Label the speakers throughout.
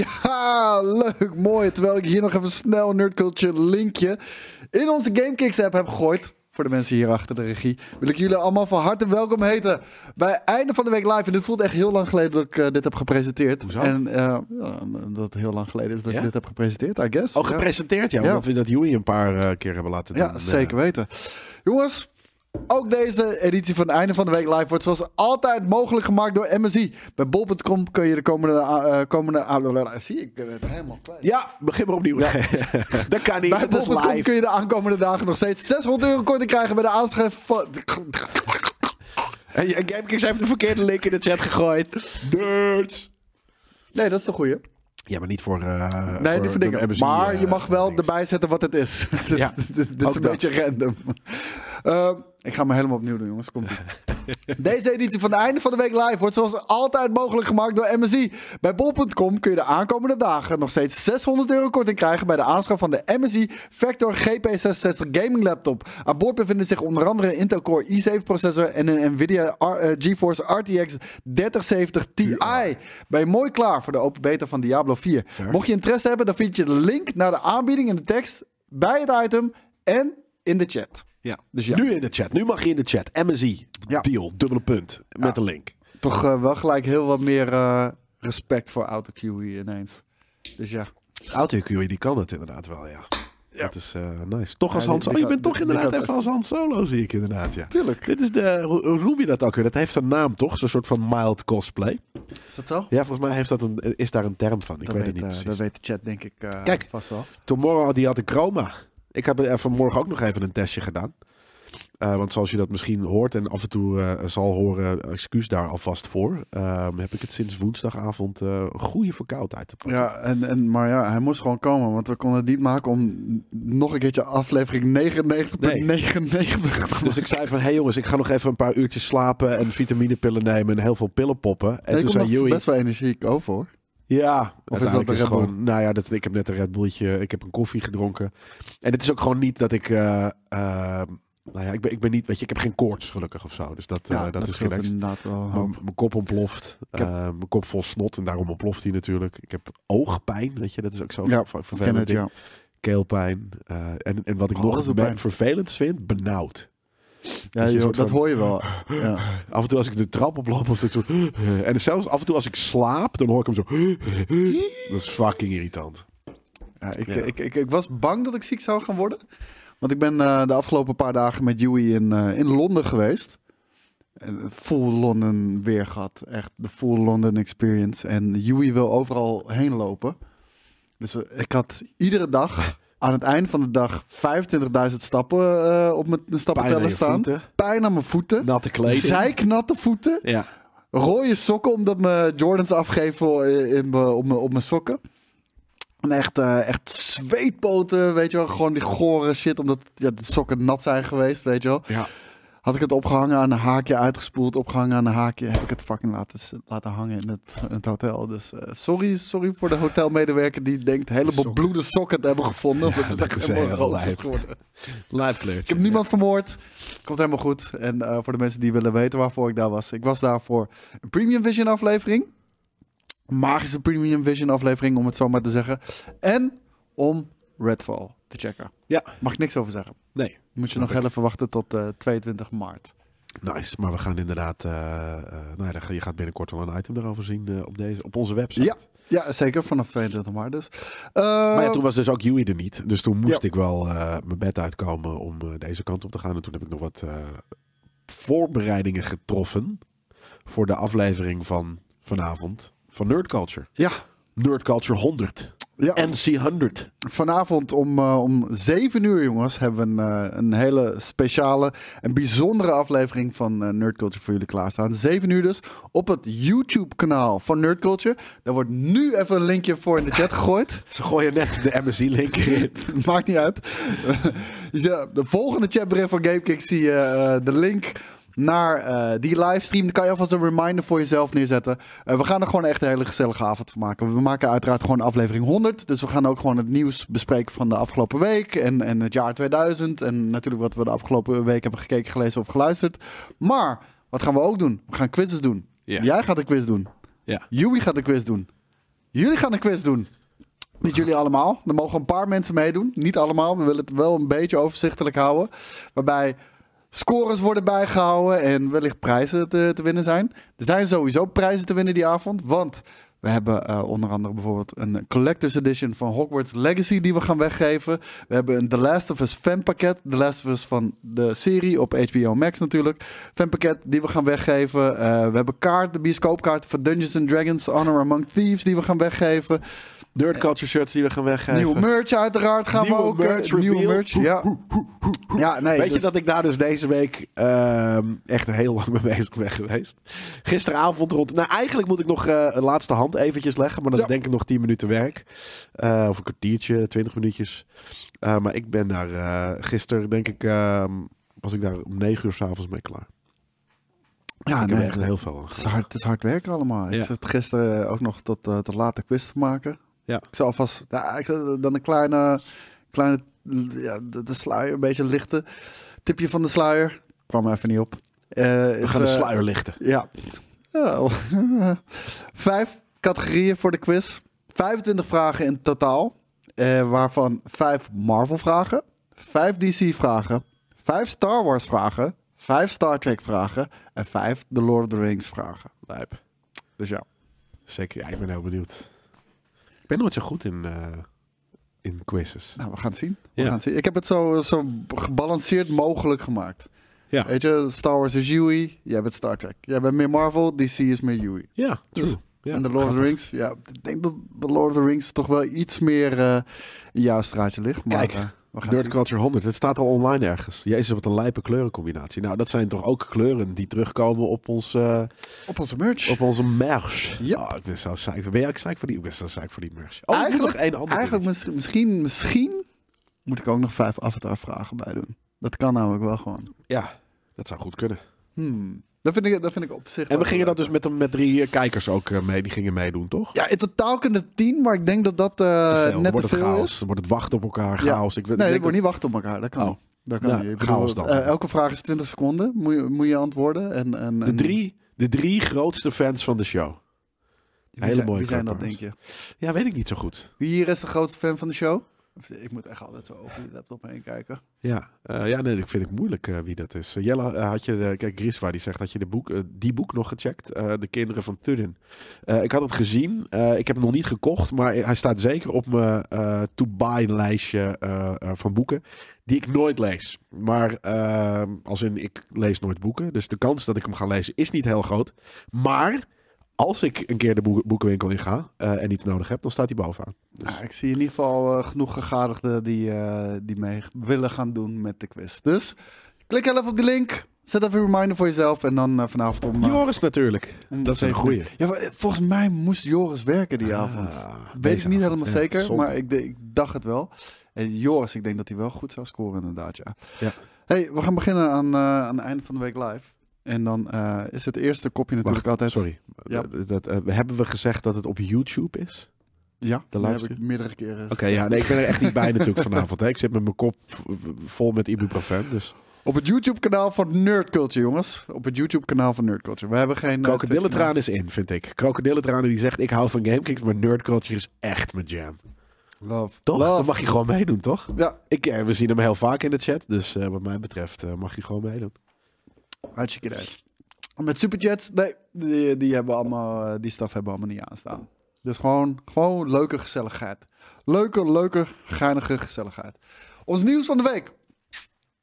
Speaker 1: Ja, leuk, mooi. Terwijl ik hier nog even snel een nerdculture linkje in onze GameKicks app heb gegooid. Voor de mensen hier achter de regie. Wil ik jullie allemaal van harte welkom heten bij einde van de week live. En dit voelt echt heel lang geleden dat ik eh, dit heb gepresenteerd.
Speaker 2: Hoezo?
Speaker 1: En eh, ja, dat het heel lang geleden is dat
Speaker 2: Ja?
Speaker 1: ik dit heb gepresenteerd, I guess.
Speaker 2: Oh,
Speaker 1: Ja.
Speaker 2: gepresenteerd, ja.
Speaker 1: Ja.
Speaker 2: Omdat we dat Joey een paar eh, keer hebben laten doen.
Speaker 1: Ja, zeker weten. Jongens, ook deze editie van Einde van de Week Live wordt zoals altijd mogelijk gemaakt door MSI. Bij bol.com kun je de komende... eh, komende ah, zie, ik ben het helemaal kwijt.
Speaker 2: Ja, begin maar opnieuw. dat kan niet,
Speaker 1: Bij
Speaker 2: dat is
Speaker 1: bol.com kun
Speaker 2: live.
Speaker 1: je de aankomende dagen nog steeds 600 euro korting krijgen bij de aanschrijf van...
Speaker 2: En en GameKings heeft de verkeerde link in de chat gegooid. Nerds!
Speaker 1: Nee, dat is de goeie.
Speaker 2: Ja, maar niet voor... eh,
Speaker 1: Nee,
Speaker 2: voor
Speaker 1: niet voor
Speaker 2: de
Speaker 1: dingen.
Speaker 2: MSI,
Speaker 1: maar
Speaker 2: eh,
Speaker 1: je mag wel
Speaker 2: links.
Speaker 1: erbij zetten wat het is. Dit-
Speaker 2: Ja,
Speaker 1: dit- dit
Speaker 2: ook
Speaker 1: is een
Speaker 2: dat.
Speaker 1: beetje random. Ehm, ik ga me helemaal opnieuw doen, jongens. Komt Deze editie van het einde van de week live wordt zoals altijd mogelijk gemaakt door MSI. Bij bol.com kun je de aankomende dagen nog steeds 600 euro korting krijgen bij de aanschaf van de MSI Vector GP66 gaming laptop. Aan boord bevinden zich onder andere een Intel Core i7 processor en een Nvidia R- eh, GeForce RTX 3070 Ti. Ben je mooi klaar voor de open beta van Diablo 4. Mocht je interesse hebben, dan vind je de link naar de aanbieding in de tekst bij het item en in de chat.
Speaker 2: Ja.
Speaker 1: Dus ja.
Speaker 2: Nu in de chat. Nu mag je in de chat. MSI.
Speaker 1: Ja.
Speaker 2: Deal. Dubbele punt. Met een link.
Speaker 1: toch eh, wel gelijk heel wat meer eh, respect voor AutoCue hier ineens. Dus ja.
Speaker 2: AutoQE, die kan het inderdaad wel, ja. Dat is eh, nice. Toch als
Speaker 1: Ja,
Speaker 2: Hans...
Speaker 1: die-
Speaker 2: Oh,
Speaker 1: die
Speaker 2: je bent
Speaker 1: gaat-
Speaker 2: toch
Speaker 1: die- die
Speaker 2: inderdaad
Speaker 1: gaat-
Speaker 2: even als Hans Solo, zie ik inderdaad, ja.
Speaker 1: Tuurlijk.
Speaker 2: Dit is de... Hoe hoe noem je dat ook weer? Dat heeft een naam, toch? Zo'n soort van mild cosplay.
Speaker 1: Is dat zo?
Speaker 2: Ja, volgens mij heeft dat een, is daar een term van. Ik
Speaker 1: dat,
Speaker 2: weet
Speaker 1: weet,
Speaker 2: het niet
Speaker 1: eh,
Speaker 2: precies.
Speaker 1: dat weet de chat denk ik eh,
Speaker 2: Kijk.
Speaker 1: vast wel.
Speaker 2: Tomorrow die had een chroma. Ik heb er vanmorgen ook nog even een testje gedaan. Eh, want zoals je dat misschien hoort en af en toe eh, zal horen, excuus daar alvast voor. ehm, heb ik het sinds woensdagavond eh, een goede verkoudheid te pakken.
Speaker 1: Ja, en, en, maar ja, hij moest gewoon komen. Want we konden het niet maken om n- nog een keertje aflevering 99.99 te
Speaker 2: Dus ik zei van, hé hey jongens, ik ga nog even een paar uurtjes slapen en vitaminepillen nemen en heel veel pillen poppen. En
Speaker 1: maken. Ik
Speaker 2: toen
Speaker 1: kom
Speaker 2: zei
Speaker 1: nog
Speaker 2: Joey,
Speaker 1: best wel energiek over hoor.
Speaker 2: Ja,
Speaker 1: een
Speaker 2: uiteindelijk
Speaker 1: Red
Speaker 2: het
Speaker 1: Bull?
Speaker 2: gewoon. Nou ja, dat, ik heb net een Red Bulltje, ik heb een koffie gedronken. En het is ook gewoon niet dat ik. eh, eh, nou ja, ik ben, ik ben niet, weet je, ik heb geen koorts gelukkig of zo. Dus dat, eh, dat, is
Speaker 1: scheelt
Speaker 2: relaxed.
Speaker 1: inderdaad wel een
Speaker 2: Mijn-
Speaker 1: hoop.
Speaker 2: Mijn kop ontploft.
Speaker 1: Ik heb-
Speaker 2: eh, mijn kop vol snot en daarom ontploft hij natuurlijk. Ik heb oogpijn, weet je, dat is ook zo
Speaker 1: Ja,
Speaker 2: ver-
Speaker 1: Ik ken het,
Speaker 2: ding.
Speaker 1: ja.
Speaker 2: Keelpijn. eh, en, en wat ik
Speaker 1: Oh, dat
Speaker 2: nog
Speaker 1: is ook
Speaker 2: me-
Speaker 1: pijn.
Speaker 2: vervelend vind, benauwd.
Speaker 1: ja
Speaker 2: je
Speaker 1: joh,
Speaker 2: soort
Speaker 1: dat
Speaker 2: van-
Speaker 1: hoor je wel. Ja.
Speaker 2: Af en toe als ik de trap oploop of zo. En zelfs af en toe als ik slaap, dan hoor ik hem zo. Dat is fucking irritant.
Speaker 1: Ja, ik,
Speaker 2: Ja.
Speaker 1: Ik, ik, ik was bang dat ik ziek zou gaan worden. Want ik ben eh, de afgelopen paar dagen met Joey in, eh, in Londen geweest. En Full London weer gehad. Echt de full London experience. En Joey wil overal heen lopen. Dus we- ik had iedere dag aan het eind van de dag 25.000 stappen eh, op mijn
Speaker 2: Pijn aan
Speaker 1: stappenteller
Speaker 2: je
Speaker 1: staan.
Speaker 2: voeten.
Speaker 1: Pijn aan mijn voeten.
Speaker 2: Natte kleding.
Speaker 1: Zijknatte voeten.
Speaker 2: Ja.
Speaker 1: rode sokken omdat mijn Jordans afgeven in, in, mijn- op, mijn, op mijn sokken. En echt, eh, echt zweetpoten, weet je wel. Gewoon die gore shit, omdat ja, de sokken nat zijn geweest, weet je wel.
Speaker 2: ja.
Speaker 1: Had ik het opgehangen aan een haakje, uitgespoeld, opgehangen aan een haakje. Heb ik het fucking laten, s- laten hangen in het, in het hotel. Dus eh, sorry, sorry voor de hotelmedewerker die denkt een heleboel
Speaker 2: Sokken.
Speaker 1: bloede sokken te hebben gevonden. omdat het
Speaker 2: dat
Speaker 1: echt
Speaker 2: is
Speaker 1: helemaal
Speaker 2: heel
Speaker 1: rood is
Speaker 2: lijp.
Speaker 1: geworden.
Speaker 2: Live kleurtje.
Speaker 1: Ik heb niemand vermoord. Komt helemaal goed. En eh, voor de mensen die willen weten waarvoor ik daar was. Ik was daar voor een Premium Vision aflevering. Een magische Premium Vision aflevering, om het zo maar te zeggen. En om Redfall te checken.
Speaker 2: Ja.
Speaker 1: Mag ik niks over zeggen.
Speaker 2: Nee.
Speaker 1: Moet je
Speaker 2: Snap
Speaker 1: nog
Speaker 2: ik.
Speaker 1: heel even wachten tot eh, 22 maart.
Speaker 2: Nice. Maar we gaan inderdaad... eh eh, nou ja, dan ga- je gaat binnenkort al een item daarover zien eh, op, deze, op onze website.
Speaker 1: Ja, ja zeker. Vanaf 22 maart dus. Eh,
Speaker 2: Maar ja, toen was dus ook Joey er niet. Dus toen moest
Speaker 1: Ja.
Speaker 2: ik wel eh, mijn bed uitkomen om eh, deze kant op te gaan. En toen heb ik nog wat eh, voorbereidingen getroffen voor de aflevering van vanavond van Nerd Culture.
Speaker 1: ja,
Speaker 2: Nerd Culture 100.
Speaker 1: ja.
Speaker 2: NC 100.
Speaker 1: Vanavond om, eh, om 7 uur, jongens, hebben we een, eh, een hele speciale en bijzondere aflevering van eh, Nerd Culture voor jullie klaarstaan. 7 uur dus op het YouTube-kanaal van Nerd Culture. Daar wordt nu even een linkje voor in de chat gegooid.
Speaker 2: Ze gooien net de MSI-link in.
Speaker 1: Maakt niet uit. Je ziet, de volgende chatbericht van GameKick zie je eh, de link naar eh, die livestream. Dan kan je alvast een reminder voor jezelf neerzetten. Eh, we gaan er gewoon echt een hele gezellige avond van maken. We maken uiteraard gewoon aflevering 100. Dus we gaan ook gewoon het nieuws bespreken van de afgelopen week. En, en het jaar 2000. En natuurlijk wat we de afgelopen week hebben gekeken, gelezen of geluisterd. Maar wat gaan we ook doen? We gaan quizzes doen.
Speaker 2: Ja.
Speaker 1: Jij gaat een quiz doen.
Speaker 2: Ja.
Speaker 1: Yui gaat een quiz doen. Jullie gaan een quiz doen. Niet jullie allemaal. Er mogen een paar mensen meedoen. Niet allemaal. We willen het wel een beetje overzichtelijk houden. Waarbij scores worden bijgehouden en wellicht prijzen te, te winnen zijn. Er zijn sowieso prijzen te winnen die avond. Want we hebben eh, onder andere bijvoorbeeld een Collector's Edition van Hogwarts Legacy die we gaan weggeven. We hebben een The Last of Us fanpakket. The Last of Us van de serie op HBO Max natuurlijk. Fanpakket die we gaan weggeven. Eh, we hebben kaarten, bioscoopkaarten voor Dungeons and Dragons, Honor Among Thieves die we gaan weggeven.
Speaker 2: Nerd Culture shirts die we gaan weggeven.
Speaker 1: Nieuwe merch uiteraard gaan
Speaker 2: Nieuwe
Speaker 1: we ook.
Speaker 2: merch
Speaker 1: eh, nieuwe
Speaker 2: reveal.
Speaker 1: merch, ja. Ja, nee.
Speaker 2: Weet
Speaker 1: dus-
Speaker 2: je dat ik daar dus deze week ehm, echt heel lang mee bezig ben geweest? Gisteravond rond... Nou, eigenlijk moet ik nog eh, een laatste hand eventjes leggen. Maar dat
Speaker 1: Ja.
Speaker 2: is denk ik nog 10 minuten werk. Eh, of een kwartiertje, 20 minuutjes. Eh, maar ik ben daar eh gisteren, denk ik... ehm, was ik daar om 9 uur s'avonds mee klaar.
Speaker 1: Ja,
Speaker 2: ik
Speaker 1: Ah, nee.
Speaker 2: heb er echt heel veel aan
Speaker 1: Het is,
Speaker 2: gehad.
Speaker 1: hard, het is hard werken allemaal. Ik
Speaker 2: Ja.
Speaker 1: zat gisteren ook nog tot, eh, tot late quiz te maken.
Speaker 2: Ja.
Speaker 1: Ik zal alvast nou, ik zal dan een kleine, kleine ja, de, de sluier, een beetje lichten. Tipje van de sluier. Kwam er even niet op. Eh,
Speaker 2: We gaan de sluier lichten.
Speaker 1: Ja. Ja. Vijf categorieën voor de quiz. 25 vragen in totaal. eh, waarvan vijf Marvel-vragen, vijf DC-vragen, vijf Star Wars-vragen, vijf Star Trek-vragen en vijf The Lord of the Rings-vragen.
Speaker 2: Lijp.
Speaker 1: Dus ja.
Speaker 2: Zeker, ja, ik ben heel benieuwd. Ik ben nooit zo goed in, eh, in quizzes.
Speaker 1: Nou, we gaan het zien. We
Speaker 2: Ja.
Speaker 1: gaan het zien. Ik heb het zo, zo gebalanceerd mogelijk gemaakt.
Speaker 2: Ja.
Speaker 1: Weet je, Star Wars is Yui, jij bent Star Trek. Jij bent meer Marvel, DC is meer Yui.
Speaker 2: Ja,
Speaker 1: Dus-
Speaker 2: true. Ja,
Speaker 1: en The Lord of the Rings, ja, ik denk dat The Lord of the Rings toch wel iets meer eh in jouw straatje ligt. Maar
Speaker 2: Kijk,
Speaker 1: eh, we gaan het
Speaker 2: Nerd
Speaker 1: zien.
Speaker 2: Culture 100, het staat al online ergens. Jezus, wat een lijpe kleurencombinatie. Nou, dat zijn toch ook kleuren die terugkomen op, ons, eh,
Speaker 1: op onze merch.
Speaker 2: op onze merch.
Speaker 1: Yep.
Speaker 2: Oh, ik ben zo saai. Ben jij ook saai voor die? Ik ben zo saai voor die merch. Oh, eigenlijk,
Speaker 1: Eigenlijk-
Speaker 2: nog één ander
Speaker 1: Eigenlijk
Speaker 2: dingetje.
Speaker 1: misschien, misschien, misschien moet ik ook nog vijf avatar-vragen bij doen. Dat kan namelijk wel gewoon.
Speaker 2: Ja, dat zou goed kunnen.
Speaker 1: Hmm. Dat, vind ik, dat vind ik op zich.
Speaker 2: En we
Speaker 1: wel
Speaker 2: gingen dat
Speaker 1: leuk.
Speaker 2: dus met, met drie eh, kijkers ook eh, mee. Die gingen meedoen, toch?
Speaker 1: Ja, in totaal kunnen er tien, maar ik denk dat dat eh,
Speaker 2: Te veel. Dan
Speaker 1: net te
Speaker 2: wordt het
Speaker 1: veel
Speaker 2: chaos.
Speaker 1: is.
Speaker 2: Dan wordt het wachten op elkaar,
Speaker 1: Ja.
Speaker 2: chaos. Ik, weet-
Speaker 1: Nee,
Speaker 2: ik
Speaker 1: dat
Speaker 2: denk
Speaker 1: wordt niet wachten op elkaar. Dat kan.
Speaker 2: Oh.
Speaker 1: Dat kan
Speaker 2: Nou,
Speaker 1: niet. Ik
Speaker 2: chaos dan.
Speaker 1: eh, elke vraag is 20 seconden. Moet je, moet je antwoorden. En, en,
Speaker 2: dat
Speaker 1: en-
Speaker 2: de, drie, de drie grootste fans van de show.
Speaker 1: Wie
Speaker 2: hele
Speaker 1: zijn-
Speaker 2: mooie
Speaker 1: Wie zijn dat, denk
Speaker 2: cartoons.
Speaker 1: je?
Speaker 2: Ja, weet ik niet zo goed.
Speaker 1: Wie hier is de grootste fan van de show? Of, Ik moet echt altijd zo over die laptop heen kijken.
Speaker 2: Ja, eh, ja nee, ik vind het moeilijk eh, wie dat is. Eh, Jelle, eh, had je, eh, kijk, Griswa die zegt, had je de boek, eh, die boek nog gecheckt? Eh, de kinderen van Turin. Eh, ik had het gezien, Eh, ik heb hem nog niet gekocht, maar hij staat zeker op mijn eh, to-buy lijstje eh, eh, van boeken, die ik nooit lees. Maar eh, als in, ik lees nooit boeken, dus de kans dat ik hem ga lezen is niet heel groot. Maar als ik een keer de boek- boekenwinkel inga eh en iets nodig heb, dan staat hij bovenaan. Dus-
Speaker 1: Nou, ik zie in ieder geval eh, genoeg gegadigden die, eh, die mee willen gaan doen met de quiz. Dus klik even op die link. Zet even een reminder voor jezelf. En dan eh, vanavond om... eh,
Speaker 2: Joris natuurlijk,
Speaker 1: om
Speaker 2: dat is een
Speaker 1: zeven
Speaker 2: goeie.
Speaker 1: uur. Ja, maar, eh, volgens mij moest Joris werken die
Speaker 2: Ah,
Speaker 1: avond. Weet
Speaker 2: deze
Speaker 1: ik niet
Speaker 2: avond.
Speaker 1: helemaal
Speaker 2: Ja,
Speaker 1: zeker,
Speaker 2: zonde.
Speaker 1: maar ik, d- ik dacht het wel. En Joris, ik denk dat hij wel goed zou scoren inderdaad, ja.
Speaker 2: Ja.
Speaker 1: hey, we gaan beginnen aan, eh, aan het einde van de week live. En dan eh, is het eerste kopje natuurlijk
Speaker 2: Wacht,
Speaker 1: altijd...
Speaker 2: Sorry.
Speaker 1: Ja.
Speaker 2: Dat, dat, eh, hebben we gezegd dat het op YouTube is?
Speaker 1: Ja, dat heb ik
Speaker 2: livestream?
Speaker 1: meerdere keren.
Speaker 2: Oké, ja, nee, ik ben er echt niet bij natuurlijk vanavond. Hè. Ik zit met mijn kop v- vol met ibuprofen. Dus.
Speaker 1: Op het YouTube-kanaal van Nerd Culture, jongens. Op het YouTube-kanaal van Nerd Culture. We hebben geen... eh,
Speaker 2: Krokodillentraan is in, vind ik. Krokodillentranen die zegt, ik hou van Gamekicks, maar nerdculture is echt mijn jam.
Speaker 1: Love.
Speaker 2: Toch? Dan
Speaker 1: Love.
Speaker 2: mag je gewoon meedoen, toch?
Speaker 1: Ja,
Speaker 2: Ik, eh, we zien hem heel vaak in de chat, dus eh, wat mij betreft eh, mag je gewoon meedoen.
Speaker 1: hartstikke leuk. Met superjets, nee, die, die, hebben allemaal, eh, die staf hebben allemaal niet aanstaan. Dus gewoon, gewoon leuke gezelligheid. Leuke, leuke, geinige gezelligheid. Ons nieuws van de week.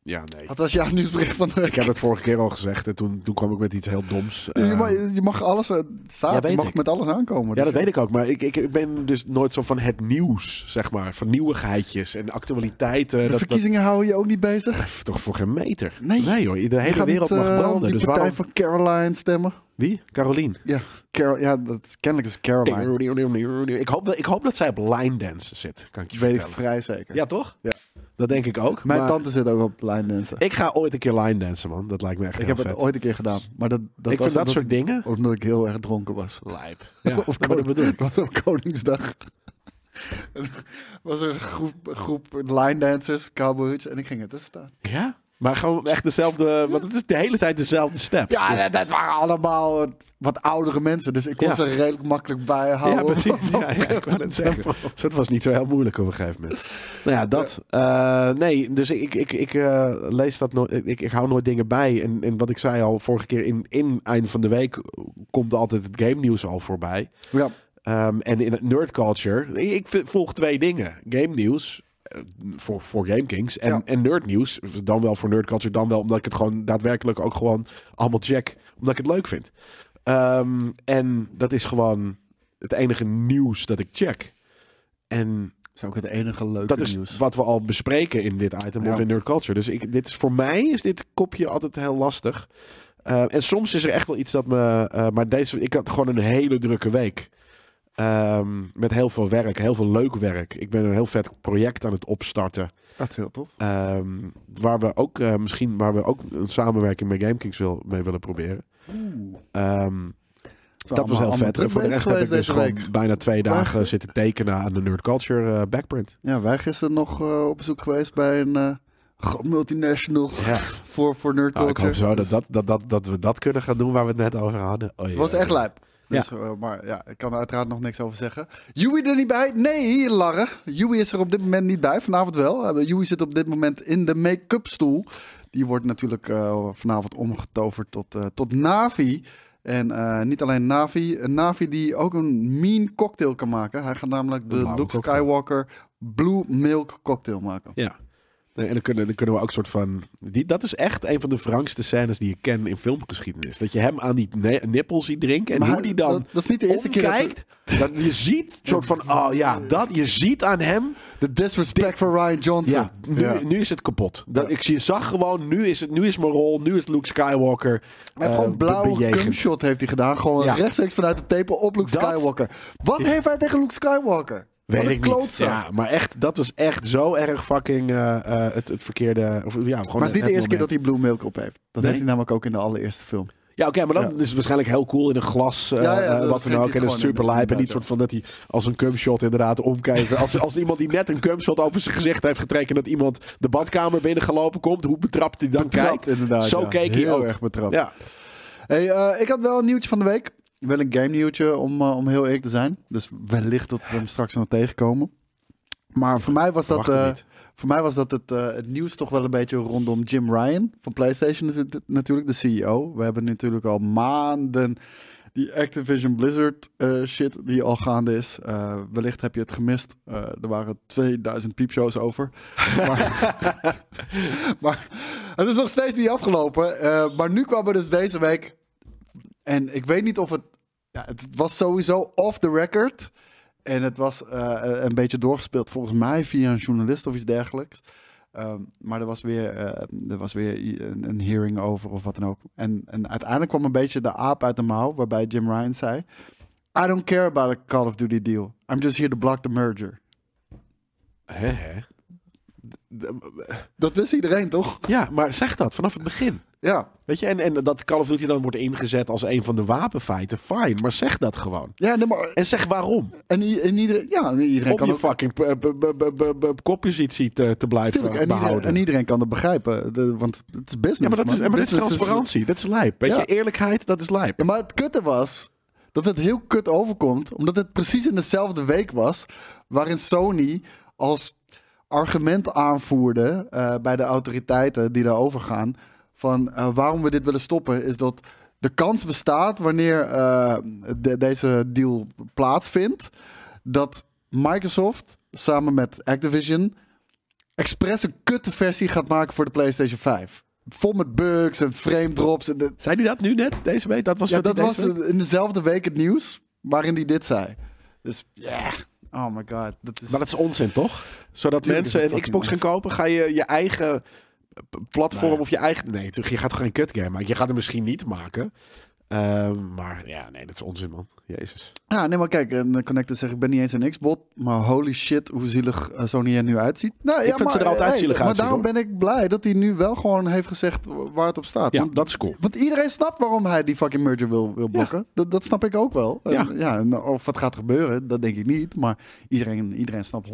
Speaker 2: Ja, nee.
Speaker 1: Wat was jouw nieuwsbericht van de
Speaker 2: Ik
Speaker 1: week?
Speaker 2: heb het vorige keer al gezegd en toen, toen kwam ik met iets heel doms.
Speaker 1: je, mag,
Speaker 2: Eh,
Speaker 1: je mag alles, eh,
Speaker 2: Ja,
Speaker 1: staat,
Speaker 2: weet
Speaker 1: je mag
Speaker 2: ik.
Speaker 1: met alles aankomen.
Speaker 2: Ja,
Speaker 1: Dus
Speaker 2: dat weet ik ook. Maar ik, ik, ik ben dus nooit zo van het nieuws, zeg maar. Van nieuwigheidjes en actualiteiten.
Speaker 1: De
Speaker 2: dat, dat-
Speaker 1: verkiezingen houden je ook niet bezig.
Speaker 2: Pff, toch voor geen meter?
Speaker 1: Nee.
Speaker 2: hoor, de
Speaker 1: Je
Speaker 2: hele
Speaker 1: gaat
Speaker 2: wereld
Speaker 1: niet,
Speaker 2: mag
Speaker 1: eh, op
Speaker 2: branden.
Speaker 1: die
Speaker 2: Dus
Speaker 1: partij
Speaker 2: waarom...
Speaker 1: van Caroline stemmen.
Speaker 2: Wie? Caroline.
Speaker 1: Ja, Carol, ja dat is, kennelijk is Caroline.
Speaker 2: Ik hoop, dat, ik hoop dat zij op line dansen zit, kan ik je
Speaker 1: Weet ik
Speaker 2: vertellen.
Speaker 1: vrij zeker.
Speaker 2: Ja, toch?
Speaker 1: Ja.
Speaker 2: Dat denk ik ook.
Speaker 1: Mijn
Speaker 2: maar
Speaker 1: tante zit ook op line dansen. Ik,
Speaker 2: Ik ga ooit een keer line dansen, man. Dat lijkt me echt heel
Speaker 1: heb
Speaker 2: vet.
Speaker 1: het ooit een keer gedaan. Maar dat, dat was
Speaker 2: ik vind dat
Speaker 1: omdat
Speaker 2: soort
Speaker 1: ik-
Speaker 2: dingen...
Speaker 1: Omdat ik heel erg dronken was.
Speaker 2: Lijp. Ja,
Speaker 1: Of
Speaker 2: nou, maar dat
Speaker 1: kon-
Speaker 2: bedoel ik.
Speaker 1: was op Koningsdag. was er een groep, groep line dancers, cowboys. En ik ging er tussen staan.
Speaker 2: Ja? Maar gewoon echt dezelfde. Want het is de hele tijd dezelfde step. Dus-
Speaker 1: Ja, dat, dat waren allemaal wat, wat oudere mensen. Dus ik kon
Speaker 2: Ja.
Speaker 1: ze redelijk makkelijk bijhouden.
Speaker 2: precies. Ja, ja, ik wou net zeggen. Dus het was niet zo heel moeilijk op een gegeven moment. Nou ja, dat. eh, nee, dus ik, ik, ik eh, lees dat nooit. Ik, ik hou nooit dingen bij. En, en wat ik zei al vorige keer, in, in eind van de week komt altijd het game nieuws al voorbij.
Speaker 1: Ja.
Speaker 2: Ehm, en in het nerd culture, ik v- volg twee dingen. Game nieuws eh, voor, voor GameKings en,
Speaker 1: Ja.
Speaker 2: en nerd nieuws. Dan wel voor nerd culture, dan wel omdat ik het gewoon daadwerkelijk ook gewoon allemaal check. Omdat ik het leuk vind. Ehm, en dat is gewoon het enige nieuws dat ik check. En
Speaker 1: Dat is ook het enige leuke
Speaker 2: dat is
Speaker 1: nieuws.
Speaker 2: wat we al bespreken in dit item
Speaker 1: Ja.
Speaker 2: of in nerd culture. Dus ik, dit is, voor mij is dit kopje altijd heel lastig. Eh, en soms is er echt wel iets dat me. eh, maar deze, ik had gewoon een hele drukke week. Ehm, met heel veel werk, heel veel leuk werk. Ik ben een heel vet project aan het opstarten.
Speaker 1: Dat is heel tof.
Speaker 2: Ehm, waar we ook eh, misschien waar we ook een samenwerking met GameKings wil, mee willen proberen. Ehm, dat was heel vet. En voor de rest heb ik dus gewoon bijna twee dagen zitten tekenen aan de Nerd Culture eh, backprint.
Speaker 1: Ja, wij gisteren nog eh, op bezoek geweest bij een eh, groot multinational
Speaker 2: Ja.
Speaker 1: voor, voor nerd
Speaker 2: Nou, ik
Speaker 1: culture.
Speaker 2: hoop zo dat,
Speaker 1: Dus
Speaker 2: dat, dat, dat, dat we dat kunnen gaan doen waar we het net over hadden. Oh, Oei,
Speaker 1: was
Speaker 2: oei.
Speaker 1: echt lijp. Dus, eh, maar ja, ik kan er uiteraard nog niks over zeggen. Joey er niet bij? Nee, Larre. Joey is er op dit moment niet bij. Vanavond wel. Eh, Joey zit op dit moment in de make-up stoel. Die wordt natuurlijk eh, vanavond omgetoverd tot, eh, tot Navi. En eh, niet alleen Navi. Een Navi die ook een mean cocktail kan maken. Hij gaat namelijk de
Speaker 2: blauwe
Speaker 1: Luke
Speaker 2: cocktail.
Speaker 1: Skywalker Blue Milk cocktail maken.
Speaker 2: Ja. Nee, en dan kunnen, dan kunnen we ook een soort van... Die, dat is echt een van de wrangste scènes die ik ken in filmgeschiedenis. Dat je hem aan die ne- nippel ziet drinken en
Speaker 1: Maar
Speaker 2: hoe die dan
Speaker 1: dat- dat is niet de eerste keer dat-
Speaker 2: omkijkt. Dan je ziet een soort van, oh ja, dat. Je ziet aan hem,
Speaker 1: De disrespect voor Ryan Johnson.
Speaker 2: ja, nu, nu is het kapot. Dat, ik, je zag gewoon, nu is, het, nu is mijn rol, nu is Luke Skywalker
Speaker 1: Hij heeft gewoon
Speaker 2: eh,
Speaker 1: een blauwe
Speaker 2: bejegend.
Speaker 1: gumshot heeft hij gedaan. Gewoon
Speaker 2: Ja.
Speaker 1: rechtstreeks vanuit de tepel op Luke
Speaker 2: Dat-
Speaker 1: Skywalker. Wat heeft hij tegen Luke Skywalker?
Speaker 2: Weet
Speaker 1: Wat een
Speaker 2: ik niet.
Speaker 1: klootzak.
Speaker 2: Ja, maar echt, dat was echt zo erg fucking eh, eh, het, het verkeerde. Of, ja, gewoon
Speaker 1: Maar het is niet de eerste keer dat
Speaker 2: moment.
Speaker 1: hij Blue Milk op heeft. Dat
Speaker 2: Nee?
Speaker 1: heeft hij namelijk ook in de allereerste film.
Speaker 2: Ja, oké, maar dan is het waarschijnlijk heel cool in een glas. eh,
Speaker 1: Ja, ja,
Speaker 2: eh,
Speaker 1: dat
Speaker 2: wat dan
Speaker 1: drinkt hij
Speaker 2: ook. En dat is
Speaker 1: gewoon
Speaker 2: super lijp. En niet
Speaker 1: inderdaad,
Speaker 2: soort van dat hij als een cumshot inderdaad omkijkt. als, als iemand die net een cumshot over zijn gezicht heeft getrekken. en dat iemand de badkamer binnengelopen komt. hoe betrapt hij dan
Speaker 1: Betrapt,
Speaker 2: kijkt.
Speaker 1: inderdaad.
Speaker 2: Zo
Speaker 1: ja.
Speaker 2: keek
Speaker 1: Heel
Speaker 2: hij ook.
Speaker 1: erg betrapt.
Speaker 2: Ja,
Speaker 1: Hey, eh, ik had wel een nieuwtje van de week. Wel een game nieuwtje om, eh, om heel eerlijk te zijn. Dus wellicht dat we hem straks nog tegenkomen. Maar voor mij was dat,
Speaker 2: Verwacht het
Speaker 1: eh,
Speaker 2: niet.
Speaker 1: voor mij was dat het, eh, het nieuws toch wel een beetje rondom Jim Ryan van PlayStation natu- natuurlijk, de CEO. We hebben natuurlijk al maanden die Activision Blizzard eh, shit die al gaande is. Eh, wellicht heb je het gemist. Eh, er waren 2000 piepshows over. maar, maar het is nog steeds niet afgelopen. Eh, maar nu kwam er dus deze week. En ik weet niet of het. Ja, het was sowieso off the record. En het was eh, een beetje doorgespeeld, volgens mij via een journalist of iets dergelijks. Ehm, maar er was weer, eh, er was weer i- een, een hearing over of wat dan ook. En, en uiteindelijk kwam een beetje de aap uit de mouw, waarbij Jim Ryan zei: I don't care about a Call of Duty deal. I'm just here to block the merger.
Speaker 2: Hè, hè.
Speaker 1: Dat wist iedereen toch?
Speaker 2: ja, maar zeg dat vanaf het begin.
Speaker 1: Ja.
Speaker 2: Weet je, en, en dat Call of Duty dan wordt ingezet als een van de wapenfeiten. Fijn, maar zeg dat gewoon.
Speaker 1: Ja, nee, maar.
Speaker 2: En zeg waarom.
Speaker 1: En, i- en iedereen, ja, en iedereen
Speaker 2: Om
Speaker 1: kan
Speaker 2: je
Speaker 1: ook.
Speaker 2: fucking p- p- p- p- p- koppositie te, te blijven
Speaker 1: Tuurlijk, en, iedereen,
Speaker 2: behouden.
Speaker 1: en iedereen kan het begrijpen, de- want het is business.
Speaker 2: Ja, maar dat is,
Speaker 1: man.
Speaker 2: maar dat is
Speaker 1: Business
Speaker 2: transparantie. Dat is lijp. Weet
Speaker 1: Ja.
Speaker 2: je, eerlijkheid, dat is lijp.
Speaker 1: Ja, maar het kutte was dat het heel kut overkomt, omdat het precies in dezelfde week was waarin Sony als argument aanvoerde eh, bij de autoriteiten die daarover gaan, van eh, waarom we dit willen stoppen, is dat de kans bestaat wanneer eh, de- deze deal plaatsvindt, dat Microsoft samen met Activision expres een kutte versie gaat maken voor de PlayStation 5. Vol met bugs en frame drops. En de,
Speaker 2: Zei hij dat nu net, deze week? Dat was
Speaker 1: ja,
Speaker 2: wat hij
Speaker 1: dat was
Speaker 2: deze week-
Speaker 1: in dezelfde week het nieuws waarin hij dit zei. Dus ja, oh my god. Dat is...
Speaker 2: Maar dat is onzin, toch? Zodat
Speaker 1: Tuurlijk is
Speaker 2: mensen
Speaker 1: het
Speaker 2: een
Speaker 1: fucking
Speaker 2: Xbox gaan kopen, ga je je eigen p- platform
Speaker 1: Nou ja.
Speaker 2: of je eigen... Nee, natuurlijk, je gaat toch geen kutgame maken? Je gaat hem misschien niet maken. Ehm, maar ja, nee, dat is onzin, man. Jezus.
Speaker 1: Ja, nee, maar kijk, een connector zegt ik ben niet eens een Xbox, maar holy shit hoe zielig eh, Sony er nu uitziet. Nou, ja,
Speaker 2: vind
Speaker 1: maar,
Speaker 2: ze er altijd
Speaker 1: hey,
Speaker 2: zielig
Speaker 1: Maar
Speaker 2: uitzien,
Speaker 1: daarom
Speaker 2: hoor.
Speaker 1: ben ik blij dat hij nu wel gewoon heeft gezegd waar het op staat.
Speaker 2: Ja,
Speaker 1: Want,
Speaker 2: dat is cool.
Speaker 1: want iedereen snapt waarom hij die fucking merger wil, wil blokken. Dat, dat snap ik ook wel. En
Speaker 2: Ja.
Speaker 1: ja, en of het gaat gebeuren, dat denk ik niet. Maar iedereen, iedereen snapt 100%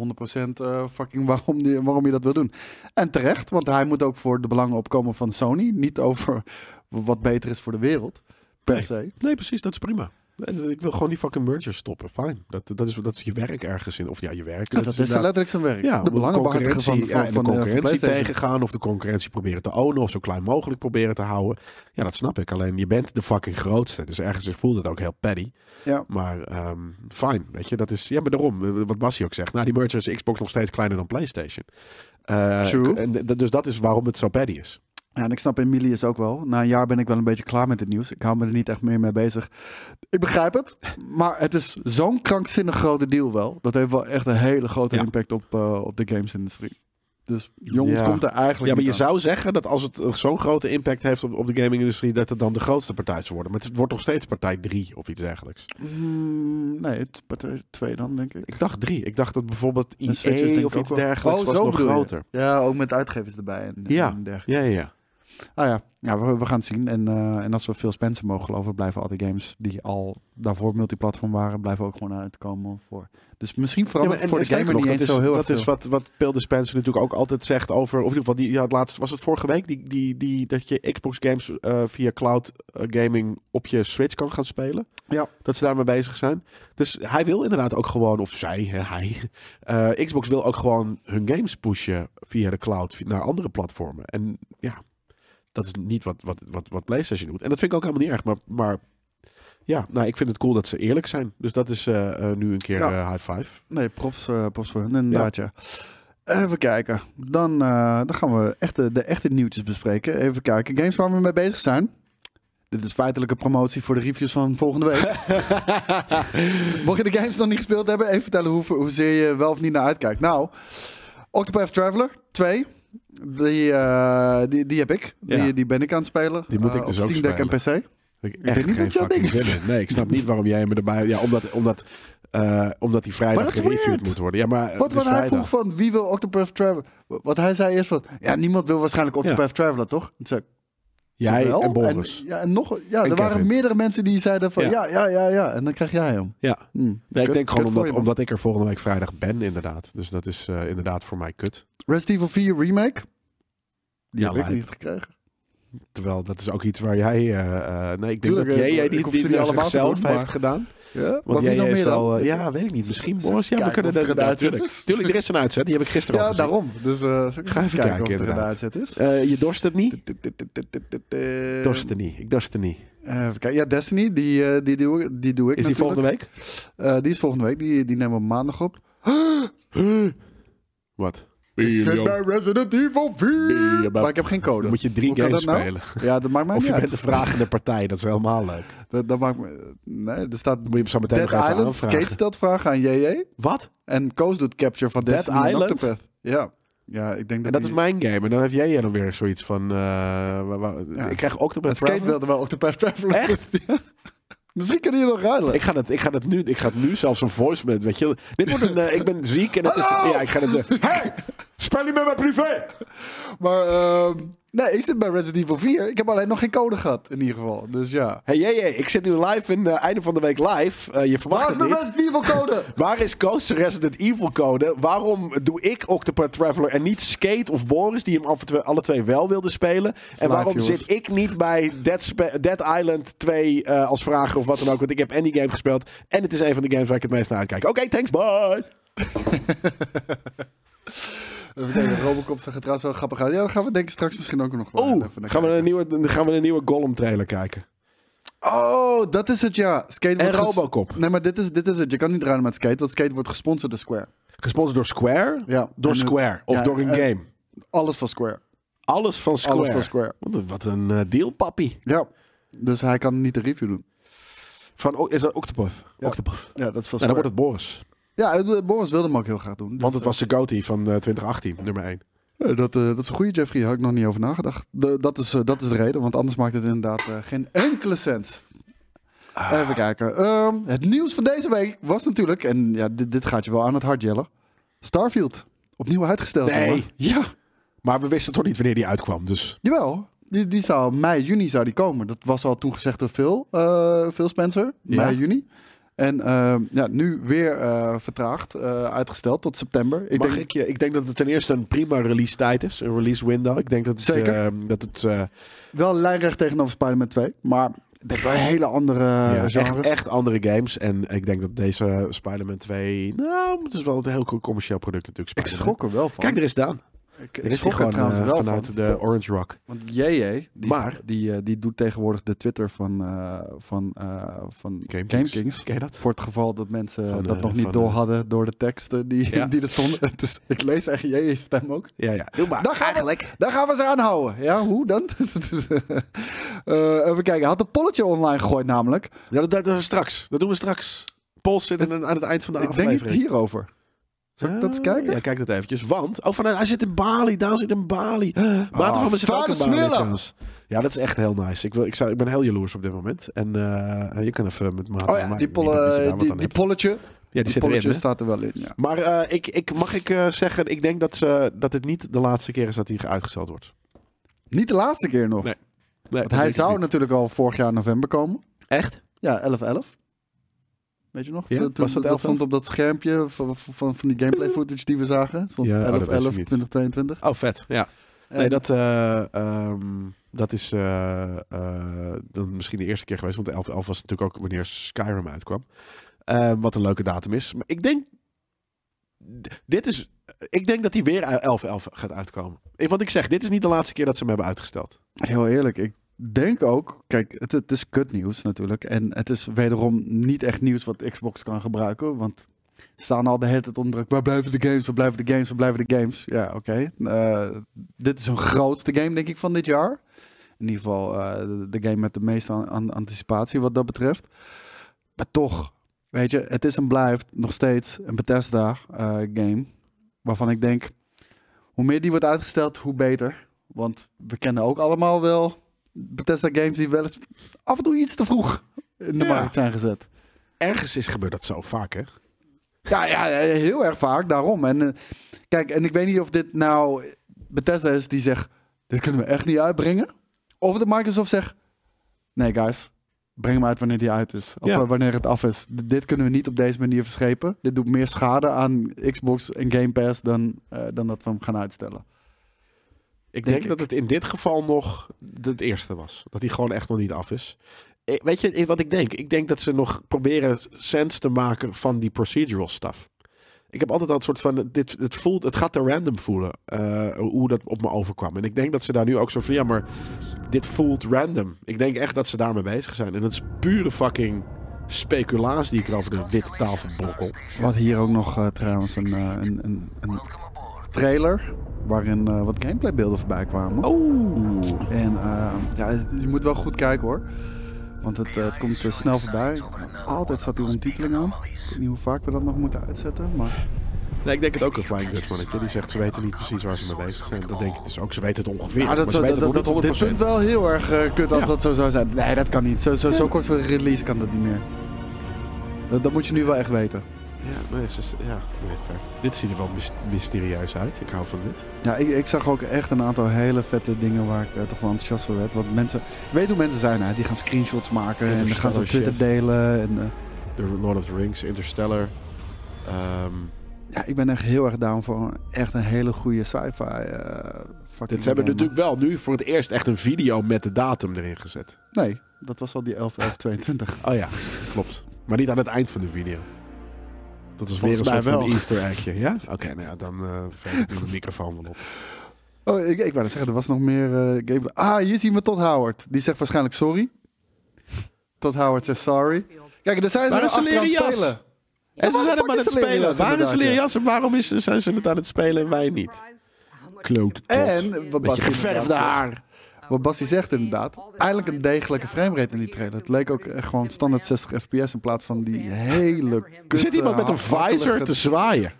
Speaker 1: eh, fucking waarom, die, waarom je dat wil doen. En terecht, want hij moet ook voor de belangen opkomen van Sony. Niet over wat beter is voor de wereld, per
Speaker 2: Nee. Ah,
Speaker 1: se.
Speaker 2: Nee, precies, dat is prima. En eh, ik wil gewoon die fucking mergers stoppen. Fijn. Dat, dat, is, dat is je werk ergens in. Of ja, je werk.
Speaker 1: Ja, dat, is
Speaker 2: inderdaad-
Speaker 1: letterlijk zijn werk.
Speaker 2: Ja,
Speaker 1: de
Speaker 2: de
Speaker 1: belangenbehartiger
Speaker 2: concurrentie,
Speaker 1: van, van,
Speaker 2: ja, en de
Speaker 1: van, eh, van
Speaker 2: concurrentie
Speaker 1: PlayStation.
Speaker 2: tegengaan of de concurrentie proberen te ownen of zo klein mogelijk proberen te houden. Ja, dat snap ik. Alleen je bent de fucking grootste. Dus ergens voelt het ook heel petty.
Speaker 1: Ja.
Speaker 2: Maar ehm fijn, weet je. Dat is, ja, maar daarom, eh, wat Bassie ook zegt. Nou, die merger is Xbox nog steeds kleiner dan PlayStation. Eh,
Speaker 1: True.
Speaker 2: En, d- dus dat is waarom het zo petty is.
Speaker 1: ja, en ik snap Emilius ook wel. Na een jaar ben ik wel een beetje klaar met dit nieuws. Ik hou me er niet echt meer mee bezig. Ik begrijp het, maar het is zo'n krankzinnig grote deal wel. Dat heeft wel echt een hele grote
Speaker 2: Ja.
Speaker 1: impact op, eh, op de gamesindustrie. Dus jong
Speaker 2: Ja.
Speaker 1: komt er eigenlijk
Speaker 2: Ja, maar
Speaker 1: niet
Speaker 2: je
Speaker 1: aan.
Speaker 2: zou zeggen dat als het eh, zo'n grote impact heeft op, op de gaming-industrie, dat het dan de grootste partij zou worden. Maar het wordt nog steeds partij 3 of iets dergelijks.
Speaker 1: Mm, nee, het is partij twee dan, denk ik.
Speaker 2: Ik dacht 3. Ik dacht dat bijvoorbeeld
Speaker 1: En Switch is denk
Speaker 2: EA
Speaker 1: ik
Speaker 2: of
Speaker 1: ook
Speaker 2: iets
Speaker 1: wel-
Speaker 2: dergelijks
Speaker 1: Oh,
Speaker 2: was
Speaker 1: zo
Speaker 2: nog
Speaker 1: bedoel je.
Speaker 2: groter.
Speaker 1: Ja, ook met uitgevers erbij en,
Speaker 2: Ja.
Speaker 1: en dergelijke.
Speaker 2: Ja, ja, ja.
Speaker 1: Ah ja, ja we, we gaan het zien. En, eh, en als we veel Spencer mogen geloven, blijven al die games die al daarvoor multiplatform waren, blijven ook gewoon uitkomen. Voor. Dus misschien
Speaker 2: Ja,
Speaker 1: verandert
Speaker 2: maar en-
Speaker 1: het voor
Speaker 2: en
Speaker 1: de
Speaker 2: sterker
Speaker 1: gamer
Speaker 2: nog,
Speaker 1: niet
Speaker 2: dat
Speaker 1: eens
Speaker 2: is,
Speaker 1: zo heel erg
Speaker 2: Dat is
Speaker 1: veel.
Speaker 2: wat, wat Phil Spencer natuurlijk ook altijd zegt over... Of in ieder geval, die, ja, het laatst, was het vorige week? Die, die, die, dat je Xbox games eh, via cloud eh, gaming op je Switch kan gaan spelen.
Speaker 1: Ja.
Speaker 2: Dat ze daarmee bezig zijn. Dus hij wil inderdaad ook gewoon, of zij, hè, hij... eh, Xbox wil ook gewoon hun games pushen via de cloud vi- naar andere platformen. En ja, dat is niet wat, wat, wat, wat PlayStation doet. En dat vind ik ook helemaal niet erg, maar... maar ja, nou, ik vind het cool dat ze eerlijk zijn. Dus dat is eh, eh, nu een keer
Speaker 1: Ja.
Speaker 2: eh, high five.
Speaker 1: Nee, props, eh, props voor hun inderdaad, ja. Even kijken. Dan, eh, dan gaan we echt de, de echte nieuwtjes bespreken. Even kijken. Games waar we mee bezig zijn. Dit is feitelijk een promotie voor de reviews van volgende week. Mocht je de games nog niet gespeeld hebben, even vertellen hoe, hoezeer je wel of niet naar uitkijkt. Nou, Octopath Traveler 2. Die, eh, die, die heb ik.
Speaker 2: Ja.
Speaker 1: Die, die ben ik aan het spelen.
Speaker 2: Die moet
Speaker 1: Eh,
Speaker 2: ik dus
Speaker 1: op
Speaker 2: ook
Speaker 1: Steam Deck en PC.
Speaker 2: Dat Ik
Speaker 1: denk
Speaker 2: echt
Speaker 1: niet
Speaker 2: geen
Speaker 1: dat jouw
Speaker 2: fucking
Speaker 1: ding is.
Speaker 2: zin in. Nee, ik snap niet waarom jij me erbij... Ja, omdat, omdat, eh, omdat die
Speaker 1: Maar
Speaker 2: vrijdag
Speaker 1: dat is
Speaker 2: gereviewd
Speaker 1: weird.
Speaker 2: moet worden. Ja, maar eh,
Speaker 1: Wat,
Speaker 2: het is
Speaker 1: wat hij vroeg
Speaker 2: vrijdag.
Speaker 1: van wie wil Octopath Traveler? Wat hij zei eerst van, ja, niemand wil waarschijnlijk Octopath Traveler, toch? Toen zei ik,
Speaker 2: Jij
Speaker 1: wel.
Speaker 2: en Boris.
Speaker 1: ja, en nog, ja, er
Speaker 2: En
Speaker 1: waren
Speaker 2: Kevin.
Speaker 1: meerdere mensen die zeiden van, ja,
Speaker 2: Ja.
Speaker 1: ja, ja, ja. En dan krijg jij hem.
Speaker 2: Ja,
Speaker 1: Hm,
Speaker 2: nee, ik
Speaker 1: kut-
Speaker 2: denk gewoon
Speaker 1: kut voor
Speaker 2: omdat,
Speaker 1: je, man.
Speaker 2: omdat ik er volgende week vrijdag ben, inderdaad. Dus dat is eh, inderdaad voor mij kut.
Speaker 1: Resident Evil 4 Remake? Die
Speaker 2: Ja,
Speaker 1: heb ik
Speaker 2: lijp.
Speaker 1: niet gekregen.
Speaker 2: Terwijl dat is ook iets waar jij... eh, eh, nee, ik denk
Speaker 1: Tuurlijk,
Speaker 2: dat
Speaker 1: eh,
Speaker 2: jij, jij
Speaker 1: ik
Speaker 2: die,
Speaker 1: hoef
Speaker 2: die,
Speaker 1: ze niet
Speaker 2: die
Speaker 1: allemaal te
Speaker 2: zelf
Speaker 1: doen, maar-
Speaker 2: heeft gedaan.
Speaker 1: Ja? Maar
Speaker 2: Want
Speaker 1: wie
Speaker 2: jij
Speaker 1: nog
Speaker 2: heeft
Speaker 1: meer dan?
Speaker 2: wel... eh, ja, weet ik niet. Misschien Boris. Ja, we
Speaker 1: kijken
Speaker 2: kunnen
Speaker 1: of er
Speaker 2: dat...
Speaker 1: een
Speaker 2: ja,
Speaker 1: uitzet
Speaker 2: tuurlijk.
Speaker 1: is.
Speaker 2: Tuurlijk, er is een uitzet. Die heb ik gisteren al
Speaker 1: Ja,
Speaker 2: gezien.
Speaker 1: daarom. Dus eh zal ik
Speaker 2: Ga even
Speaker 1: kijken,
Speaker 2: kijken,
Speaker 1: of er een
Speaker 2: inderdaad.
Speaker 1: uitzet is.
Speaker 2: Eh, je dorst het niet?
Speaker 1: Even
Speaker 2: Dorst het niet. Ik dorst het niet.
Speaker 1: kijken. Ja, Destiny, die, eh, die, doe ik- die doe ik
Speaker 2: Is die
Speaker 1: natuurlijk.
Speaker 2: volgende week?
Speaker 1: Eh, die is volgende week. Die, die nemen we maandag op.
Speaker 2: Wat?
Speaker 1: Ik zit bij Resident Evil 4. Maar ik heb geen code.
Speaker 2: Dan moet je drie
Speaker 1: Hoe kan
Speaker 2: games
Speaker 1: Oh, dat nou?
Speaker 2: spelen.
Speaker 1: Ja, dat maakt mij
Speaker 2: Of
Speaker 1: niet
Speaker 2: je
Speaker 1: uit.
Speaker 2: bent de vragende partij, dat is helemaal leuk.
Speaker 1: Dat, dat maakt me... Nee, er staat
Speaker 2: Dan moet je hem zo meteen
Speaker 1: Dead
Speaker 2: nog even
Speaker 1: Island.
Speaker 2: aanvragen.
Speaker 1: Skate stelt vragen aan JJ.
Speaker 2: Wat?
Speaker 1: En Koos doet capture van
Speaker 2: Dead
Speaker 1: Destiny en
Speaker 2: Island?
Speaker 1: Octopath. Ja. Ja, ik denk
Speaker 2: En
Speaker 1: dat,
Speaker 2: dat is
Speaker 1: die-
Speaker 2: mijn game. En dan heb jij dan weer zoiets van... eh, wa- wa-
Speaker 1: Ja.
Speaker 2: Ik krijg ook de
Speaker 1: Maar Skate wilde wel Octopath Traveler.
Speaker 2: Echt?
Speaker 1: Misschien kunnen jullie nog ruilen.
Speaker 2: Ik ga, dat, ik, ga dat nu, ik ga het nu zelfs een voice met, weet je. Dit wordt een, eh, ik ben ziek en het is...
Speaker 1: Hallo!
Speaker 2: Ja, ik ga het eh, zeggen. hey, spel niet met mijn privé!
Speaker 1: Maar ehm, nee, ik zit bij Resident Evil 4. Ik heb alleen nog geen code gehad, in ieder geval. Dus ja.
Speaker 2: hey, jee, jee, ik zit nu live in eh, einde van de week live. Eh, je verwacht
Speaker 1: Waar is
Speaker 2: het
Speaker 1: mijn
Speaker 2: niet.
Speaker 1: Resident Evil code?
Speaker 2: Waar is Coast Resident Evil code? Waarom doe ik Octopath Traveler en niet Skate of Boris, die hem af en toe alle twee wel wilden spelen? en waarom
Speaker 1: live, jongens.
Speaker 2: zit ik niet bij Dead, Spa- Dead Island 2 eh, als vrager of wat dan ook? Want ik heb en die game gespeeld en het is een van de games waar ik het meest naar uitkijk. Oké, thanks, bye!
Speaker 1: Even kijken, Robocop zag er trouwens wel grappig uit. Ja, dan gaan we denk ik straks misschien ook nog wel
Speaker 2: Oeh,
Speaker 1: even naar
Speaker 2: gaan
Speaker 1: kijken.
Speaker 2: we naar een nieuwe, dan gaan we naar een nieuwe Gollum trailer kijken.
Speaker 1: Oh, dat is het ja. Skate
Speaker 2: En
Speaker 1: wordt ges-
Speaker 2: Robocop.
Speaker 1: Nee, maar dit is, dit is het. Je kan niet ruilen met Skate, want Skate wordt gesponsord door Square.
Speaker 2: Gesponsord door Square?
Speaker 1: Ja.
Speaker 2: Door
Speaker 1: En, eh,
Speaker 2: Square of
Speaker 1: ja,
Speaker 2: door een
Speaker 1: eh,
Speaker 2: game?
Speaker 1: Alles van Square.
Speaker 2: Alles van Square.
Speaker 1: Alles van Square.
Speaker 2: Wat een, wat een eh, deal, papi.
Speaker 1: Ja. Dus hij kan niet de review doen.
Speaker 2: Van, O- is dat Octopath?
Speaker 1: Ja.
Speaker 2: Octopath.
Speaker 1: Ja, dat is van
Speaker 2: En dan
Speaker 1: Square.
Speaker 2: wordt het Boris.
Speaker 1: Ja, eh, Boris wilde hem ook heel graag doen. Dus,
Speaker 2: Want het was de Goatee van eh, 2018, nummer 1.
Speaker 1: eh, dat, eh, dat is een goede Jeffrey, daar had ik nog niet over nagedacht. De- dat, is, eh, dat is de reden, want anders maakt het inderdaad eh, geen enkele sens.
Speaker 2: Ah.
Speaker 1: Even kijken. Ehm, het nieuws van deze week was natuurlijk, en ja, dit, dit gaat je wel aan het hart jellen. Starfield. Opnieuw uitgesteld.
Speaker 2: Nee.
Speaker 1: jongen. Ja,
Speaker 2: Maar we wisten toch niet wanneer die uitkwam. Dus
Speaker 1: jawel. Die, die zou mei, juni zou die komen. Dat was al toen gezegd door Phil, eh, Phil Spencer.
Speaker 2: Ja.
Speaker 1: Mei, juni. En ehm, ja, nu weer eh, vertraagd, eh, uitgesteld tot september. Ik
Speaker 2: mag
Speaker 1: denk,
Speaker 2: ik je? Ik denk dat het ten eerste een prima release tijd is. Een release window. Ik denk dat het.
Speaker 1: Zeker.
Speaker 2: ehm, dat het eh,
Speaker 1: wel lijnrecht tegenover Spider-Man 2, maar ik denk wel hele andere eh,
Speaker 2: ja, echt,
Speaker 1: genres.
Speaker 2: echt andere games. En ik denk dat deze Spider-Man 2. Nou, het is wel een heel co- commercieel product natuurlijk.
Speaker 1: Ik
Speaker 2: Spider-Man.
Speaker 1: schrok er wel van.
Speaker 2: Kijk, er is Daan.
Speaker 1: ik,
Speaker 2: Er
Speaker 1: ik
Speaker 2: is
Speaker 1: schrok
Speaker 2: hij
Speaker 1: er
Speaker 2: gewoon
Speaker 1: trouwens
Speaker 2: eh,
Speaker 1: wel van.
Speaker 2: vanuit de Orange Rock.
Speaker 1: Want JJ, die,
Speaker 2: Maar-
Speaker 1: die, eh, die doet tegenwoordig de Twitter van, eh, van, eh, van Game, Kings.
Speaker 2: Ken je dat?
Speaker 1: Voor het geval dat mensen
Speaker 2: Van,
Speaker 1: dat
Speaker 2: eh,
Speaker 1: nog niet
Speaker 2: van,
Speaker 1: door
Speaker 2: eh,
Speaker 1: hadden door de teksten die,
Speaker 2: Ja.
Speaker 1: die er stonden. Dus ik lees echt JJ's stem ook.
Speaker 2: Ja, ja. Doe maar.
Speaker 1: Daar gaan we-
Speaker 2: Ah, Eigenlijk.
Speaker 1: Daar gaan we ze aanhouden. Ja, hoe dan? Eh, even kijken. Hij had een polletje online gegooid namelijk.
Speaker 2: Ja, dat, dat doen we straks. Dat doen we straks. Pols zit aan, aan het eind van de
Speaker 1: ik denk
Speaker 2: aflevering. Eh,
Speaker 1: niet hierover. Zal ik dat eens kijken?
Speaker 2: Ja, kijk dat eventjes. Want, oh vanuit, hij zit in Bali. Daar zit een Bali.
Speaker 1: Eh,
Speaker 2: Water van me zit ook
Speaker 1: vuile
Speaker 2: in Bali
Speaker 1: smullen.
Speaker 2: trouwens. Ja, dat is echt heel nice. Ik, wil, ik, zou, ik ben heel jaloers op dit moment. En eh, je kan even met maat
Speaker 1: Oh ja, die, poll, eh, die, die polletje.
Speaker 2: ja, die, zit erin,
Speaker 1: polletje
Speaker 2: hè?
Speaker 1: staat er wel in, ja.
Speaker 2: Maar eh, ik, ik, mag ik eh, zeggen, ik denk dat, ze, dat het niet de laatste keer is dat hij uitgesteld wordt.
Speaker 1: Niet de laatste keer nog.
Speaker 2: Nee,
Speaker 1: Want hij zou natuurlijk al vorig jaar november komen.
Speaker 2: Echt?
Speaker 1: Ja, 11-11. Weet je nog?
Speaker 2: Ja,
Speaker 1: Dat-
Speaker 2: was dat 11-11?
Speaker 1: stond op dat schermpje van, van, van die gameplay footage die we zagen. Stond
Speaker 2: Ja, oh, dat
Speaker 1: 11
Speaker 2: weet ik
Speaker 1: 11
Speaker 2: niet.
Speaker 1: 2022
Speaker 2: Oh, vet. Ja. Nee, dat, eh, ehm, dat is eh, eh, dan misschien de eerste keer geweest. Want 11 11 was natuurlijk ook wanneer Skyrim uitkwam. Eh, wat een leuke datum is. Maar ik denk. d- Dit is. Ik denk dat hij weer 11-11 gaat uitkomen. Ik- Want ik zeg, dit is niet de laatste keer dat ze hem hebben uitgesteld.
Speaker 1: Heel eerlijk, ik denk ook... Kijk, het, het is kutnieuws natuurlijk. En het is wederom niet echt nieuws wat Xbox kan gebruiken. Want ze staan al de hele tijd onder druk. Waar blijven de games? Waar blijven de games? Waar blijven de games? Ja, oké. Eh, dit is hun grootste game, denk ik, van dit jaar. In ieder geval eh, de- de game met de meeste an- an- anticipatie wat dat betreft. Maar toch, weet je, het is en blijft nog steeds een Bethesda-game. waarvan ik denk, hoe meer die wordt uitgesteld, hoe beter. Want we kennen ook allemaal wel Bethesda-games die wel eens af en toe iets te vroeg in de
Speaker 2: Ja.
Speaker 1: markt zijn gezet.
Speaker 2: Ergens is gebeurd dat zo vaak, hè?
Speaker 1: Ja, ja, heel erg vaak daarom. En eh, kijk, en ik weet niet of dit nou Bethesda is die zegt: dit kunnen we echt niet uitbrengen. Of dat Microsoft zegt: nee, guys, breng hem uit wanneer die uit is. Of
Speaker 2: Ja.
Speaker 1: eh, wanneer het af is. D- dit kunnen we niet op deze manier verschepen. Dit doet meer schade aan Xbox en Game Pass dan, eh, dan dat we hem gaan uitstellen.
Speaker 2: Ik denk,
Speaker 1: Denk
Speaker 2: dat het in dit geval nog het eerste was. Dat hij gewoon echt nog niet af is. Eh, Weet je eh, wat ik denk? Ik denk dat ze nog proberen sense te maken van die procedural stuff. Ik heb altijd al een soort van, eh, dit, het, voelt, het gaat te random voelen eh, hoe dat op me overkwam. En ik denk dat ze daar nu ook zo van, ja maar dit voelt random. Ik denk echt dat ze daarmee bezig zijn. En dat is pure fucking speculaas die ik er over de witte tafel brokkel.
Speaker 1: We hadden hier ook nog eh, trouwens een, eh, een, een, een trailer waarin eh, wat gameplaybeelden voorbij kwamen.
Speaker 2: Oh,
Speaker 1: En eh, ja, je moet wel goed kijken hoor. Want het, eh, het komt eh, snel voorbij. Altijd staat die ondertiteling aan. Ik weet niet hoe vaak we dat nog moeten uitzetten. Maar
Speaker 2: Nee, ik denk het ook een Flying Dutchmannetje. Die zegt, ze weten niet precies waar ze mee bezig zijn. Dat denk ik dus ook. Ze weten het ongeveer,
Speaker 1: Ah,
Speaker 2: maar ze weten het
Speaker 1: op
Speaker 2: nog
Speaker 1: dit
Speaker 2: niet 100%.
Speaker 1: punt wel heel erg eh, kut als dat zo zou zijn. Nee, dat kan niet. Zo, zo, zo kort voor de release kan dat niet meer. Dat, dat moet je nu wel echt weten.
Speaker 2: Ja, nee, ze, ja, nee, fair. Dit ziet er wel mys- mysterieus uit. Ik hou van dit.
Speaker 1: Ja, ik, ik zag ook echt een aantal hele vette dingen waar ik eh, toch wel enthousiast voor werd. Want mensen, je weet hoe mensen zijn hè. Die gaan screenshots maken en die gaan ze op
Speaker 2: Interstellar
Speaker 1: Twitter delen. En, eh,
Speaker 2: The Lord of the Rings, Interstellar. Ehm,
Speaker 1: ja, ik ben echt heel erg down voor een- echt een hele goede sci-fi eh fucking
Speaker 2: dit, ze hebben
Speaker 1: game.
Speaker 2: natuurlijk wel nu voor het eerst echt een video met de datum erin gezet.
Speaker 1: Nee, dat was al die 11, 11, 22.
Speaker 2: Oh ja, klopt. Maar niet aan het eind van de video. Dat was weer
Speaker 1: Volgens
Speaker 2: een
Speaker 1: mij
Speaker 2: soort van
Speaker 1: wel.
Speaker 2: easter eggje, ja? Oké, nou ja, dan eh veeg ik nu mijn microfoon wel op.
Speaker 1: Oh, ik, ik wou net zeggen, er was nog meer eh gameplay. Ah, hier zien we Todd Howard. Die zegt waarschijnlijk sorry. Todd Howard zegt sorry. Kijk, daar zijn ze
Speaker 2: Waar
Speaker 1: nu
Speaker 2: is zijn
Speaker 1: achter aan het
Speaker 2: leren jas?
Speaker 1: spelen.
Speaker 2: En ze
Speaker 1: waar de fuck
Speaker 2: zijn hem aan
Speaker 1: is
Speaker 2: het
Speaker 1: de leraar,
Speaker 2: spelen. Waar is
Speaker 1: inderdaad, ja.
Speaker 2: Lerias en waarom is, zijn ze het aan het spelen en wij niet? Klote trots.
Speaker 1: En wat
Speaker 2: Beetje
Speaker 1: Bas,
Speaker 2: geverfde
Speaker 1: inderdaad zegt-
Speaker 2: haar.
Speaker 1: wat Bassie zegt inderdaad, eindelijk een degelijke framerate in die trailer. Het leek ook echt gewoon standaard 60 fps in plaats van die hele
Speaker 2: Er
Speaker 1: kutte,
Speaker 2: zit iemand met een
Speaker 1: hakkelige-
Speaker 2: visor te zwaaien.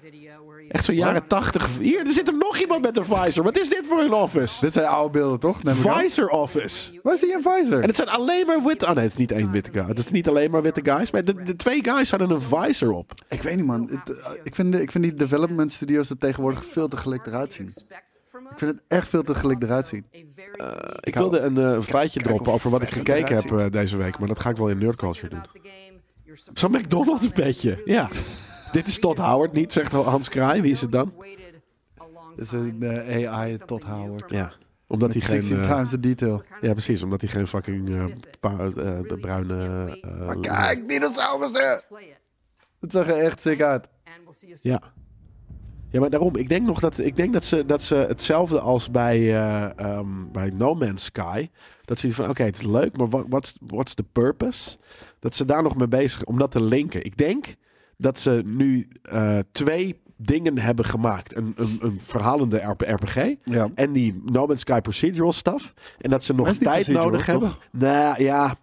Speaker 2: Echt zo'n jaren tachtig. Hier, er zit er nog iemand met een visor. Wat is dit voor een office?
Speaker 1: Dit zijn oude beelden, toch? Neem ik aan.
Speaker 2: Visor office.
Speaker 1: Waar zie je een visor?
Speaker 2: En het zijn alleen maar witte... Oh nee, het is niet één witte guy. Het is niet alleen maar witte guys. Maar de, de twee guys hadden een visor op.
Speaker 1: Ik weet niet, man. Het, eh, ik, vind de- ik vind die development studios er tegenwoordig veel te gelikt eruit zien.
Speaker 3: Ik vind het echt veel te gelikt eruit zien.
Speaker 1: Eh,
Speaker 2: Ik wilde een eh, feitje
Speaker 1: Nou, kijk
Speaker 2: droppen
Speaker 1: hoe
Speaker 2: over wat ik
Speaker 1: vet het
Speaker 2: gekeken
Speaker 1: eruit
Speaker 2: heb eh, deze week. Maar dat ga ik wel in Nerd Culture doen. Zo'n McDonald's petje. Ja. Dit is Todd Howard niet, zegt Hans Kraai. Wie is het dan?
Speaker 1: Is een eh, AI tot Howard.
Speaker 2: Ja. Omdat hij
Speaker 1: Met
Speaker 2: geen...
Speaker 1: 16
Speaker 2: eh,
Speaker 1: times the detail.
Speaker 2: ja, precies. Omdat hij geen fucking eh, pa- eh, de bruine... eh,
Speaker 1: Kijk, dinosaurussen! Het zag er echt sick uit.
Speaker 2: Ja. Ja, maar daarom, ik denk nog dat, ik denk dat, ze, dat ze hetzelfde als bij, eh, ehm, bij No Man's Sky. Dat ze iets van, oké, het is leuk, maar wat what's, what's the purpose? Dat ze daar nog mee bezig om dat te linken. Ik denk dat ze nu eh, twee dingen hebben gemaakt. Een, een, een verhalende RP RPG
Speaker 1: Ja.
Speaker 2: en die No Man's Sky procedural stuff. En dat ze nog
Speaker 1: Dat is niet
Speaker 2: tijd
Speaker 1: procedural,
Speaker 2: nodig hebben.
Speaker 1: toch?
Speaker 2: Nou ja,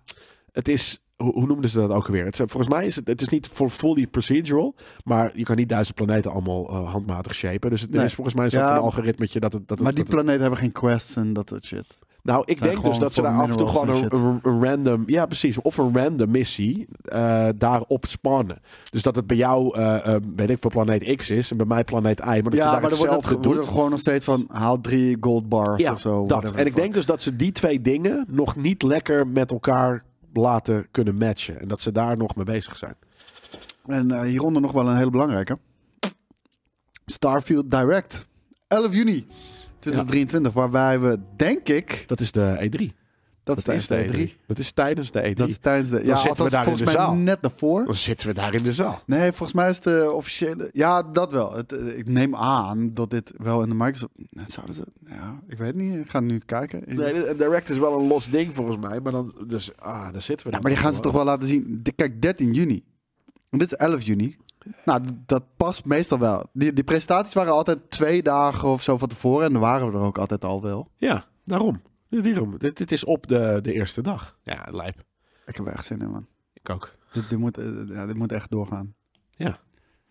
Speaker 2: het is... Hoe hoe noemden ze dat ook alweer? Het, is- volgens mij is het, het is niet voor fully procedural. Maar je kan niet duizend planeten allemaal eh, handmatig shapen. Dus het er
Speaker 1: Nee.
Speaker 2: is volgens mij een soort
Speaker 1: Ja,
Speaker 2: van
Speaker 1: maar-
Speaker 2: algoritmetje dat het... Dat het-
Speaker 1: Maar die
Speaker 2: dat het-
Speaker 1: planeten hebben geen quests en dat soort shit.
Speaker 2: nou, ik
Speaker 1: zijn
Speaker 2: denk dus
Speaker 1: gewoon
Speaker 2: dat ze
Speaker 1: voor
Speaker 2: daar af en toe
Speaker 1: minerals
Speaker 2: gewoon een,
Speaker 1: en
Speaker 2: een- een random... Ja, precies. Of een random missie eh, daarop spawnen. Dus dat het bij jou, eh, eh, weet ik, voor planeet X is en bij mij planeet Y. Maar dat je
Speaker 1: ja,
Speaker 2: daar
Speaker 1: maar er wordt, het,
Speaker 2: hetzelfde
Speaker 1: wordt er
Speaker 2: doet.
Speaker 1: gewoon nog steeds van... haal drie gold bars of zo.
Speaker 2: dat.
Speaker 1: whatever
Speaker 2: En
Speaker 1: the
Speaker 2: ik denk dus dat ze die twee dingen nog niet lekker met elkaar laten kunnen matchen. En dat ze daar nog mee bezig zijn.
Speaker 1: fuck. En eh, hieronder nog wel een hele belangrijke. Starfield Direct. 11 juni 2023. Waarbij we, denk ik...
Speaker 2: Dat is de E3.
Speaker 1: Dat, is tijdens de E3.
Speaker 2: Dat is tijdens de E3.
Speaker 1: Dat is tijdens de... Ja,
Speaker 2: zitten we
Speaker 1: althans,
Speaker 2: daar in
Speaker 1: volgens
Speaker 2: de
Speaker 1: mij
Speaker 2: zaal.
Speaker 1: net daarvoor.
Speaker 2: Dan zitten we daar in de zaal.
Speaker 1: Nee, volgens mij is het eh, officiële. Ja, dat wel. Het, eh, ik neem aan dat dit wel in de Microsoft. Nee, Zouden ze. Ja, ik weet niet. Ik ga nu kijken.
Speaker 2: Nee, de- de Direct is wel een los ding volgens mij. Maar dan, dus, ah, daar zitten we
Speaker 1: ja,
Speaker 2: dan.
Speaker 1: maar die gaan ze toch wel laten zien. De- Kijk, 13 juni. En dit is 11 juni. Nou, d- dat past meestal wel. Die, die presentaties waren altijd twee dagen of zo van tevoren. En dan waren we er ook altijd al wel.
Speaker 2: Ja, daarom. daarom. Dit, dit is op de, de eerste dag. Ja, lijp.
Speaker 1: Ik heb er echt zin in, man.
Speaker 2: Ik ook.
Speaker 1: Dit, dit moet, eh, ja, dit moet echt doorgaan.
Speaker 2: Ja.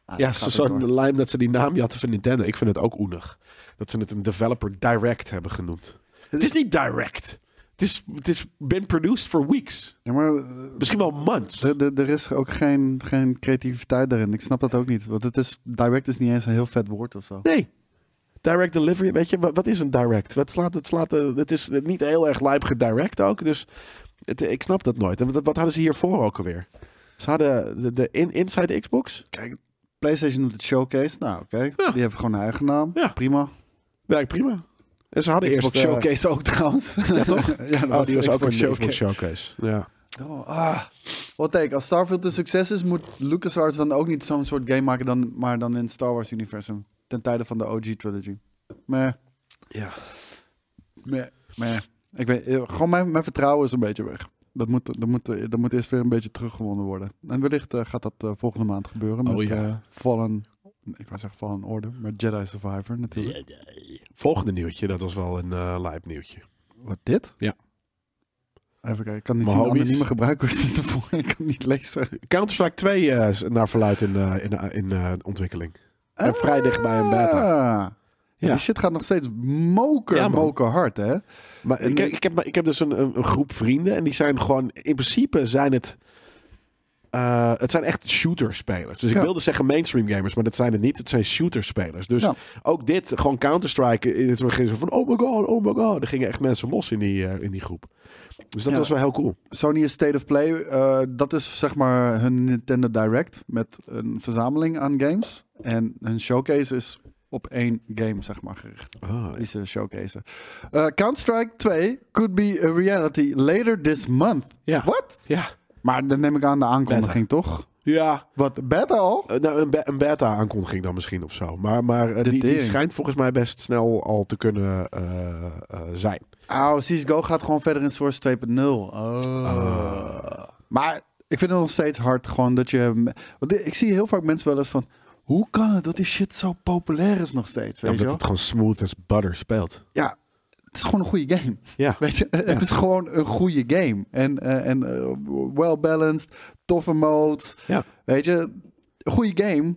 Speaker 1: Ah,
Speaker 2: Ja,
Speaker 1: dit
Speaker 2: zo-
Speaker 1: gaat
Speaker 2: zo'n
Speaker 1: ook door.
Speaker 2: lijm dat ze die naam jatten van Nintendo. Ik vind het ook oenig. Dat ze het een developer direct hebben genoemd. Het is niet direct. Het is, het is been produced for weeks.
Speaker 1: Ja, maar eh,
Speaker 2: Misschien wel months.
Speaker 1: Er, er- er is ook geen, geen creativiteit daarin. Ik snap dat ook niet. Want het is, direct is niet eens een heel vet woord of zo.
Speaker 2: Nee. Direct delivery, weet je, wa- wat is een direct? Wat slaat, het, slaat, eh, het is niet heel erg lijp gedirect ook, dus het, ik snap dat nooit. En wat, wat hadden ze hiervoor ook alweer? Ze hadden de, de in, Inside Xbox?
Speaker 1: Kijk, PlayStation doet het showcase. Nou, oké.
Speaker 2: Ja.
Speaker 1: Die hebben gewoon een eigen naam.
Speaker 2: Ja.
Speaker 1: Prima.
Speaker 2: Werkt prima. En ze hadden
Speaker 1: Xbox
Speaker 2: eerst... eh,
Speaker 1: Showcase ook trouwens. Ja, toch? ja, dat
Speaker 2: oh, die was ook een
Speaker 1: Xbox
Speaker 2: Xbox Showcase. Ja.
Speaker 1: Oh, ah. Wat denk ik, als Starfield een succes is, moet LucasArts dan ook niet zo'n soort game maken, dan, maar dan in het Star Wars universum. Ten tijde van de OG-trilogy. Meh,
Speaker 2: ja.
Speaker 1: meh, meh. Ik weet, eh, gewoon mijn, mijn vertrouwen is een beetje weg. Dat moet, dat, moet, eh, dat moet eerst weer een beetje teruggewonnen worden. En wellicht eh, gaat dat eh, volgende maand gebeuren
Speaker 2: Oh,
Speaker 1: met
Speaker 2: ja.
Speaker 1: eh, Fallen... Ik wou zeggen Fallen Order, maar Jedi Survivor natuurlijk.
Speaker 2: Volgende nieuwtje, dat was wel een eh lijp nieuwtje.
Speaker 1: Wat, dit?
Speaker 2: Ja.
Speaker 1: Even kijken, ik kan niet
Speaker 2: Mijn
Speaker 1: zien.
Speaker 2: homies.
Speaker 1: Anonieme gebruikers zitten voor, ik kan niet lezen.
Speaker 2: Counter-Strike 2 eh, is naar verluid in, eh, in, eh, in eh, ontwikkeling. En vrij dichtbij een beta.
Speaker 1: Ah. Ja.
Speaker 2: Ja.
Speaker 1: Die shit gaat nog steeds moker,
Speaker 2: Ja, man.
Speaker 1: moker hard, hè?
Speaker 2: Maar ik,
Speaker 1: En-
Speaker 2: ik, heb, maar ik heb dus een, een, een groep vrienden en die zijn gewoon, in principe zijn het, eh, het zijn echt shooter spelers. Dus ik
Speaker 1: Ja.
Speaker 2: wilde zeggen mainstream gamers, maar dat zijn het niet. Het zijn shooter spelers. Dus
Speaker 1: Ja.
Speaker 2: ook dit, gewoon Counter-Strike, in het begin zo van oh my god, oh my god. Er gingen echt mensen los in die, eh, in die groep. Dus dat
Speaker 1: Ja.
Speaker 2: was wel heel cool.
Speaker 1: Sony is State of Play. eh, dat is zeg maar hun Nintendo Direct met een verzameling aan games. En hun showcase is op één game, zeg maar, gericht.
Speaker 2: Oh, Ah.
Speaker 1: Die ze showcase. Eh, Counter-Strike 2 could be a reality later this month.
Speaker 2: Ja.
Speaker 1: Wat?
Speaker 2: Ja.
Speaker 1: Maar dan neem ik aan de aankondiging, toch?
Speaker 2: Ja,
Speaker 1: Wat, beta al?
Speaker 2: Eh, nou, een, be- een beta-aankondiging dan misschien of zo. Maar, maar eh,
Speaker 1: De
Speaker 2: die, die
Speaker 1: tering.
Speaker 2: schijnt volgens mij best snel al te kunnen eh, eh, zijn.
Speaker 1: Oh, CSGO gaat gewoon verder in Source 2.0. Oh.
Speaker 2: Oh.
Speaker 1: Maar ik vind het nog steeds hard gewoon dat je... Want ik zie heel vaak mensen wel eens van... Hoe kan het dat die shit zo populair is nog steeds, weet je
Speaker 2: omdat
Speaker 1: wel?
Speaker 2: het gewoon smooth as butter speelt.
Speaker 1: Ja, het is gewoon een goede game.
Speaker 2: Ja.
Speaker 1: Weet je, het is gewoon een goede game. En, eh, en eh, well-balanced, toffe modes.
Speaker 2: Ja.
Speaker 1: Weet je, een goede game.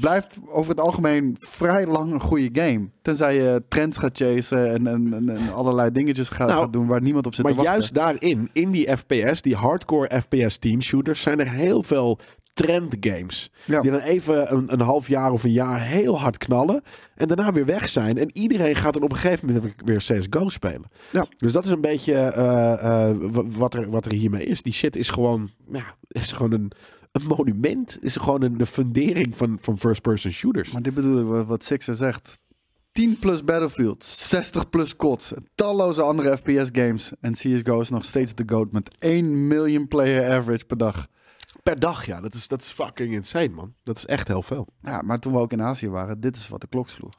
Speaker 1: blijft over het algemeen vrij lang een goede game. Tenzij je trends gaat chasen en, en, en, en allerlei dingetjes gaat,
Speaker 2: Nou,
Speaker 1: gaat doen waar niemand op zit
Speaker 2: Maar
Speaker 1: te wachten.
Speaker 2: juist daarin, in die FPS, die hardcore FPS team shooters, zijn er heel veel trend games.
Speaker 1: Ja.
Speaker 2: Die dan even een, een half jaar of een jaar heel hard knallen. En daarna weer weg zijn. En iedereen gaat dan op een gegeven moment weer CSGO spelen.
Speaker 1: Ja.
Speaker 2: Dus dat is een beetje eh, eh, w- wat, er, wat er hiermee is. Die shit is gewoon, ja, is gewoon een, een monument. Is gewoon een, de fundering van, van first-person shooters.
Speaker 1: Maar dit bedoel ik wat- wat Sixer zegt. 10 plus Battlefield, 60 plus COD, talloze andere FPS games. En CSGO is nog steeds de GOAT met 1 miljoen player average per dag.
Speaker 2: Per dag, ja. Dat is, dat is fucking insane, man. Dat is echt heel veel.
Speaker 1: Ja, maar toen we ook in Azië waren, dit is wat de klok sloeg.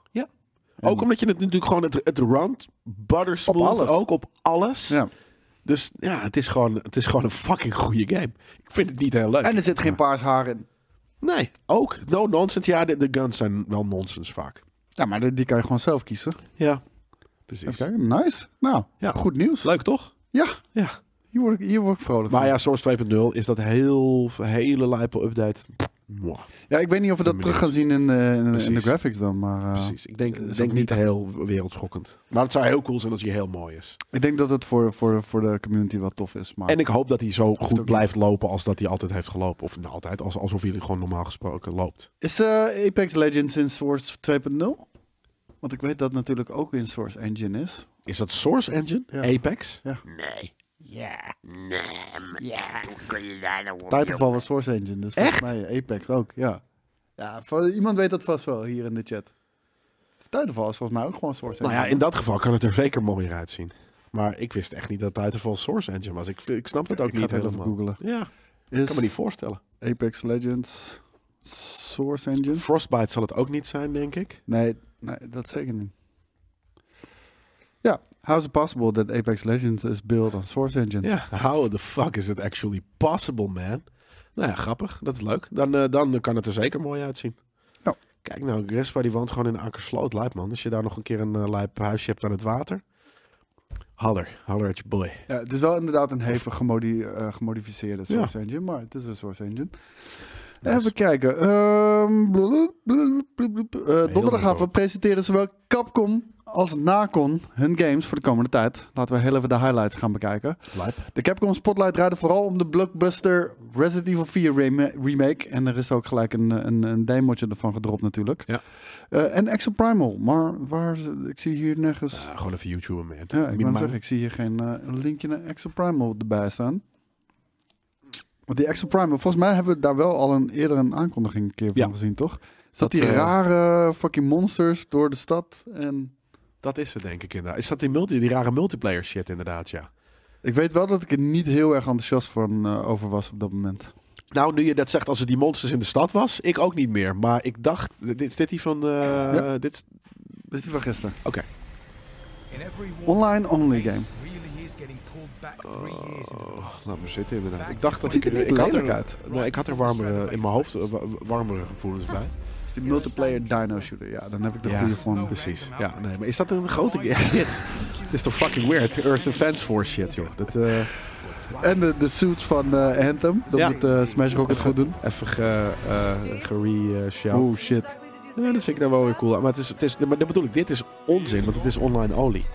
Speaker 2: Ook omdat je het natuurlijk gewoon het, het round butter smooth,
Speaker 1: alles.
Speaker 2: ook op alles.
Speaker 1: Ja.
Speaker 2: Dus ja, het is, gewoon, het is gewoon een fucking goede game. Ik vind het niet heel leuk.
Speaker 1: En er zit geen paars haar in.
Speaker 2: Nee, ook. No nonsense. Ja, de, de guns zijn wel nonsense vaak.
Speaker 1: Ja, maar die, die kan je gewoon zelf kiezen.
Speaker 2: Ja, precies.
Speaker 1: Even kijken. Nice. Nou,
Speaker 2: Ja.
Speaker 1: goed nieuws.
Speaker 2: Leuk toch?
Speaker 1: Ja,
Speaker 2: Ja.
Speaker 1: hier word ik, hier word ik vrolijk
Speaker 2: Maar
Speaker 1: van.
Speaker 2: ja, Source 2.0 is dat heel, hele lijpe update. Mwah,
Speaker 1: Ja, ik weet niet of we dat
Speaker 2: Ben
Speaker 1: terug gaan zien in, eh, in, in de
Speaker 2: Precies.
Speaker 1: graphics dan. Maar eh,
Speaker 2: Precies. Ik denk, ik
Speaker 1: ook
Speaker 2: denk
Speaker 1: niet-
Speaker 2: niet heel wereldschokkend. Maar het zou heel cool zijn als hij heel mooi is.
Speaker 1: ik denk dat het voor, voor, voor de community wel tof is. Maar...
Speaker 2: En ik hoop dat hij zo goed
Speaker 1: ook
Speaker 2: blijft lopen als dat hij altijd heeft gelopen. Of nou, altijd, als, alsof hij gewoon normaal gesproken loopt.
Speaker 1: Is eh, Apex Legends in Source 2.0? Want ik weet dat natuurlijk ook in Source Engine is.
Speaker 2: Is dat Source Engine?
Speaker 1: Ja.
Speaker 2: Apex?
Speaker 1: Ja.
Speaker 4: Nee. Ja. Nee. Ja. Hoe kun je daar nou op?
Speaker 1: Titanfall was Source Engine, dus volgens mij Apex ook, ja. Ja, voor- iemand weet dat vast wel hier in de chat. Titanfall is volgens mij ook gewoon Source
Speaker 2: Nou
Speaker 1: Engine.
Speaker 2: ja, in dat geval kan het er zeker mooier uitzien. Maar ik wist echt niet dat Titanfall Source Engine was. Ik, ik snap het ook
Speaker 1: ik ga
Speaker 2: niet
Speaker 1: het wel even Dus-
Speaker 2: helemaal.
Speaker 1: googelen.
Speaker 2: Ja,
Speaker 1: Is
Speaker 2: ik kan me niet voorstellen.
Speaker 1: Apex Legends Source Engine?
Speaker 2: Frostbite zal het ook niet zijn, denk ik.
Speaker 1: Nee, nee, dat zeker niet. Ja, how is it possible that Apex Legends is built on Source Engine?
Speaker 2: Ja. How the fuck is it actually possible, man? Nou ja, grappig. Dat is leuk. Dan, eh, dan kan het er zeker mooi uitzien.
Speaker 1: Ja.
Speaker 2: Kijk nou, Grespa die woont gewoon in Akersloot, lijp man. Als je daar nog een keer een eh, lijp huisje hebt aan het water. Haller, haller at je boy.
Speaker 1: Ja, het is wel inderdaad een hevig gemodi eh, gemodificeerde Source Engine, maar het is een Source Engine. Even kijken. ehm, blub, blub, blub, blub. Eh, donderdagavond presenteren zowel Capcom als Nacon hun games voor de komende tijd. Laten we heel even de highlights gaan bekijken.
Speaker 2: Lijp.
Speaker 1: De Capcom Spotlight draaide vooral om de blockbuster Resident Evil 4 rem- remake. En er is ook gelijk een, een, een demotje ervan gedropt natuurlijk.
Speaker 2: Ja.
Speaker 1: Eh, en Exo Primal, maar waar, ze- ik zie hier nergens...
Speaker 2: Nou, gewoon even YouTuber, man.
Speaker 1: Ja, ik wou
Speaker 2: Minimaal.
Speaker 1: zeggen, ik zie hier geen eh, linkje naar Axel Primal erbij staan. Want die Axel Primal, volgens mij hebben we daar wel al een, eerder een aankondiging een keer van
Speaker 2: Ja.
Speaker 1: gezien, toch? Is dat,
Speaker 2: Dat,
Speaker 1: die
Speaker 2: eh,
Speaker 1: rare fucking monsters door de stad? En
Speaker 2: Dat is het, denk ik inderdaad. Is dat die, multi, die rare multiplayer shit inderdaad, ja.
Speaker 1: ik weet wel dat ik er niet heel erg enthousiast van eh, over was op dat moment.
Speaker 2: Nou, nu je dat zegt, als het die monsters in de stad was, ik ook niet meer. Maar ik dacht, dit is dit die van... eh,
Speaker 1: Ja.
Speaker 2: dit is-
Speaker 1: Dat is die van gisteren.
Speaker 2: Oké.
Speaker 1: Online only game.
Speaker 2: Oh, laat maar zitten inderdaad. Ik dacht dat
Speaker 1: Het ziet
Speaker 2: ik,
Speaker 1: er niet
Speaker 2: ik had
Speaker 1: lelijk
Speaker 2: er,
Speaker 1: uit.
Speaker 2: Nee, ik had er warmere, in mijn hoofd eh, wa- warmere gevoelens bij.
Speaker 1: Dat is die multiplayer dino shooter. Ja, dan heb ik de
Speaker 2: Ja,
Speaker 1: goede vorm. Dus-
Speaker 2: precies. Ja, nee, maar is dat een grote... Dit is toch fucking weird. Earth Defense Force shit, joh. Dat, eh,
Speaker 1: En de, de suits van eh, Anthem, dat
Speaker 2: Ja.
Speaker 1: moet eh, Smash Rocket goed doen.
Speaker 2: even ge, eh gere-shout.
Speaker 1: Oh shit.
Speaker 2: Nee, dat vind ik dan wel weer cool. Maar, het is, het is, maar dat bedoel ik, dit is onzin, want het is online only.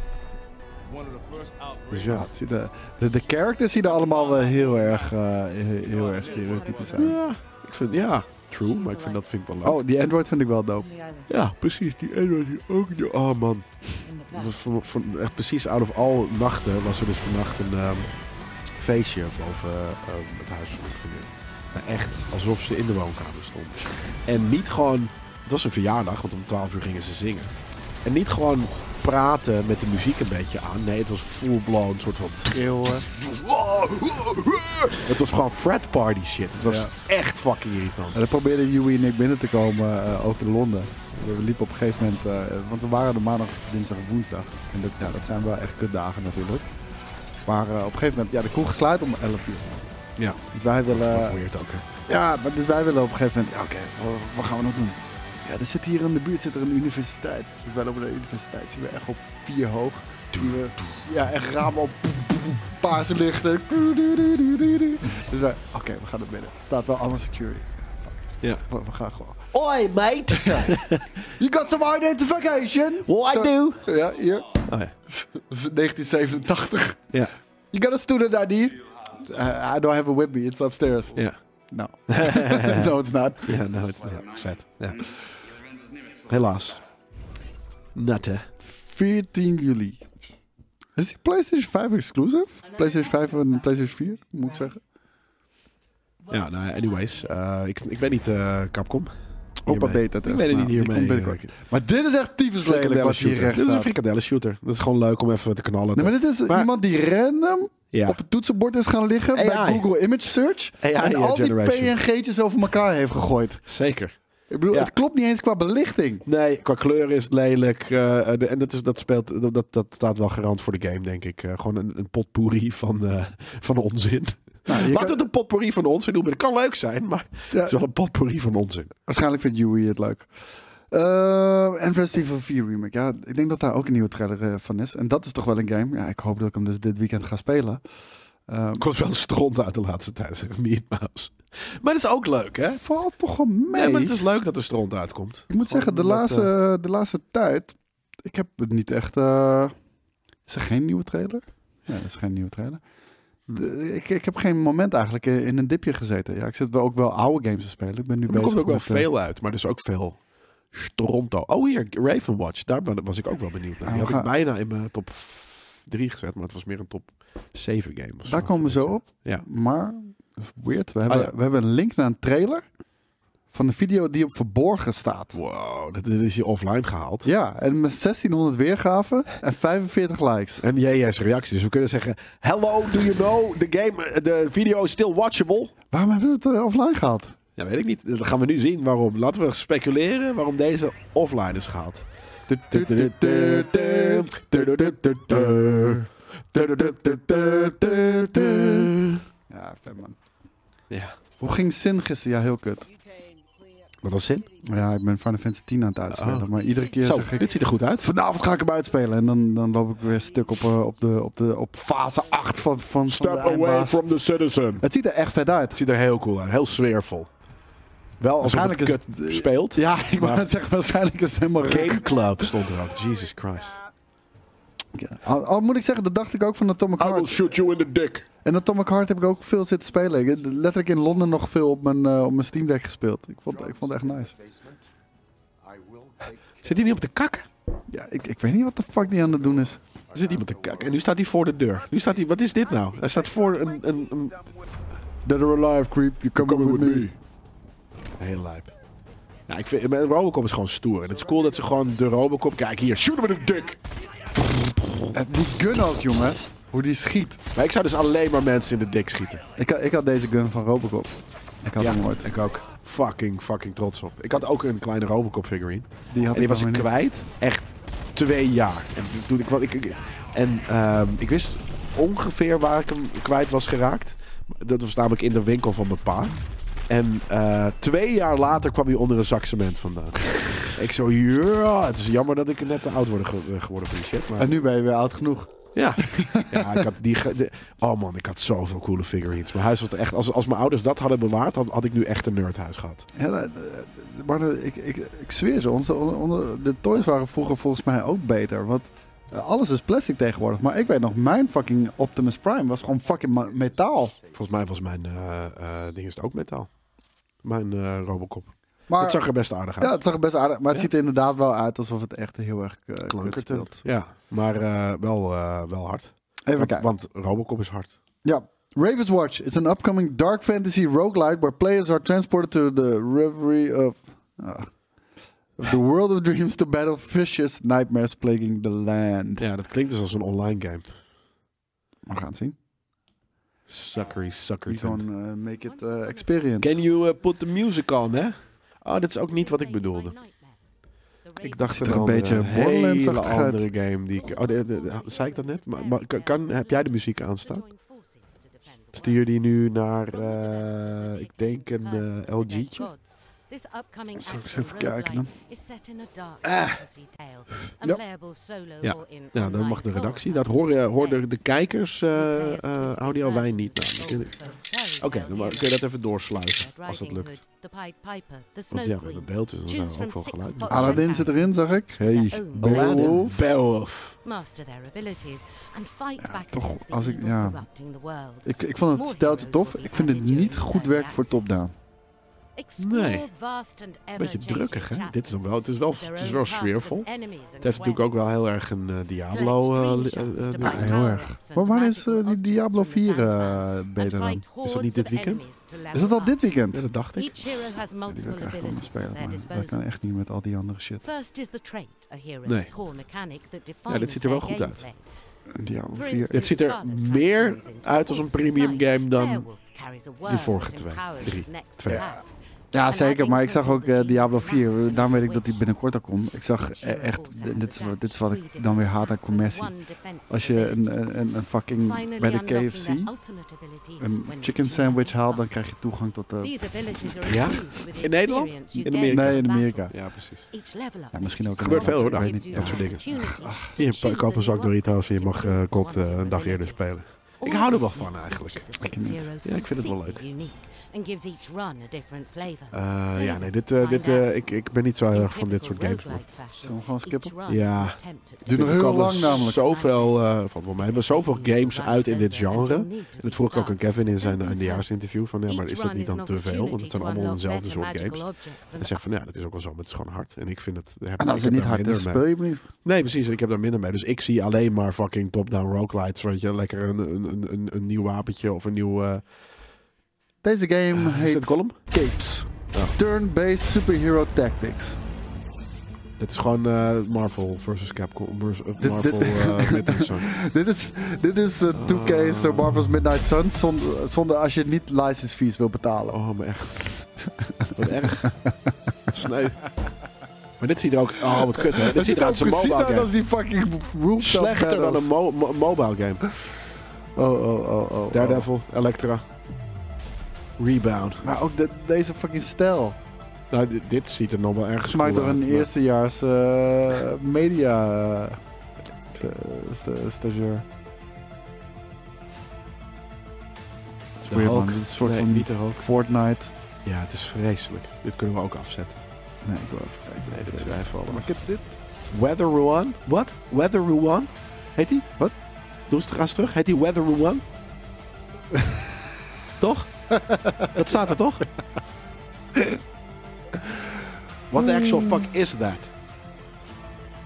Speaker 2: Dus ja.
Speaker 1: Het ziet er- de, de characters zien er allemaal wel heel erg, eh, heel, heel erg stereotypisch uit.
Speaker 2: Ja, ik vind, ja, true, maar ik vind dat vind ik wel leuk.
Speaker 1: Oh, die Android vind ik wel dope.
Speaker 2: Ja, precies. Die Android hier ook. die- Oh man. Dat was van, van- echt precies out of all nachten was er dus vannacht een ehm, feestje boven eh, ehm, het huis van mijn vriendin. Maar echt alsof ze in de woonkamer stond. En niet gewoon... Het was een verjaardag, want om 12 uur gingen ze zingen. En niet gewoon praten met de muziek een beetje aan. Nee, het was full-blown soort van...
Speaker 1: Eeuwen.
Speaker 2: Het was gewoon frat party shit. Het was
Speaker 1: Ja.
Speaker 2: echt fucking irritant.
Speaker 1: En dan probeerden Yui en ik binnen te komen, eh, ook in Londen. We liepen op een gegeven moment, eh, want we waren er maandag, dinsdag en woensdag. En dat, ja, dat zijn wel echt kutdagen natuurlijk. Maar eh, op een gegeven moment, ja, de kroeg sluit om 11 uur.
Speaker 2: Ja,
Speaker 1: Dus wij willen...
Speaker 2: dat weird ook hè.
Speaker 1: Ja, maar dus wij willen op een gegeven moment, ja, oké, wa- wat gaan we nog doen? Ja, er zit hier in de buurt zit er een universiteit. Dus wij lopen naar de universiteit, zien we echt op vier hoog. Zien we, ja, echt ramen op, paarse lichten. Dus wij, oké, we gaan naar binnen. Er staat wel allemaal security.
Speaker 2: Ja.
Speaker 1: We, we gaan gewoon.
Speaker 5: Oi, mate.
Speaker 1: You got some identification?
Speaker 5: What I
Speaker 1: Zo-
Speaker 5: do?
Speaker 1: Ja, hier.
Speaker 2: Oh, ja.
Speaker 1: 1987.
Speaker 2: Ja.
Speaker 1: You got a student ID? Uh, I don't have it with me. It's upstairs.
Speaker 2: Ja.
Speaker 1: No. no, it's not.
Speaker 2: Ja, nou, het, ja, zet. Ja. Helaas. Nat, hè?
Speaker 1: 14 juli. Is die PlayStation 5 exclusive? PlayStation 5 en PlayStation 4, moet ik zeggen.
Speaker 2: Ja, nou, anyways. eh, ik, ik weet niet, eh, Capcom.
Speaker 1: Opa
Speaker 2: Hiermee.
Speaker 1: beta test.
Speaker 2: Ik weet het niet
Speaker 1: Nou, die
Speaker 2: hiermee.
Speaker 1: komt binnenkort.
Speaker 2: eh,
Speaker 1: Maar dit is echt tyfus lelijk
Speaker 2: frikandellen
Speaker 1: wat hier
Speaker 2: shooter.
Speaker 1: rechts
Speaker 2: Dit is een
Speaker 1: staat.
Speaker 2: frikandellen shooter. Dat is gewoon leuk om even te knallen.
Speaker 1: Nee, maar dit is
Speaker 2: Maar-
Speaker 1: iemand die random
Speaker 2: Ja.
Speaker 1: op het toetsenbord is gaan liggen bij
Speaker 2: AI.
Speaker 1: Google Image Search.
Speaker 2: AI
Speaker 1: en al die
Speaker 2: generation.
Speaker 1: PNG'tjes over elkaar heeft gegooid.
Speaker 2: Zeker.
Speaker 1: Ik bedoel,
Speaker 2: Ja.
Speaker 1: het klopt niet eens qua belichting.
Speaker 2: Nee, qua kleur is het lelijk. eh, eh, de- en dat, is, dat, speelt, dat- dat, dat staat wel garant voor de game, denk ik. Eh, gewoon een, een potpourri van, eh, van onzin.
Speaker 1: Nou, je
Speaker 2: Laat
Speaker 1: kan-
Speaker 2: het een potpourri van onzin noemen. Dat kan leuk zijn, maar
Speaker 1: Ja.
Speaker 2: het is wel een potpourri van onzin.
Speaker 1: Waarschijnlijk vindt Yui het leuk. Eh, en Resident Evil 4 Remake. Ja, ik denk dat daar ook een nieuwe trailer eh, van is. En dat is toch wel een game. Ja, ik hoop dat ik hem dus dit weekend ga spelen. Ehm,
Speaker 2: Er komt wel een stront uit de laatste tijd, zeg Meat Mouse. Maar dat is ook leuk, hè?
Speaker 1: valt toch wel mee.
Speaker 2: Nee, maar het is leuk dat er stront uitkomt.
Speaker 1: Ik moet zeggen, de
Speaker 2: omdat, eh,
Speaker 1: laatste, de laatste tijd... Ik heb het niet echt... eh, is er geen nieuwe trailer? Ja, er is geen nieuwe trailer. De- ik, ik heb geen moment eigenlijk eh, in een dipje gezeten. Ja, ik zit wel ook wel oude games te spelen. Ik ben nu
Speaker 2: Er
Speaker 1: bezig
Speaker 2: komt ook wel
Speaker 1: met, eh,
Speaker 2: veel uit, maar er is ook veel stronto. Oh, hier, Ravenwatch. Daar ben- was ik ook wel benieuwd naar. Die
Speaker 1: Ja,
Speaker 2: had
Speaker 1: Nou, we
Speaker 2: ik
Speaker 1: gaan-
Speaker 2: bijna in mijn top 3 gezet, maar het was meer een top 7 game. of zo.
Speaker 1: Daar komen we zo op.
Speaker 2: Ja.
Speaker 1: Maar, dat is weird. We hebben,
Speaker 2: Ah, ja.
Speaker 1: we hebben een link naar een trailer van de video die op verborgen staat.
Speaker 2: Wow, dat, dat is hier offline gehaald.
Speaker 1: Ja, en met 1600 weergaven en 45 likes.
Speaker 2: En JJ's reacties. dus We kunnen zeggen, hello, do you know the game, eh, the video is still watchable?
Speaker 1: Waarom hebben we het eh, offline gehad?
Speaker 2: Ja, weet ik niet. Dat gaan we nu zien waarom. Laten we speculeren waarom deze offline is gehaald.
Speaker 1: Ja, vet man.
Speaker 2: Ja.
Speaker 1: Hoe ging Sin gisteren? Ja, heel kut.
Speaker 2: Wat was zin?
Speaker 1: Ja, ik ben Final Fantasy 10 aan het uitspelen.
Speaker 2: Oh.
Speaker 1: Maar iedere keer
Speaker 2: Zo,
Speaker 1: zeg ik...
Speaker 2: dit ziet er goed uit.
Speaker 1: Vanavond ga ik hem uitspelen. En dan, dan loop ik weer stuk op, eh, op, de, op, de, op fase 8 van, van, van de eindbaas.
Speaker 2: the citizen.
Speaker 1: Het ziet er echt vet uit.
Speaker 2: Het ziet er heel cool uit. Heel sfeervol. Wel als het
Speaker 1: Waarschijnlijk is
Speaker 2: kut
Speaker 1: het- eh,
Speaker 2: speelt.
Speaker 1: Ja, ik wou
Speaker 2: Maar-
Speaker 1: net zeggen, waarschijnlijk is het helemaal
Speaker 2: Game
Speaker 1: ruk.
Speaker 2: Club stond er ook. Jesus Christ.
Speaker 1: Al, al moet ik zeggen, dat dacht ik ook van Atomic Heart.
Speaker 2: shoot you in the dick.
Speaker 1: En Atomic Heart heb ik ook veel zitten spelen. Ik heb letterlijk in Londen nog veel op mijn, eh, op mijn Steam Deck gespeeld. Ik vond, ik vond het echt nice.
Speaker 2: Zit hij niet op de kak?
Speaker 1: Ja, ik, ik weet niet wat de fuck die aan het doen is.
Speaker 2: Er zit iemand te kakken. En nu staat hij voor de deur. Nu staat hij... Wat is dit nou? Hij staat voor een... een, een
Speaker 1: Dead or alive, creep. You come, with, me.
Speaker 2: Heel lijp. Ja, ik vind... maar Robocop is gewoon stoer. En het is cool dat ze gewoon de Robocop... Kijk hier, shoot hem in de dick.
Speaker 1: Eh, Die gun ook, jongen. Hoe die schiet.
Speaker 2: Maar ik zou dus alleen maar mensen in de dik schieten.
Speaker 1: Ik, had- ik had deze gun van Robocop. Ik had hem nooit.
Speaker 2: ik ook. Fucking, fucking trots op. Ik had ook een kleine Robocop figurine.
Speaker 1: Die had
Speaker 2: en die
Speaker 1: ik
Speaker 2: was
Speaker 1: nog
Speaker 2: ik
Speaker 1: niet.
Speaker 2: kwijt. Echt twee jaar. En toen ik wat ik, ik- en ehm, ik wist ongeveer waar ik hem kwijt was geraakt. Dat was namelijk in de winkel van mijn pa. En eh, twee jaar later kwam hij onder een zak cement vandaan. ik zo, ja, het is jammer dat ik net te oud word ge- geworden voor die shit. Maar
Speaker 1: En nu ben je weer oud genoeg.
Speaker 2: ja. ja, ik had die. ge- de- oh man, ik had zoveel coole figurines. Mijn huis was echt. Als, als mijn ouders dat hadden bewaard, had, had ik nu echt een nerdhuis gehad.
Speaker 1: Ja, nou, eh, maar dat- ik, ik, ik zweer ze, onze, onder- onder- de toys waren vroeger volgens mij ook beter. Want eh, alles is plastic tegenwoordig. Maar ik weet nog, mijn fucking Optimus Prime was gewoon fucking ma- metaal.
Speaker 2: Volgens mij was mijn eh, eh, ding is het ook metaal. Mijn eh, Robocop.
Speaker 1: Maar,
Speaker 2: dat zag er best aardig uit.
Speaker 1: ja, het zag er best aardig Maar het
Speaker 2: Ja.
Speaker 1: ziet er inderdaad wel uit alsof het echt heel erg eh, kut
Speaker 2: Klankert
Speaker 1: speelt.
Speaker 2: Ja, maar eh, wel, eh, wel hard.
Speaker 1: Even
Speaker 2: Want,
Speaker 1: kijken.
Speaker 2: want Robocop is hard.
Speaker 1: Ja. Raven's Watch is an upcoming dark fantasy roguelite where players are transported to the reverie of, ah, of the world of dreams to battle vicious nightmares plaguing the land.
Speaker 2: Ja, dat klinkt dus als een online game.
Speaker 1: We gaan het zien.
Speaker 2: Suckery,
Speaker 1: We
Speaker 2: suckery.
Speaker 1: gaan
Speaker 2: Can
Speaker 1: eh, make it eh, experience.
Speaker 2: you eh, put the music on, hè? Oh, dat is ook niet wat ik bedoelde. Ik dacht
Speaker 1: Ziet
Speaker 2: er
Speaker 1: er een beetje
Speaker 2: hele
Speaker 1: Borderlands-achtig uit.
Speaker 2: andere game die ik... Oh, de, de- de- zei ik dat net? Maar, maar kan- kan, heb jij de muziek aanstaan? Stuur die nu naar, eh, ik denk een eh, LG'tje.
Speaker 1: Zal ik eens even kijken dan?
Speaker 2: Ah. Ja. Ja, dan mag de eh, redactie. Dat horen hoor de, de kijkers, eh eh, audio, wij niet. Nou, dat vind ik- Oké, dan kun je dat even doorsluizen, als dat
Speaker 5: Oh. Riding
Speaker 2: lukt.
Speaker 5: Hood, the Pied Piper, the Snow
Speaker 2: Want ja, we
Speaker 5: Queen.
Speaker 2: hebben beeld, dus dan zijn
Speaker 5: Tunes
Speaker 2: er ook
Speaker 5: from
Speaker 2: wel
Speaker 5: six
Speaker 2: geluid.
Speaker 5: pop
Speaker 1: Aladdin zit erin, zag ik.
Speaker 5: Ja,
Speaker 1: Hey,
Speaker 5: oh.
Speaker 1: Beowulf.
Speaker 2: Beowulf.
Speaker 5: Master their abilities and fight back
Speaker 1: toch,
Speaker 5: against the
Speaker 1: als ik-
Speaker 5: evil
Speaker 1: ja.
Speaker 5: corrupting the world.
Speaker 1: Ik, ik vond het steltje tof. Ik vind het niet goed werk voor top-down.
Speaker 5: Explore
Speaker 2: Nee.
Speaker 5: vast and
Speaker 2: Beetje
Speaker 5: ever-changing
Speaker 2: drukkig, hè?
Speaker 5: chapters
Speaker 2: Dit is dan wel, het is wel,
Speaker 5: of their
Speaker 2: het is
Speaker 5: own
Speaker 2: wel
Speaker 5: past with
Speaker 2: sfeervol.
Speaker 5: enemies and
Speaker 2: Het heeft natuurlijk ook wel
Speaker 5: quests.
Speaker 2: heel erg een eh, Diablo... eh, li- eh, eh,
Speaker 1: Ja,
Speaker 2: ding.
Speaker 1: heel erg. Maar waar is eh, die Diablo 4 eh, beter dan?
Speaker 2: Is dat niet dit weekend?
Speaker 1: Is dat al dit weekend?
Speaker 2: ja,
Speaker 1: Ja,
Speaker 2: dat dacht ik.
Speaker 5: Each hero has
Speaker 1: die
Speaker 5: multiple
Speaker 1: wil ik echt wel
Speaker 5: abilities
Speaker 1: spelen,
Speaker 5: at
Speaker 1: maar
Speaker 5: their
Speaker 1: dat kan
Speaker 5: disposal.
Speaker 1: echt niet met al die andere shit.
Speaker 5: First is the trait, a hero's
Speaker 2: Nee.
Speaker 5: core mechanic that defines
Speaker 2: Ja, dit ziet er wel
Speaker 5: their
Speaker 2: goed uit.
Speaker 5: gameplay.
Speaker 1: Diablo
Speaker 5: For
Speaker 1: 4.
Speaker 5: instance,
Speaker 2: Het ziet er meer uit als een premium game dan...
Speaker 5: de
Speaker 2: vorige twee, drie, twee.
Speaker 1: Ja, zeker. Maar ik zag ook eh, Diablo 4. Daarom weet ik dat die binnenkort al komt. Ik zag eh, echt... Dit is, wat- dit is wat ik dan weer haat aan Commercy. Als je een, een, een- een fucking... Bij de KFC een chicken sandwich haalt... dan krijg je toegang tot eh, de...
Speaker 2: Ja?
Speaker 5: Ja?
Speaker 2: In
Speaker 5: In
Speaker 2: Nederland?
Speaker 5: Nederland?
Speaker 2: In Amerika.
Speaker 1: Nee, in Amerika.
Speaker 2: Ja, precies.
Speaker 1: Ja, misschien ook in
Speaker 2: Gebeurt veel, hoor, daar.
Speaker 5: Ik
Speaker 1: Weet niet,
Speaker 2: dat soort dingen. Je
Speaker 5: Je
Speaker 2: koopt een zak Doritos en je mag eh kot eh, een dag eerder spelen. Ik hou er wel van eigenlijk.
Speaker 1: Ik niet.
Speaker 2: Ja, ik vind het wel leuk. Eh, ja, nee, dit, eh,
Speaker 5: Find
Speaker 2: dit, eh,
Speaker 5: out.
Speaker 2: ik, ik ben niet zo heel erg van dit soort games. man.
Speaker 1: Zullen we gewoon skippen?
Speaker 2: Ja.
Speaker 1: Duurt nog
Speaker 2: Er
Speaker 1: heel
Speaker 2: komen
Speaker 1: lang namelijk.
Speaker 2: Zoveel, eh van, voor mij hebben zoveel games uit in dit genre. En dat vroeg ik ook aan Kevin in zijn eindejaarsinterview. Van, ja, maar is dat niet dan te veel? Want het zijn allemaal dezelfde soort games. En hij zegt van, ja, dat is ook wel zo, maar het is gewoon hard. En ik vind het... Heb,
Speaker 1: En als het
Speaker 2: ik heb
Speaker 1: niet
Speaker 2: daar
Speaker 1: hard is,
Speaker 2: minder mee.
Speaker 1: speel je hem niet.
Speaker 2: Nee, precies. En ik heb daar minder mee. Dus ik zie alleen maar fucking top-down roguelites. Weet je, lekker een, een, een, een, een nieuw wapentje of een nieuw... eh
Speaker 1: Deze game
Speaker 2: is dit
Speaker 1: heet...
Speaker 2: column? Capes.
Speaker 1: Turn-based superhero tactics.
Speaker 2: Dit is gewoon eh, Marvel versus Capcom. versus- eh,
Speaker 1: dit-
Speaker 2: Marvel eh Midnight Sun.
Speaker 1: Dit is, dit is eh,
Speaker 2: Ah.
Speaker 1: 2K Sir Marvel's Midnight Sun zonder, zonder als je niet license fees wil betalen.
Speaker 2: Oh, maar echt. Wat erg. Wat sneu. Maar dit ziet er ook... Oh, wat kut, hè. Dit ziet eruit
Speaker 1: ook
Speaker 2: als een
Speaker 1: nou precies
Speaker 2: mobile
Speaker 1: uit als
Speaker 2: game.
Speaker 1: die fucking rooftop
Speaker 2: Slechter dan
Speaker 1: battles.
Speaker 2: een mo- mo- mobile game.
Speaker 1: Oh, oh, oh, oh, oh.
Speaker 2: Daredevil, Elektra. Rebound.
Speaker 1: Maar ook de- deze fucking stijl.
Speaker 2: Nou, dit, dit ziet er nog wel ergens
Speaker 1: Gemaakt
Speaker 2: cool
Speaker 1: door
Speaker 2: uit,
Speaker 1: een
Speaker 2: maar-
Speaker 1: eerstejaars eh, media eh, sta- stagiair. Het is
Speaker 2: De
Speaker 1: weird,
Speaker 2: Hulk.
Speaker 1: man. Dit is een soort
Speaker 2: Nee,
Speaker 1: van
Speaker 2: niet de Hulk.
Speaker 1: Fortnite.
Speaker 2: Ja, het is vreselijk. Dit kunnen we ook afzetten.
Speaker 1: Nee, ik wil even kijken.
Speaker 2: Nee, dit schrijven we allemaal.
Speaker 1: Maar ik heb dit.
Speaker 2: Weather One? Wat? Weather One? Heet die?
Speaker 1: Wat?
Speaker 2: Doe eens, ga eens terug. Heet die Weather One? toch? Dat staat er toch? What the
Speaker 1: Hmm.
Speaker 2: actual fuck is that?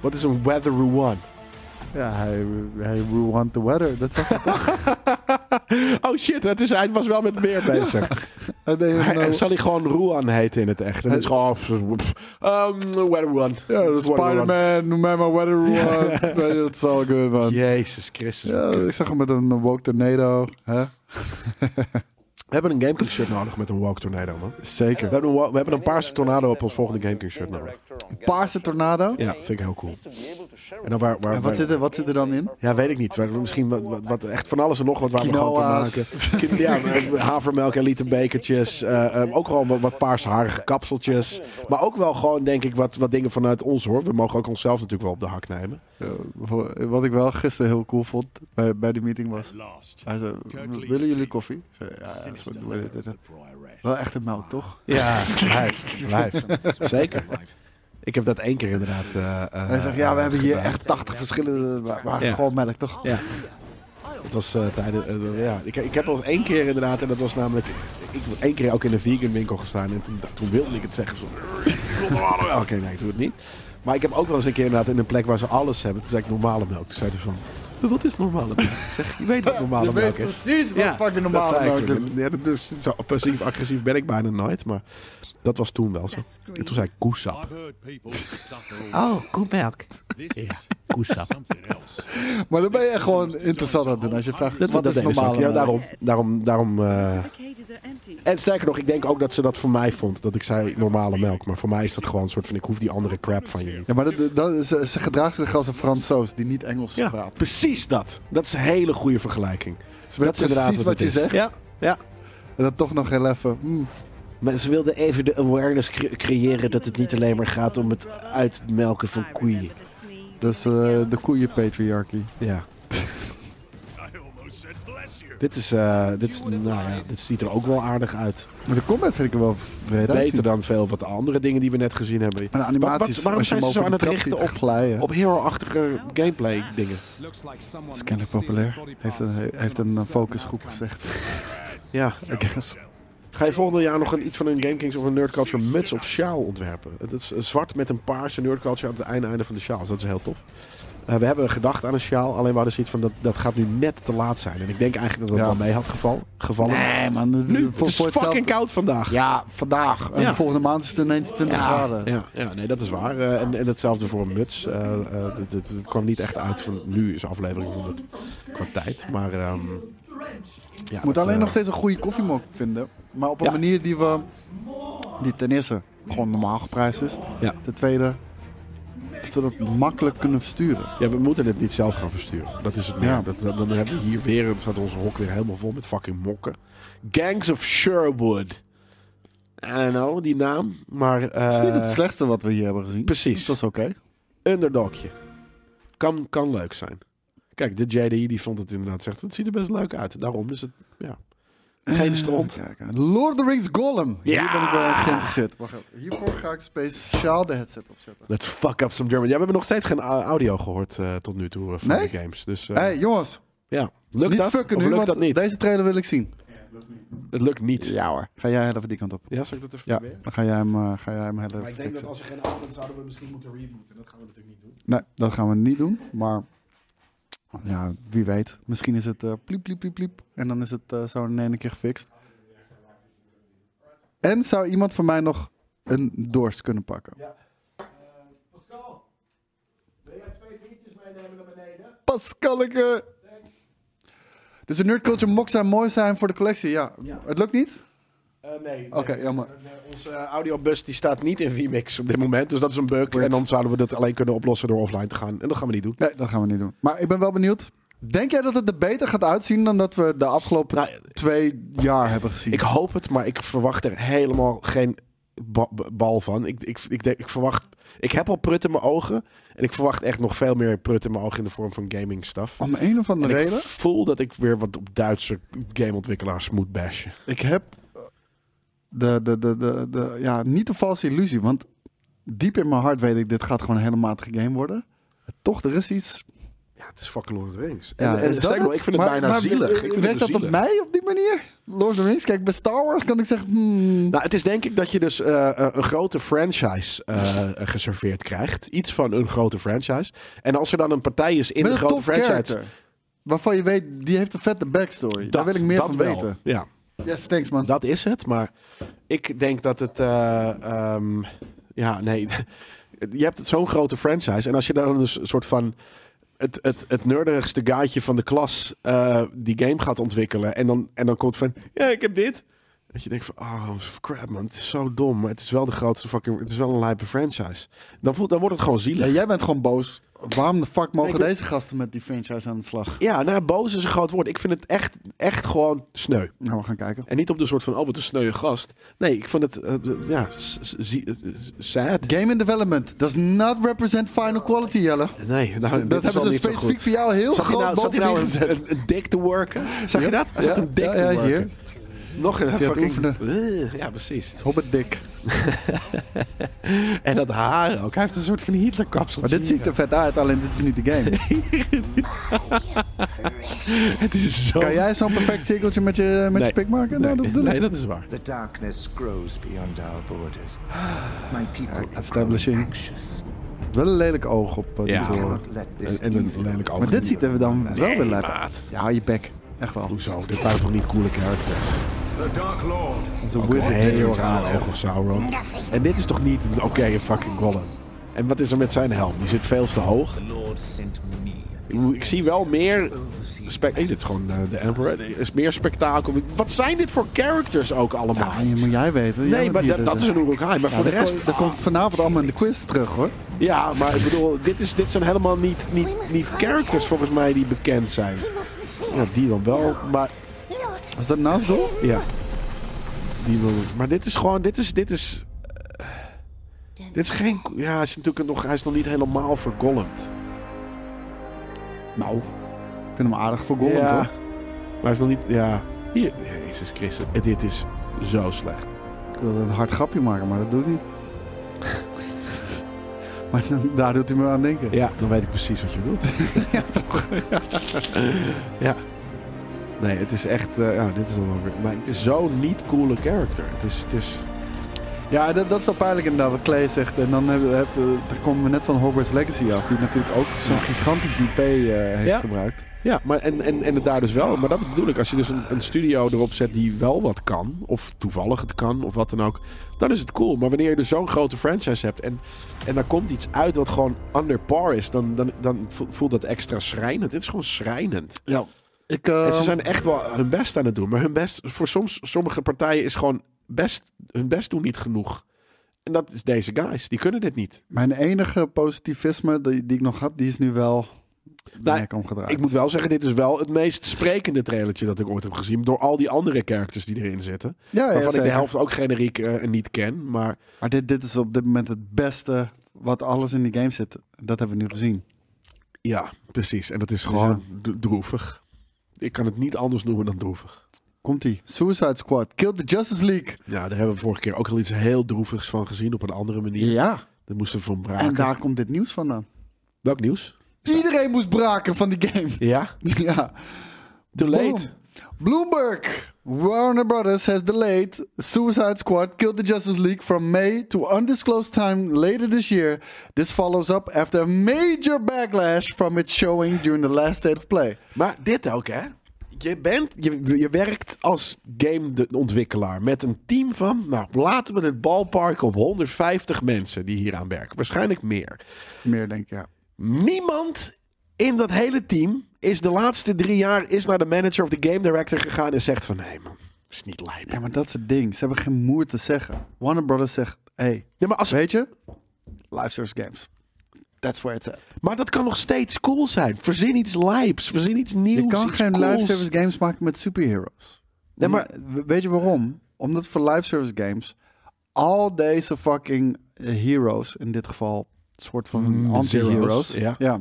Speaker 2: Wat is een Weather One?
Speaker 1: Ja, hij, hij rewound the weather. Dat zag ik toch?
Speaker 2: Oh shit, dat is, hij was wel met meer bezig.
Speaker 1: Hij deed
Speaker 2: Hij-
Speaker 1: hem nou-
Speaker 2: Zal hij gewoon Ruan heten in het echt? En het is gewoon... Um, weather One.
Speaker 1: Ja,
Speaker 2: Het
Speaker 1: dat
Speaker 2: is
Speaker 1: is
Speaker 2: Weather One.
Speaker 1: Spider-Man, noem mij maar Weather Rewound. Nee, Dat is all good, man.
Speaker 2: Jezus Christus.
Speaker 1: Ja,
Speaker 2: wat kut.
Speaker 1: ik zag hem met een woke tornado. Hè?
Speaker 2: We hebben een Gameking shirt nodig met een Woke Tornado, man. We
Speaker 1: Zeker.
Speaker 2: hebben een, wa- we hebben een paarse tornado op ons volgende Gameking shirt nodig.
Speaker 1: Paarse tornado?
Speaker 2: Ja, vind ik heel cool. En dan waar, waar,
Speaker 1: En wat zit, er, wat zit er dan in?
Speaker 2: Ja, weet ik niet. Waar- misschien wat, wat, wat- echt van alles en nog wat waar we
Speaker 1: Quinoa's.
Speaker 2: gewoon te maken. Kin- Ja, maar, eh, havermelk en literbekertjes. eh, eh, ook wel wat, wat paarseharige kapseltjes. Maar ook wel gewoon, denk ik, wat, wat dingen vanuit ons, hoor. We mogen ook onszelf natuurlijk wel op de hak nemen.
Speaker 1: Ja, eh, voor- wat ik wel gisteren heel cool vond bij, bij die meeting was...
Speaker 6: Last.
Speaker 1: Hij zei, willen jullie koffie? Ik zei, ja, ja, is goed, doe maar dit, dit. Wel echt een mout, toch?
Speaker 2: Ja, lijf. lijf. Zeker. Ik heb dat één keer inderdaad... eh, eh,
Speaker 1: Hij zegt, ja, we hebben hier
Speaker 2: gedaan.
Speaker 1: echt 80 verschillende... Maar, maar
Speaker 2: Ja.
Speaker 1: gewoon melk, toch?
Speaker 2: Ja. Het was eh tijdens. eh, ja, ik, ik heb al eens één keer inderdaad, en dat was namelijk. Ik heb één keer ook in een vegan winkel gestaan en toen, toen wilde ik het zeggen. zo, Oké, nee, ik doe het niet. Maar ik heb ook wel eens een keer inderdaad in een plek waar ze alles hebben. Toen zei ik normale melk. Toen zei ze van. Wat is normale melk? Ik zeg, je weet wat normale
Speaker 1: Je weet
Speaker 2: melk is.
Speaker 1: precies wat fucking
Speaker 2: dat
Speaker 1: normale
Speaker 2: zei ik
Speaker 1: melk
Speaker 2: toen.
Speaker 1: is.
Speaker 2: En Ja, dat is zo passief-agressief ben ik bijna nooit, maar dat was toen wel zo. En toen zei ik koesap.
Speaker 6: I've heard people suffer
Speaker 1: Ah,
Speaker 6: all
Speaker 2: Oh, koemelk.
Speaker 6: this is
Speaker 2: Koesap.
Speaker 6: something else.
Speaker 1: Maar dan ben je gewoon interessant aan het doen als je vraagt...
Speaker 2: Dat,
Speaker 1: wat
Speaker 2: dat
Speaker 1: is
Speaker 2: deden ze ook.
Speaker 1: normale
Speaker 2: Ja,
Speaker 1: melk?
Speaker 2: daarom, daarom, daarom eh,
Speaker 7: The cages are empty.
Speaker 2: En sterker nog, ik denk ook dat ze dat voor mij vond. Dat ik zei normale melk. Maar voor mij is dat gewoon een soort van: ik hoef die andere crap van je niet.
Speaker 1: Ja, maar dat, dat, ze, ze gedraagt zich als een Fransoos die niet Engels
Speaker 2: Ja,
Speaker 1: praat.
Speaker 2: precies dat. Dat is een hele goede vergelijking.
Speaker 1: Ze weet
Speaker 2: dat is inderdaad
Speaker 1: precies
Speaker 2: wat
Speaker 1: wat
Speaker 2: het
Speaker 1: je
Speaker 2: is.
Speaker 1: zegt.
Speaker 2: Ja, ja.
Speaker 1: En dan toch nog heel even... hmm,
Speaker 2: Maar ze wilden even de awareness cre- creëren dat het niet alleen maar gaat om het uitmelken van koeien.
Speaker 1: dat is eh, de koeienpatriarchie.
Speaker 2: Ja.
Speaker 6: I almost said bless you.
Speaker 2: Dit is, eh, dit, is nou ja, dit ziet er ook wel aardig uit.
Speaker 1: Maar de combat vind ik er wel vrede
Speaker 2: Beter dan veel wat de andere dingen die we net gezien hebben.
Speaker 1: Maar de
Speaker 2: Wat-
Speaker 1: animaties,
Speaker 2: wat- waarom
Speaker 1: als je
Speaker 2: zijn ze
Speaker 1: hem
Speaker 2: zo aan
Speaker 1: over
Speaker 2: het
Speaker 1: de trap
Speaker 2: richten
Speaker 1: ziet
Speaker 2: op,
Speaker 1: glijden?
Speaker 2: op hero-achtige gameplay dingen?
Speaker 6: Looks like someone
Speaker 1: is kennelijk populair. Heeft een, heeft een eh, focusgroep gezegd.
Speaker 2: Ja, ik guess. Ga je volgend jaar nog een, iets van een Game Kings of een Nerd Culture muts of sjaal ontwerpen? Het is een zwart met een paarse Nerd Culture aan het einde, einde van de sjaal. Dus dat is heel tof. Eh, we hebben gedacht aan een sjaal, alleen we hadden zoiets van dat, dat gaat nu net te laat zijn. En ik denk eigenlijk dat dat
Speaker 1: Ja.
Speaker 2: wel mee had geval, gevallen.
Speaker 1: Nee, man. de- de-
Speaker 2: nu,
Speaker 1: voor,
Speaker 2: het is
Speaker 1: voor
Speaker 2: fucking
Speaker 1: hetzelfde-
Speaker 2: koud vandaag.
Speaker 1: Ja, vandaag. En
Speaker 2: Ja.
Speaker 1: volgende maand is het ineens 20 graden.
Speaker 2: Ja, ja, nee, dat is waar. Eh, en, en hetzelfde voor een muts. Eh, eh, dit- dit- Het kwam niet echt uit van nu is aflevering 100 qua tijd. Maar ehm ja,
Speaker 1: Ik moet
Speaker 2: dat,
Speaker 1: alleen
Speaker 2: eh,
Speaker 1: nog steeds een goede koffiemok vinden. Maar op een
Speaker 2: Ja.
Speaker 1: manier die we... Die ten eerste gewoon normaal geprijsd is.
Speaker 2: Ja.
Speaker 1: Ten tweede... Dat we dat makkelijk kunnen versturen.
Speaker 2: Ja, we moeten het niet zelf gaan versturen. Dat is het meer.
Speaker 1: Ja.
Speaker 2: Dat, dat- dan hebben we hier weer, dan staat onze hok weer helemaal vol met fucking mokken. Gangs of Sherwood. I don't know, die naam. Maar eh
Speaker 1: Het is niet het slechtste wat we hier hebben gezien.
Speaker 2: precies.
Speaker 1: Dat is oké.
Speaker 2: underdogje. Kan, kan leuk zijn. Kijk, de JD die vond het inderdaad, zegt het ziet er best leuk uit. Daarom dus het, ja. Geen
Speaker 1: Eh,
Speaker 2: stront.
Speaker 1: Even kijken. Lord of the Rings Golem.
Speaker 2: Ja.
Speaker 1: Hier ben ik wel geïnteresseerd. Wacht even. Hiervoor ga ik speciaal de headset opzetten.
Speaker 2: Let's fuck up some German. Ja, we hebben nog steeds geen au- audio gehoord eh, tot nu toe eh, van
Speaker 1: Nee?
Speaker 2: de games. Dus eh,
Speaker 1: Hé, hey, jongens.
Speaker 2: ja, lukt
Speaker 1: niet
Speaker 2: dat?
Speaker 1: fucken
Speaker 2: of
Speaker 1: nu,
Speaker 2: lukt
Speaker 1: want
Speaker 2: dat niet?
Speaker 1: deze trailer wil ik zien.
Speaker 2: Het lukt niet. Ja.
Speaker 1: hoor. Ga jij heel even die kant op.
Speaker 2: zal ik dat even
Speaker 1: Ja,
Speaker 2: proberen?
Speaker 1: dan ga jij hem, eh, ga jij hem heel even fixen.
Speaker 2: als er geen audio zouden we misschien moeten rebooten. Dat gaan we natuurlijk niet doen.
Speaker 1: Nee, dat gaan we niet doen. Maar ja, wie weet. Misschien is het eh pliep, pliep, pliep, pliep. En dan is het eh, zo in één keer gefixt. En zou iemand van mij nog een dorst kunnen pakken? Pascal, wil jij twee biertjes meenemen naar beneden? Pascalke! Dus de nerd culture mok zijn mooi zijn voor de collectie, ja. Het lukt niet?
Speaker 2: Eh, nee.
Speaker 1: Oké, jammer.
Speaker 2: Onze eh, audiobus die staat niet in VMix op dit moment. Dus dat is een bug. En dan zouden we dat alleen kunnen oplossen door offline te gaan. En dat gaan we niet doen.
Speaker 1: Nee, dat gaan we niet doen. Maar ik ben wel benieuwd. Denk jij dat het er beter gaat uitzien dan dat we de afgelopen
Speaker 2: Nou,
Speaker 1: twee jaar hebben gezien?
Speaker 2: Ik hoop het, maar ik verwacht er helemaal geen ba- ba- bal van. Ik, ik, ik, denk- ik verwacht... Ik heb al prut in mijn ogen. En ik verwacht echt nog veel meer prut in mijn ogen in de vorm van gaming stuff.
Speaker 1: Om een of andere
Speaker 2: En ik
Speaker 1: reden.
Speaker 2: voel dat ik weer wat op Duitse gameontwikkelaars moet bashen.
Speaker 1: Ik heb eh, de, de, de, de, de, ja, niet de valse illusie. Want diep in mijn hart weet ik, dit gaat gewoon een hele matige game worden. Toch, er is iets.
Speaker 2: Ja, het is fucking Lord of the Rings.
Speaker 1: Ja,
Speaker 2: En, en
Speaker 1: is dat
Speaker 2: sterker nog,
Speaker 1: het?
Speaker 2: ik vind het
Speaker 1: Maar-
Speaker 2: bijna
Speaker 1: maar
Speaker 2: zielig. Ik vind het
Speaker 1: Werkt dat op
Speaker 2: zielig.
Speaker 1: mij op die manier? Lord of the Rings? Kijk, bij Star Wars kan ik zeggen. hmm,
Speaker 2: Nou, het is denk ik dat je dus eh, eh, een grote franchise eh, geserveerd krijgt. Iets van een grote franchise. En als er dan een partij is in
Speaker 1: met
Speaker 2: de
Speaker 1: een
Speaker 2: grote
Speaker 1: tof
Speaker 2: franchise...
Speaker 1: character. Waarvan je weet, die heeft een vette backstory. Daar wil ik meer
Speaker 2: dat
Speaker 1: van
Speaker 2: wel.
Speaker 1: weten.
Speaker 2: Ja,
Speaker 1: Yes, thanks man.
Speaker 2: dat is het. Maar ik denk dat het... eh, ehm, ja, nee. Je hebt het zo'n grote franchise. En als je daar dan dus een soort van... Het, het, het nerdigste gaatje van de klas eh, die game gaat ontwikkelen. En dan, en dan komt van, ja, ik heb dit. Dat je denkt van, oh crap man, het is zo dom. Maar het is wel de grootste fucking, het is wel een lijpe franchise. Dan, voelt, dan wordt het gewoon zielig.
Speaker 1: Ja, jij bent gewoon boos. Waarom de fuck mogen
Speaker 2: ik ben-
Speaker 1: deze gasten met die franchise aan de slag?
Speaker 2: Ja, nou, boos is een groot woord. Ik vind het echt, echt gewoon sneu.
Speaker 1: Nou, we gaan kijken.
Speaker 2: En niet op de soort van, oh, wat een sneuwe gast. Nee, ik vond het, eh, eh, ja, s- s- zie- eh, eh, sad.
Speaker 1: Game in development does not represent final quality, Jelle.
Speaker 2: Nee, nou, dit
Speaker 1: Dat
Speaker 2: is al
Speaker 1: hebben ze
Speaker 2: niet zo
Speaker 1: specifiek
Speaker 2: goed.
Speaker 1: voor jou heel
Speaker 2: Zag je
Speaker 1: groot
Speaker 2: nou, zat hij
Speaker 1: bovenin
Speaker 2: nou een,
Speaker 1: gezet.
Speaker 2: een, een dik te worken? Zag je dat? Hij zat een dik
Speaker 1: ja,
Speaker 2: te
Speaker 1: ja,
Speaker 2: worken.
Speaker 1: hier.
Speaker 2: Nog een
Speaker 1: het
Speaker 2: fucking...
Speaker 1: oefenen.
Speaker 2: Eh, Ja, precies.
Speaker 1: Hobbit dik.
Speaker 2: En dat haar ook. Hij heeft een soort van Hitler-kapsel.
Speaker 1: Maar dit ziet er vet uit, alleen dit is niet de game.
Speaker 2: Het is zo...
Speaker 1: Kan jij zo'n perfect cirkeltje met je, met
Speaker 2: Nee.
Speaker 1: je pik maken?
Speaker 2: Nee,
Speaker 1: nou, dat bedoel ik.
Speaker 2: nee, dat is waar.
Speaker 7: The darkness grows beyond our borders. My people are
Speaker 1: establishing.
Speaker 7: growing anxious.
Speaker 1: Wel een lelijk oog op eh, die
Speaker 2: Ja.
Speaker 1: toren.
Speaker 7: Cannot let this
Speaker 2: En, en een
Speaker 7: evil-
Speaker 2: lelijk oog.
Speaker 1: Maar dit ziet er dan wel weer
Speaker 2: Nee,
Speaker 1: leuk uit.
Speaker 2: maat.
Speaker 1: Ja, hou je bek. Echt wel.
Speaker 2: Hoezo? Dit waren toch niet coole characters?
Speaker 6: The Dark Lord.
Speaker 1: Dat is een
Speaker 2: Ook een
Speaker 1: wizard.
Speaker 2: heel raar oog of Sauron. En dit is toch niet een oké fucking Gollum? En wat is er met zijn helm? Die zit veel te hoog. Ik bedoel, Ik zie wel meer... Spe- hey, dit is gewoon eh, de Emperor. Er is meer spektakel. Wat zijn dit voor characters ook allemaal?
Speaker 1: Ja, je moet jij weten. Jij
Speaker 2: nee,
Speaker 1: bent
Speaker 2: maar
Speaker 1: hier
Speaker 2: dat,
Speaker 1: de-
Speaker 2: dat is een Uruk-hai. Maar
Speaker 1: Ja,
Speaker 2: voor de
Speaker 1: dat
Speaker 2: rest...
Speaker 1: komt- Dat komt vanavond allemaal in de quiz terug, hoor.
Speaker 2: Ja, maar ik bedoel, dit, is, dit zijn helemaal niet, niet, niet characters volgens mij die bekend zijn. Ja, die dan wel, maar...
Speaker 1: Is dat nou naast goal?
Speaker 2: Ja. Die wil- maar dit is gewoon, dit is, dit is... eh, dit is geen... Ja, hij is natuurlijk nog, hij is nog niet helemaal vergolmd.
Speaker 1: Nou, ik vind hem aardig voor Golem,
Speaker 2: ja.
Speaker 1: toch?
Speaker 2: hij is nog niet... Ja, hier... Jezus Christus, dit is zo slecht.
Speaker 1: Ik wilde een hard grapje maken, maar dat doe ik niet. maar dan- daar doet hij me aan denken.
Speaker 2: Ja, dan weet ik precies wat je bedoelt. ja, toch? ja. Nee, het is echt... eh, ja, dit is dan wel weer... Maar het is zo'n niet coole character. Het is... Het is
Speaker 1: Ja, dat, dat is wel pijnlijk inderdaad, wat Clay zegt. En dan, hebben hebben- dan komen we net van Hogwarts Legacy af, die natuurlijk ook zo'n gigantisch IP eh, heeft
Speaker 2: Ja.
Speaker 1: gebruikt.
Speaker 2: ja, maar en, en, en het daar dus wel. Maar dat bedoel ik. Als je dus een, een studio erop zet die wel wat kan... of toevallig het kan, of wat dan ook... dan is het cool. Maar wanneer je dus zo'n grote franchise hebt... en, en daar komt iets uit wat gewoon under par is... dan, dan, dan vo- voelt dat extra schrijnend. Dit is gewoon schrijnend.
Speaker 1: Ja, Ehm. ik... eh,
Speaker 2: En ze zijn echt wel hun best aan het doen. Maar hun best, voor soms, sommige partijen is gewoon best, hun best doen niet genoeg. En dat is deze guys. Die kunnen dit niet.
Speaker 1: Mijn enige positivisme die, die ik nog had, die is nu wel de
Speaker 2: Nou,
Speaker 1: nek omgedraaid.
Speaker 2: Ik moet wel zeggen, dit is wel het meest sprekende trailertje dat ik ooit heb gezien. Door al die andere characters die erin zitten.
Speaker 1: ja, ja,
Speaker 2: waarvan ik de
Speaker 1: zeker.
Speaker 2: helft ook generiek eh, niet ken. Maar
Speaker 1: Maar dit, dit is op dit moment het beste wat alles in die game zit. Dat hebben we nu gezien.
Speaker 2: ja, precies. En dat is gewoon d- droevig. Ik kan het niet anders noemen dan droevig.
Speaker 1: Komt-ie. Suicide Squad. Kill the Justice League.
Speaker 2: Ja, daar hebben we vorige keer ook al iets heel droevigs van gezien. Op een andere manier.
Speaker 1: Ja.
Speaker 2: Dat moesten we van braken.
Speaker 1: En daar komt dit nieuws vandaan.
Speaker 2: Welk nieuws?
Speaker 1: Iedereen moest braken van die game.
Speaker 2: Ja,
Speaker 1: ja.
Speaker 2: too late.
Speaker 1: Boom. Bloomberg. Warner Brothers has delayed Suicide Squad Kill the Justice League from May to undisclosed time later this year. This follows up after a major backlash from its showing during the last state of play.
Speaker 2: Maar dit ook, hè? Je, bent, je, je werkt als gameontwikkelaar met een team van, nou laten we het balpark op 150 mensen die hier aan werken. Waarschijnlijk meer.
Speaker 1: Meer denk ik, ja.
Speaker 2: Niemand in dat hele team is de laatste drie jaar is naar de manager of de game director gegaan en zegt van, nee man, is niet lijp.
Speaker 1: Ja, maar dat is het ding. Ze hebben geen moer te zeggen. Warner Brothers zegt, hey,
Speaker 2: Ja, maar, als,
Speaker 1: weet je? Live service games. That's where it's at.
Speaker 2: maar dat kan nog steeds cool zijn. Verzin iets lijps, verzin iets nieuws.
Speaker 1: Je kan
Speaker 2: iets
Speaker 1: geen live
Speaker 2: cools.
Speaker 1: service games maken met superheroes.
Speaker 2: Nee, maar-
Speaker 1: Om- Weet je waarom? Omdat voor live service games al deze fucking eh, heroes, in dit geval een soort van anti-heroes,
Speaker 2: Mm, zero's, ja.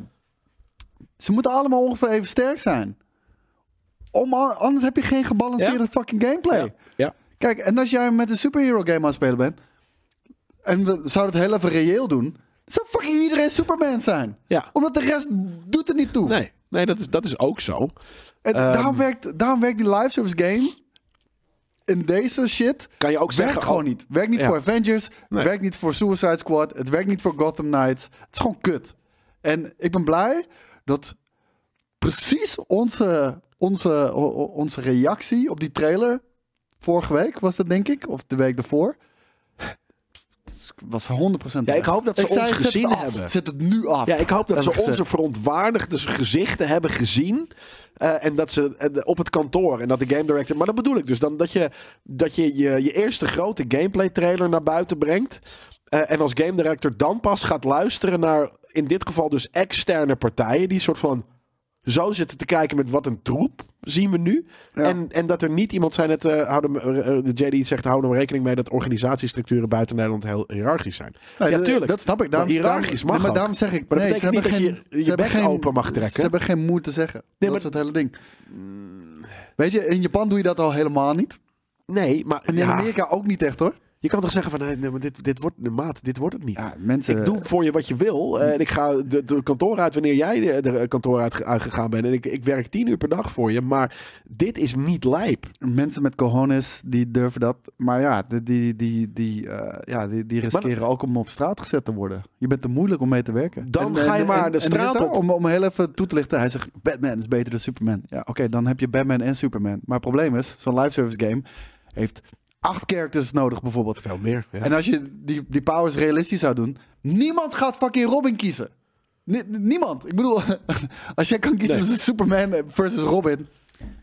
Speaker 1: ze moeten allemaal ongeveer even sterk zijn. Om, a- anders heb je geen gebalanceerde
Speaker 2: Ja.
Speaker 1: fucking gameplay.
Speaker 2: Ja.
Speaker 1: Kijk, en als jij met een superhero game aan het spelen bent, en we zouden het heel even reëel doen, zou fucking iedereen Superman zijn.
Speaker 2: Ja.
Speaker 1: Omdat de rest doet er niet toe.
Speaker 2: Nee, nee dat, is, dat is ook zo.
Speaker 1: En
Speaker 2: Ehm,
Speaker 1: daarom, werkt, daarom werkt die live service game in deze shit.
Speaker 2: Kan je ook
Speaker 1: werkt
Speaker 2: zeggen,
Speaker 1: gewoon
Speaker 2: oh,
Speaker 1: niet. Werkt niet
Speaker 2: ja.
Speaker 1: voor Avengers.
Speaker 2: Nee.
Speaker 1: Werkt niet voor Suicide Squad. Het werkt niet voor Gotham Knights. Het is gewoon kut. En ik ben blij dat precies onze, onze, o- o- onze reactie op die trailer. Vorige week was dat, denk ik. Of de week daarvoor. Was 100%
Speaker 2: Ja, ik hoop dat ze
Speaker 1: Ik zei,
Speaker 2: ons
Speaker 1: zet het
Speaker 2: gezien
Speaker 1: af.
Speaker 2: hebben.
Speaker 1: Zet het nu af.
Speaker 2: Ja, ik hoop dat
Speaker 1: heb
Speaker 2: ze
Speaker 1: ik gezegd.
Speaker 2: onze verontwaardigde gezichten hebben gezien. eh, en dat ze eh, op het kantoor en dat de game director. Maar dat bedoel ik dus dan dat je dat je, je, je eerste grote gameplay trailer naar buiten brengt. eh, en als game director dan pas gaat luisteren naar in dit geval dus externe partijen. Die soort van zo zitten te kijken met wat een troep zien we nu. En, en dat er niet iemand zijn dat eh, houden we- eh, eh, de JD zegt houden we rekening mee dat organisatiestructuren buiten Nederland heel hiërarchisch zijn.
Speaker 1: Nee,
Speaker 2: ja,
Speaker 1: dat-
Speaker 2: tuurlijk.
Speaker 1: Dat snap ik. Daarom,
Speaker 2: maar hiërarchisch
Speaker 1: daarom-
Speaker 2: mag
Speaker 1: nee, maar
Speaker 2: ook.
Speaker 1: daarom zeg ik,
Speaker 2: Maar dat
Speaker 1: nee,
Speaker 2: betekent
Speaker 1: ze
Speaker 2: niet
Speaker 1: hebben
Speaker 2: dat
Speaker 1: geen-
Speaker 2: je
Speaker 1: ze
Speaker 2: je
Speaker 1: hebben
Speaker 2: bek
Speaker 1: geen-
Speaker 2: open mag trekken.
Speaker 1: Ze hebben geen moer te zeggen. dat
Speaker 2: maar-
Speaker 1: is het hele ding. Weet je, in Japan doe je dat al helemaal niet.
Speaker 2: Nee, maar
Speaker 1: En in
Speaker 2: ja,
Speaker 1: Amerika ook niet echt hoor.
Speaker 2: je kan toch zeggen van nee, nee, maar dit, dit, wordt, nee, maat, dit wordt het niet.
Speaker 1: Ja, mensen-
Speaker 2: Ik doe voor je wat je wil eh, en ik ga de, de kantoor uit wanneer jij eh, de, de kantoor uit, uitgegaan bent. En ik, ik werk tien uur per dag voor je, maar dit is niet lijp.
Speaker 1: Mensen met cojones, die durven dat. Maar ja, die, die, die, die, eh, ja, die, die riskeren ook om op straat gezet te worden. Je bent te moeilijk om mee te werken.
Speaker 2: Dan ga je maar de
Speaker 1: en er is
Speaker 2: straat
Speaker 1: daar-
Speaker 2: op.
Speaker 1: Om, om heel even toe te lichten. Hij zegt, Batman is beter dan Superman. Ja, oké, dan heb je Batman en Superman. Maar het probleem is, zo'n live service game heeft acht characters nodig bijvoorbeeld.
Speaker 2: Veel meer. Ja.
Speaker 1: En als je die, die powers realistisch zou doen, niemand gaat fucking Robin kiezen. Ni- niemand. Ik bedoel, als jij kan kiezen
Speaker 2: Nee.
Speaker 1: tussen Superman versus Robin.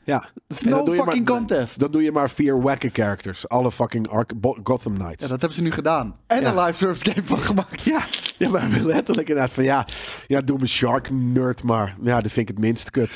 Speaker 2: ja.
Speaker 1: is
Speaker 2: En dan
Speaker 1: no
Speaker 2: doe je
Speaker 1: fucking
Speaker 2: maar,
Speaker 1: contest.
Speaker 2: Dan doe je maar vier wacke characters. Alle fucking Ark- Bo- Gotham Knights.
Speaker 1: Ja, dat hebben ze nu gedaan. En
Speaker 2: Ja.
Speaker 1: een live service game van gemaakt.
Speaker 2: Ja, ja, maar letterlijk inderdaad van ja, ja, doe me shark nerd maar. Ja, dat vind ik het minst kut.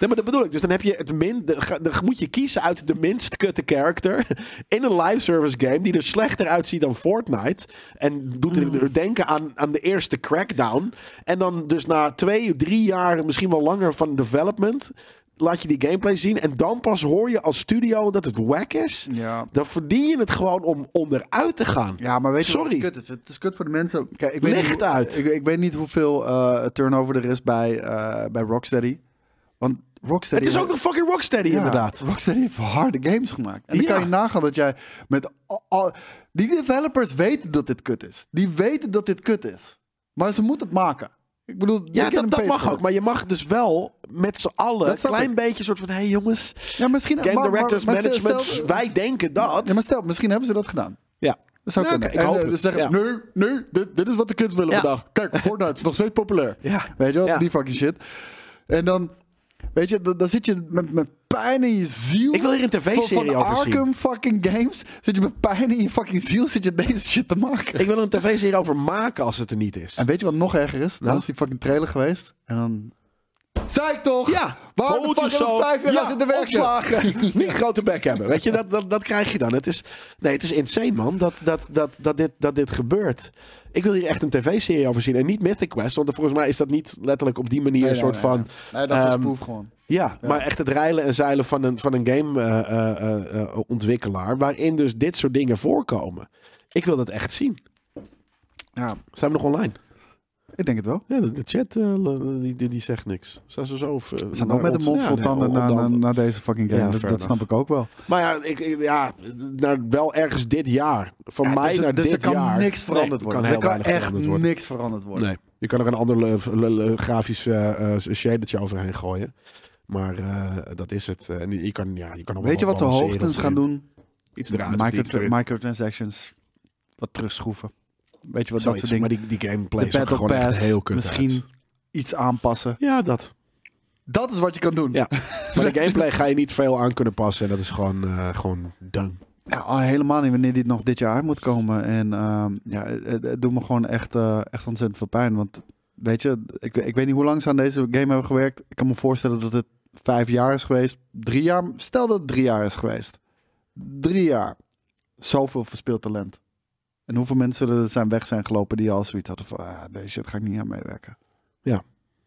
Speaker 2: Nee, maar dat bedoel ik. Dus dan heb je het min, de- ga- dan moet je kiezen uit de minst kutte character in een live service game die er slechter uitziet dan Fortnite en doet er, er denken aan, aan de eerste crackdown en dan dus na twee, drie jaar misschien wel langer van development laat je die gameplay zien. En dan pas hoor je als studio dat het wack is.
Speaker 1: Ja.
Speaker 2: Dan verdien je het gewoon om onderuit te gaan.
Speaker 1: Ja, maar weet je
Speaker 2: Sorry.
Speaker 1: wat het kut is? Het is kut voor de mensen. Kijk, ik weet
Speaker 2: Leg
Speaker 1: niet,
Speaker 2: het uit.
Speaker 1: Ik, ik weet niet hoeveel eh, turnover er is bij, eh, bij Rocksteady. Want Rocksteady...
Speaker 2: het is ook nog fucking Rocksteady
Speaker 1: Ja,
Speaker 2: inderdaad.
Speaker 1: Rocksteady heeft harde games gemaakt. En dan
Speaker 2: Ja.
Speaker 1: kan je nagaan dat jij met... al- al- die developers weten dat dit kut is. Die weten dat dit kut is. Maar ze moeten het maken. Ik bedoel... they
Speaker 2: Ja,
Speaker 1: can
Speaker 2: dat, dat
Speaker 1: pay
Speaker 2: mag
Speaker 1: for
Speaker 2: ook.
Speaker 1: it.
Speaker 2: Maar je mag dus wel met z'n allen
Speaker 1: Dat
Speaker 2: een
Speaker 1: snap
Speaker 2: klein
Speaker 1: ik.
Speaker 2: beetje soort van... Hé hey jongens,
Speaker 1: Ja, misschien...
Speaker 2: game
Speaker 1: maar- maar-
Speaker 2: directors,
Speaker 1: maar stel-
Speaker 2: management,
Speaker 1: stel-
Speaker 2: wij denken dat.
Speaker 1: Ja, maar stel, misschien hebben ze dat gedaan.
Speaker 2: Ja.
Speaker 1: Dat zou
Speaker 2: Ja,
Speaker 1: kunnen.
Speaker 2: oké, ik
Speaker 1: En,
Speaker 2: hoop
Speaker 1: eh,
Speaker 2: het.
Speaker 1: dus zeggen,
Speaker 2: Ja.
Speaker 1: nu, nu, dit, dit is wat de kids willen
Speaker 2: Ja.
Speaker 1: vandaag. Kijk, Fortnite is nog steeds populair.
Speaker 2: Ja.
Speaker 1: Weet je wel,
Speaker 2: Ja.
Speaker 1: die fucking shit. En dan, weet je, dan, dan zit je met, met pijn in je ziel.
Speaker 2: Ik wil hier een TV-serie
Speaker 1: Van- van
Speaker 2: over zien.
Speaker 1: Arkham fucking games zit je met pijn in je fucking ziel, zit je deze shit te maken.
Speaker 2: Ik wil er een tv-serie over maken als het er niet is.
Speaker 1: En weet je wat nog erger is?
Speaker 2: Nou?
Speaker 1: Dan is die fucking trailer geweest en dan... Zei ik toch?
Speaker 2: Ja,
Speaker 1: Waarom de
Speaker 2: Hold
Speaker 1: fuck hebben
Speaker 2: yourself.
Speaker 1: we vijf jaar
Speaker 2: Ja,
Speaker 1: aan zitten werken?
Speaker 2: opslagen. Niet grote bek hebben. Weet je, dat, dat, dat krijg je dan. Het is, nee, het is insane, man, dat, dat, dat, dat, dit, dat dit gebeurt. Ik wil hier echt een tv-serie over zien. En niet Mythic Quest, want volgens mij is dat niet letterlijk op die manier
Speaker 1: Nee,
Speaker 2: een
Speaker 1: nee,
Speaker 2: soort
Speaker 1: nee,
Speaker 2: van...
Speaker 1: nee. Nee, dat is een
Speaker 2: ehm,
Speaker 1: spoof gewoon.
Speaker 2: Ja, maar echt het reilen en zeilen van een, van een eh, game-ontwikkelaar... waarin dus dit soort dingen voorkomen. Ik wil dat echt zien.
Speaker 1: Ja,
Speaker 2: Zijn we nog online?
Speaker 1: ik denk het wel.
Speaker 2: Ja, de, de chat eh, la- die, die, die zegt niks. Zijn ze zo... eh, Ze
Speaker 1: We zijn ook met de mond vol
Speaker 2: oh,
Speaker 1: tanden naar naar- naar deze fucking game.
Speaker 2: Ja,
Speaker 1: dat
Speaker 2: fair
Speaker 1: dat
Speaker 2: enough.
Speaker 1: snap ik ook wel.
Speaker 2: Maar ja, ik, ik- ja naar wel ergens dit jaar. Van
Speaker 1: Ja,
Speaker 2: mij
Speaker 1: dus, er-
Speaker 2: naar
Speaker 1: dus
Speaker 2: dit
Speaker 1: er kan
Speaker 2: jaar.
Speaker 1: niks veranderd
Speaker 2: Nee, er
Speaker 1: worden.
Speaker 2: kan heel
Speaker 1: er kan
Speaker 2: weinig
Speaker 1: echt
Speaker 2: veranderd worden.
Speaker 1: niks veranderd worden.
Speaker 2: Nee. Je kan er een ander le- le- le- grafisch eh eh, shadertje overheen gooien. Maar eh, dat is het. En je kan, ja, je kan nog
Speaker 1: Weet je
Speaker 2: wel
Speaker 1: wat ze
Speaker 2: balanceren
Speaker 1: hoogstens
Speaker 2: of
Speaker 1: gaan doen?
Speaker 2: Iets eruit. of iets
Speaker 1: Microtra-
Speaker 2: erin.
Speaker 1: microtransactions. Wat terugschroeven. Weet je wat, dat
Speaker 2: Zoiets.
Speaker 1: soort dingen.
Speaker 2: Maar die, die gameplay
Speaker 1: De
Speaker 2: is ook
Speaker 1: Battle
Speaker 2: gewoon echt
Speaker 1: Pass.
Speaker 2: heel kut
Speaker 1: misschien
Speaker 2: uit.
Speaker 1: iets aanpassen.
Speaker 2: Ja, dat.
Speaker 1: Dat is wat je kan doen.
Speaker 2: Ja. maar de gameplay ga je niet veel aan kunnen passen. En dat is gewoon, eh, gewoon done.
Speaker 1: Ja, al helemaal niet wanneer dit nog dit jaar uit moet komen. En ehm, ja, het, het doet me gewoon echt, eh, echt ontzettend veel pijn. Want weet je, ik, ik weet niet hoe lang ze aan deze game hebben gewerkt. Ik kan me voorstellen dat het vijf jaar is geweest. Drie jaar, stel dat het drie jaar is geweest. Drie jaar. Zoveel verspild talent. En hoeveel mensen er zijn weg zijn gelopen die al zoiets hadden van... Ah, deze shit ga ik niet aan meewerken.
Speaker 2: Nou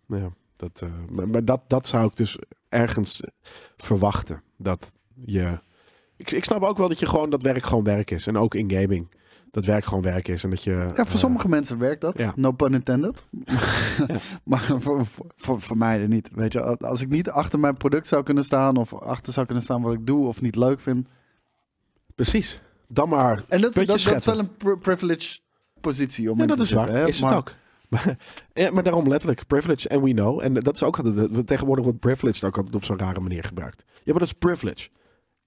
Speaker 2: Ja, dat, eh, maar maar dat, dat zou ik dus ergens verwachten. Dat je. Ik, ik snap ook wel dat je gewoon dat werk gewoon werk is. En ook in gaming. Dat werk gewoon werk is. En dat je. eh,
Speaker 1: Ja, voor sommige mensen werkt dat.
Speaker 2: ja.
Speaker 1: No pun intended. maar voor, voor, voor, voor mij er niet. Weet je, als- als ik niet achter mijn product zou kunnen staan... of achter zou kunnen staan wat ik doe of niet leuk vind...
Speaker 2: Precies. Dan maar.
Speaker 1: En dat,
Speaker 2: Beetje
Speaker 1: dat, dat is
Speaker 2: scheppen.
Speaker 1: wel een pri- privilege positie om
Speaker 2: Ja,
Speaker 1: in
Speaker 2: dat
Speaker 1: te
Speaker 2: is
Speaker 1: zitten,
Speaker 2: waar.
Speaker 1: hè,
Speaker 2: is
Speaker 1: maar-
Speaker 2: het ook. Maar, ja, maar daarom letterlijk. Privilege and we know. En dat is ook altijd. de- Tegenwoordig wordt privilege ook altijd op zo'n rare manier gebruikt. Ja, maar dat is privilege.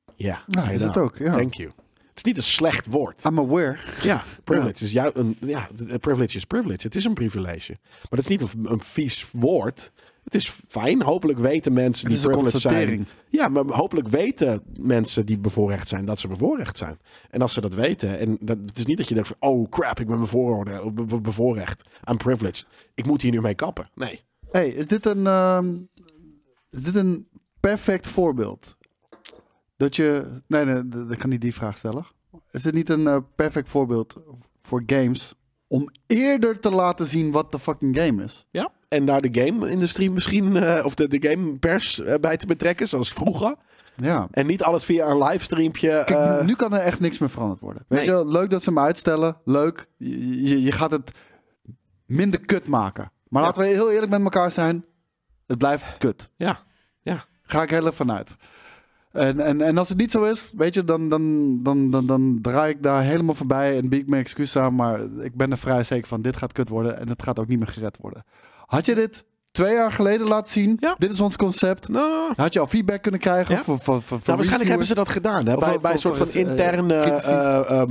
Speaker 2: Nou, Ja,
Speaker 1: Ja, is het
Speaker 2: inderdaad.
Speaker 1: ook, ja.
Speaker 2: Thank you. Het is niet een slecht woord.
Speaker 1: I'm aware.
Speaker 2: Ja, privilege is juist een. Ja, de- de privilege is privilege. Het is een privilege. Maar dat is niet een, een vies woord. Het is fijn. Hopelijk weten mensen
Speaker 1: Het
Speaker 2: die
Speaker 1: is een
Speaker 2: privileged zijn.
Speaker 1: constatering.
Speaker 2: Ja, maar hopelijk weten mensen die bevoorrecht zijn dat ze bevoorrecht zijn. En als ze dat weten, en dat, het is niet dat je denkt van, oh crap, ik ben bevooroorde- be- be- bevoorrecht. I'm privileged. Ik moet hier nu mee kappen. Nee.
Speaker 1: Hey, is dit een, ehm, is dit een perfect voorbeeld? Dat je. Nee, nee, d- ik kan niet die vraag stellen. Is dit niet een eh, perfect voorbeeld voor games om eerder te laten zien wat de fucking game is?
Speaker 2: Ja. En daar de game-industrie misschien, eh, of de, de gamepers eh, bij te betrekken, zoals vroeger.
Speaker 1: Ja.
Speaker 2: En niet alles via een livestreampje.
Speaker 1: Kijk,
Speaker 2: eh,
Speaker 1: nu kan er echt niks meer veranderd worden. Weet
Speaker 2: nee.
Speaker 1: je wel, leuk dat ze hem uitstellen. Leuk. Je, je, je gaat het minder kut maken. Maar laten we heel eerlijk met elkaar zijn. Het blijft kut.
Speaker 2: ja. Ja.
Speaker 1: Ga ik heel even vanuit. En, en, en als het niet zo is, weet je, dan, dan, dan, dan, dan draai ik daar helemaal voorbij en bied ik mijn excuus aan. Maar ik ben er vrij zeker van, dit gaat kut worden en het gaat ook niet meer gered worden. Had je dit twee jaar geleden laten zien,
Speaker 2: Ja.
Speaker 1: dit is ons concept.
Speaker 2: Nou,
Speaker 1: Had je al feedback kunnen krijgen?
Speaker 2: Ja.
Speaker 1: Voor, voor, voor, voor
Speaker 2: Nou, waarschijnlijk hebben
Speaker 1: reviewers?
Speaker 2: ze dat gedaan. Hè?
Speaker 1: Of
Speaker 2: Bij,
Speaker 1: voor-
Speaker 2: bij een
Speaker 1: voor-
Speaker 2: soort van
Speaker 1: voor- eh,
Speaker 2: interne
Speaker 1: critici.
Speaker 2: eh, eh,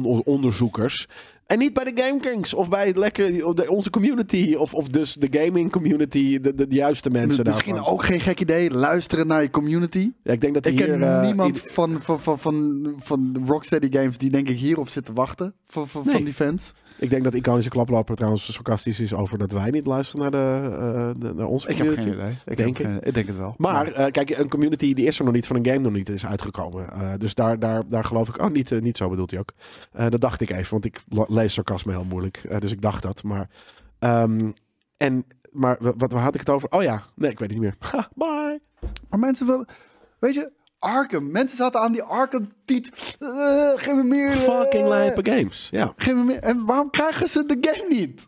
Speaker 2: marketingonderzoekers. En niet bij de Game Kings of bij het lekker, of de- onze community. Of, of dus de gaming community, de, de, de juiste mensen
Speaker 1: Misschien
Speaker 2: daarvan.
Speaker 1: ook geen gek idee, luisteren naar je community.
Speaker 2: Ja, ik denk dat
Speaker 1: Ik
Speaker 2: hier,
Speaker 1: ken
Speaker 2: eh,
Speaker 1: niemand
Speaker 2: iets-
Speaker 1: van, van, van, van, van de Rocksteady Games die denk ik hierop zit te wachten van, van,
Speaker 2: Nee.
Speaker 1: van die fans.
Speaker 2: ik denk dat iconische klaploper trouwens sarcastisch is over dat wij niet luisteren naar, de, eh, de- naar onze
Speaker 1: Ik heb
Speaker 2: community.
Speaker 1: geen idee. Ik,
Speaker 2: Denk
Speaker 1: heb
Speaker 2: ik.
Speaker 1: geen- ik denk het wel.
Speaker 2: Maar eh, kijk, een community die is er nog niet, van een game nog niet is uitgekomen. Eh, dus daar, daar, daar geloof ik. Oh, niet, eh, niet zo bedoelt hij ook. Eh, dat dacht ik even, want ik la- lees sarcasme heel moeilijk. Eh, dus ik dacht dat. Maar. ehm, en maar wa- wat, waar had ik het over? Oh ja, nee, ik weet het niet meer. Ha, bye.
Speaker 1: Maar mensen willen... Weet je, Arkham. Mensen zaten aan die Arkham-tiet. Eh, geef me meer... eh,
Speaker 2: Fucking lijpe games. Ja.
Speaker 1: Geef me meer. En waarom krijgen ze de game niet?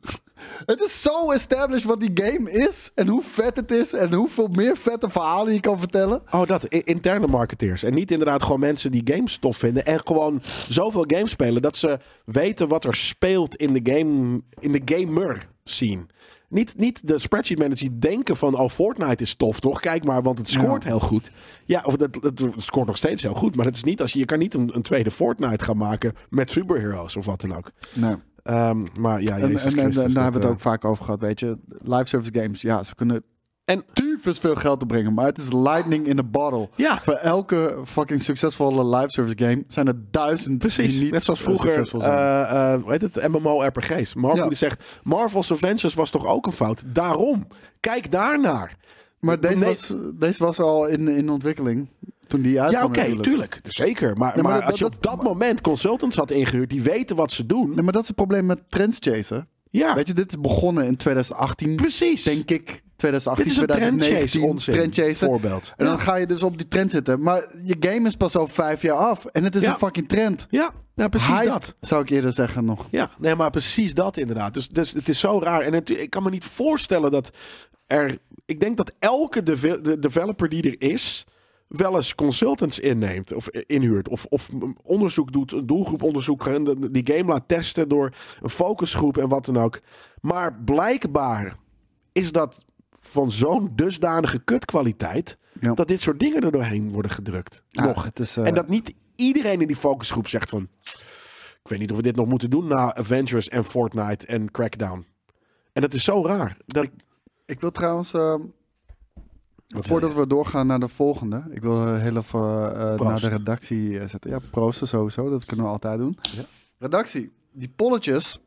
Speaker 1: Het is zo established wat die game is. En hoe vet het is. En hoeveel meer vette verhalen je kan vertellen.
Speaker 2: Oh, dat. i- Interne marketeers. En niet inderdaad gewoon mensen die games tof vinden. En gewoon zoveel games spelen dat ze weten wat er speelt in de, game, in de gamer scene. Niet, niet de spreadsheet managers die denken van, oh, Fortnite is tof, toch? Kijk maar, want het scoort heel goed. Ja, of dat, dat scoort nog steeds heel goed. Maar het is niet als je, je kan niet een, een tweede Fortnite gaan maken met superheroes of wat dan ook.
Speaker 1: Nee.
Speaker 2: Ehm, maar ja,
Speaker 1: En,
Speaker 2: Jezus
Speaker 1: en, en, en
Speaker 2: Christus,
Speaker 1: daar
Speaker 2: dat,
Speaker 1: hebben we
Speaker 2: eh,
Speaker 1: het ook vaak over gehad, weet je. Live service games, ja, ze kunnen
Speaker 2: En-
Speaker 1: en tyfus veel geld opbrengen, maar het is lightning in a bottle.
Speaker 2: Ja.
Speaker 1: Voor elke fucking succesvolle live service game zijn er duizend
Speaker 2: Precies,
Speaker 1: die niet
Speaker 2: net zoals
Speaker 1: eh,
Speaker 2: vroeger,
Speaker 1: succesvol zijn.
Speaker 2: eh, eh, hoe heet het, MMO-RPG's. Marvel
Speaker 1: Ja.
Speaker 2: die zegt, Marvel's Avengers was toch ook een fout? Daarom, kijk daarnaar.
Speaker 1: maar deze,
Speaker 2: nee.
Speaker 1: was, deze was al in, in ontwikkeling toen die uitkwam
Speaker 2: Ja, oké,
Speaker 1: natuurlijk.
Speaker 2: tuurlijk, zeker. Maar,
Speaker 1: Ja,
Speaker 2: maar,
Speaker 1: maar dat-
Speaker 2: als je
Speaker 1: dat-
Speaker 2: op dat moment consultants had ingehuurd die weten wat ze doen.
Speaker 1: Nee, maar dat is het probleem met trends chasen.
Speaker 2: Ja,
Speaker 1: Weet je, dit is begonnen in 2018.
Speaker 2: precies.
Speaker 1: Denk ik, 2018,
Speaker 2: Dit is een
Speaker 1: 2019.
Speaker 2: trendchase onzin,
Speaker 1: trendchasen.
Speaker 2: voorbeeld.
Speaker 1: En
Speaker 2: Ja.
Speaker 1: dan ga je dus op die trend zitten. Maar je game is pas over vijf jaar af. En het is
Speaker 2: Ja.
Speaker 1: een fucking trend.
Speaker 2: Ja, nou precies
Speaker 1: Hype,
Speaker 2: dat.
Speaker 1: zou ik eerder zeggen nog.
Speaker 2: Ja, nee, maar precies dat inderdaad. Dus, dus het is zo raar. En het- ik kan me niet voorstellen dat er. Ik denk dat elke deve- de developer die er is. wel eens consultants inneemt of inhuurt. Of, of onderzoek doet, een doelgroeponderzoek. en de- die game laat testen door een focusgroep en wat dan ook. Maar blijkbaar is dat van zo'n dusdanige kutkwaliteit.
Speaker 1: Ja.
Speaker 2: dat dit soort dingen er doorheen worden gedrukt. Nog.
Speaker 1: het is, eh,
Speaker 2: En dat niet iedereen in die focusgroep zegt van. Ik weet niet of we dit nog moeten doen na Avengers en Fortnite en Crackdown. En dat is zo raar. Dat,
Speaker 1: Ik wil trouwens, ehm, voordat we doorgaan naar de volgende, ik wil eh, heel even eh, eh, naar de redactie eh, zetten. Ja, proosten sowieso, dat kunnen we altijd doen. Redactie, die polletjes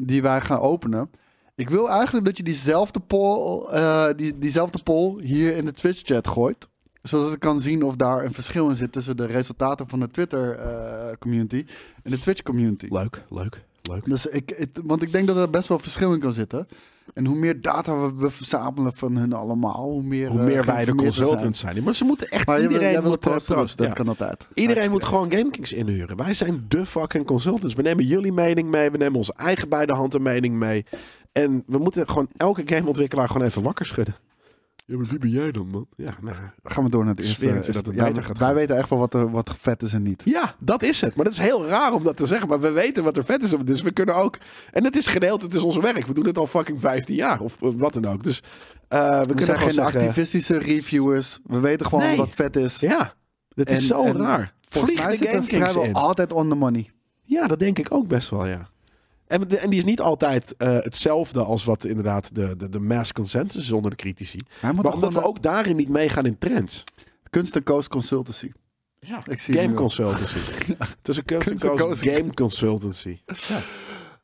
Speaker 1: die wij gaan openen. Ik wil eigenlijk dat je diezelfde poll, eh, die, diezelfde poll hier in de Twitch-chat gooit. Zodat ik kan zien of daar een verschil in zit tussen de resultaten van de Twitter-community en de Twitch-community.
Speaker 2: leuk, leuk, leuk.
Speaker 1: Dus ik, het- want ik denk dat er best wel verschil in kan zitten. En hoe meer data we, we verzamelen van hun allemaal, hoe meer,
Speaker 2: Hoe
Speaker 1: eh,
Speaker 2: meer wij de
Speaker 1: geïnformeerd we zijn.
Speaker 2: consultants zijn. Maar ze moeten echt
Speaker 1: Maar jij wil-
Speaker 2: iedereen
Speaker 1: jij wil
Speaker 2: moet
Speaker 1: proosten,
Speaker 2: proosten.
Speaker 1: dat
Speaker 2: Ja.
Speaker 1: kan altijd.
Speaker 2: Iedereen moet gewoon GameKings inhuren. Wij zijn de fucking consultants. We nemen jullie mening mee. We nemen onze eigen beide handen mening mee. En we moeten gewoon elke gameontwikkelaar gewoon even wakker schudden. Ja, maar wie ben jij dan, man? Ja, nou,
Speaker 1: Gaan we door naar het
Speaker 2: Ik
Speaker 1: eerste.
Speaker 2: zweer het je dat het
Speaker 1: Ja,
Speaker 2: beter gaat
Speaker 1: wij
Speaker 2: gaan.
Speaker 1: weten echt wel wat, er, wat vet is en niet.
Speaker 2: Ja, dat is het. Maar dat is heel raar om dat te zeggen. Maar we weten wat er vet is. Dus we kunnen ook. En het is gedeeld, het is ons werk. We doen het al fucking 15 jaar of eh, wat dan ook. Dus eh, we,
Speaker 1: We
Speaker 2: kunnen
Speaker 1: zijn
Speaker 2: gewoon
Speaker 1: geen
Speaker 2: zeggen,
Speaker 1: activistische reviewers. We weten gewoon
Speaker 2: Nee.
Speaker 1: wat vet is.
Speaker 2: Ja, dat is
Speaker 1: En-
Speaker 2: zo
Speaker 1: en
Speaker 2: raar.
Speaker 1: Volgens
Speaker 2: Vlieg
Speaker 1: mij
Speaker 2: de
Speaker 1: zit er
Speaker 2: GameKings
Speaker 1: vrijwel
Speaker 2: in.
Speaker 1: altijd on the money.
Speaker 2: Ja, dat denk ik ook best wel, ja. En, de- en die is niet altijd eh, hetzelfde als wat inderdaad de, de, de mass consensus is onder de critici.
Speaker 1: Hij moet
Speaker 2: Maar
Speaker 1: toch
Speaker 2: omdat we
Speaker 1: gewoon
Speaker 2: ook daarin niet meegaan in trends.
Speaker 1: Kunst en Coast Consultancy. Ja, ik zie het
Speaker 2: Game
Speaker 1: nu al.
Speaker 2: consultancy. Tussen Kunst en
Speaker 1: Kunst en
Speaker 2: Coast,
Speaker 1: Coast.
Speaker 2: Game consultancy.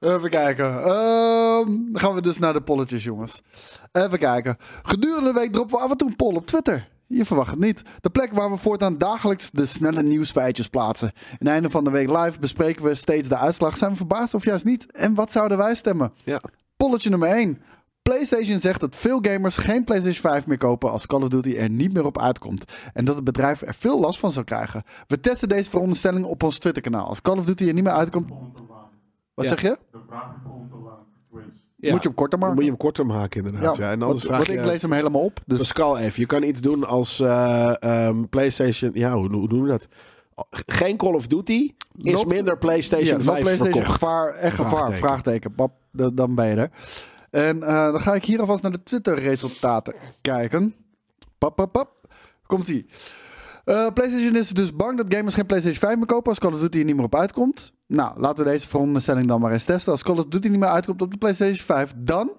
Speaker 1: Even kijken. Ehm, dan gaan we dus naar de polletjes, jongens. Even kijken. Gedurende de week droppen we af en toe een poll op Twitter. Je verwacht het niet. De plek waar we voortaan dagelijks de snelle nieuwsfeitjes plaatsen. In het einde van de week live bespreken we steeds de uitslag. Zijn we verbaasd of juist niet? En wat zouden wij stemmen?
Speaker 2: Ja.
Speaker 1: Polletje nummer 1. PlayStation zegt dat veel gamers geen PlayStation 5 meer kopen als Call of Duty er niet meer op uitkomt. En dat het bedrijf er veel last van zal krijgen. We testen deze veronderstelling op ons Twitter-kanaal. Als Call of Duty er niet meer uitkomt. Wat
Speaker 2: Ja.
Speaker 1: zeg je?
Speaker 2: Ja.
Speaker 1: Moet je hem korter maken?
Speaker 2: Moet je hem korter maken, inderdaad. Ja. En anders
Speaker 1: want,
Speaker 2: vraag
Speaker 1: want
Speaker 2: je...
Speaker 1: ik lees hem helemaal op. Dus
Speaker 2: Pascal even, je kan iets doen als eh, ehm, PlayStation... Ja, hoe, hoe doen we dat? Oh, Geen Call of Duty is
Speaker 1: Loopt-
Speaker 2: minder PlayStation
Speaker 1: ja,
Speaker 2: 5
Speaker 1: loopt PlayStation
Speaker 2: verkocht.
Speaker 1: gevaar en gevaar.
Speaker 2: Vraagteken.
Speaker 1: Vraagteken. Pap, d- dan ben je er. En eh, dan ga ik hier alvast naar de Twitter-resultaten kijken. Pap, pap, pap. Komt-ie. Eh, PlayStation is dus bang dat gamers geen PlayStation 5 meer kopen als Call of Duty er niet meer op uitkomt. Nou, laten we deze veronderstelling dan maar eens testen. Als Call of Duty niet meer uitkomt op de PlayStation 5, dan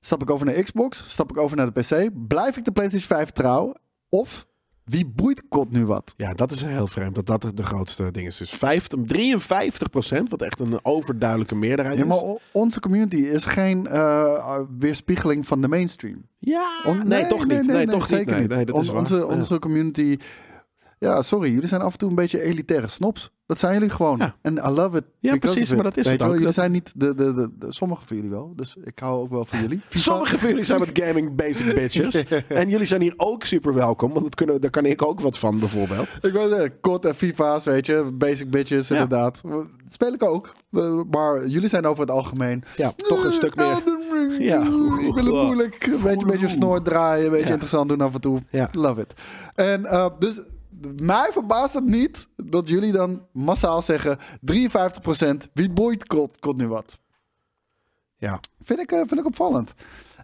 Speaker 1: stap ik over naar Xbox, stap ik over naar de PC, blijf ik de PlayStation 5 trouw of wie boeit kot nu wat?
Speaker 2: Ja, dat is heel vreemd. Dat dat de grootste ding is. Dus 50, 53 wat echt een overduidelijke meerderheid
Speaker 1: Ja, maar
Speaker 2: is.
Speaker 1: o- onze community is geen eh, weerspiegeling van de mainstream.
Speaker 2: Ja,
Speaker 1: On-
Speaker 2: Oh, nee, toch niet. Nee, toch niet.
Speaker 1: zeker
Speaker 2: Nee, nee, dat is
Speaker 1: On-
Speaker 2: waar.
Speaker 1: onze,
Speaker 2: Ja.
Speaker 1: onze community Ja, sorry, jullie zijn af en toe een beetje elitaire snobs. Dat zijn jullie gewoon.
Speaker 2: Ja.
Speaker 1: En I love it.
Speaker 2: Ja,
Speaker 1: because
Speaker 2: precies,
Speaker 1: of it.
Speaker 2: maar dat is
Speaker 1: Weet
Speaker 2: het
Speaker 1: je wel,
Speaker 2: ook.
Speaker 1: Jullie
Speaker 2: Dat-
Speaker 1: zijn niet de, de, de, de- Sommigen van jullie wel, dus ik hou ook wel van jullie. FIFA-
Speaker 2: Sommige van jullie zijn met gaming basic bitches. en jullie zijn hier ook super welkom, want dat kunnen, daar kan ik ook wat van bijvoorbeeld.
Speaker 1: Ik wou zeggen, COD en FIFA's, weet je. Basic bitches,
Speaker 2: Ja.
Speaker 1: inderdaad. Dat speel ik ook. Eh, Maar jullie zijn over het algemeen...
Speaker 2: Ja, toch een stuk meer.
Speaker 1: Elden Ring,
Speaker 2: Ja.
Speaker 1: oeh, Ik wil het moeilijk. Een beetje, een beetje snoort draaien. Een beetje
Speaker 2: Ja.
Speaker 1: interessant doen af en toe.
Speaker 2: Ja.
Speaker 1: Love it. En eh, dus... Mij verbaast het niet dat jullie dan massaal zeggen... 53% wie boeit kot, kot nu wat.
Speaker 2: Ja.
Speaker 1: Vind ik, eh, vind ik opvallend.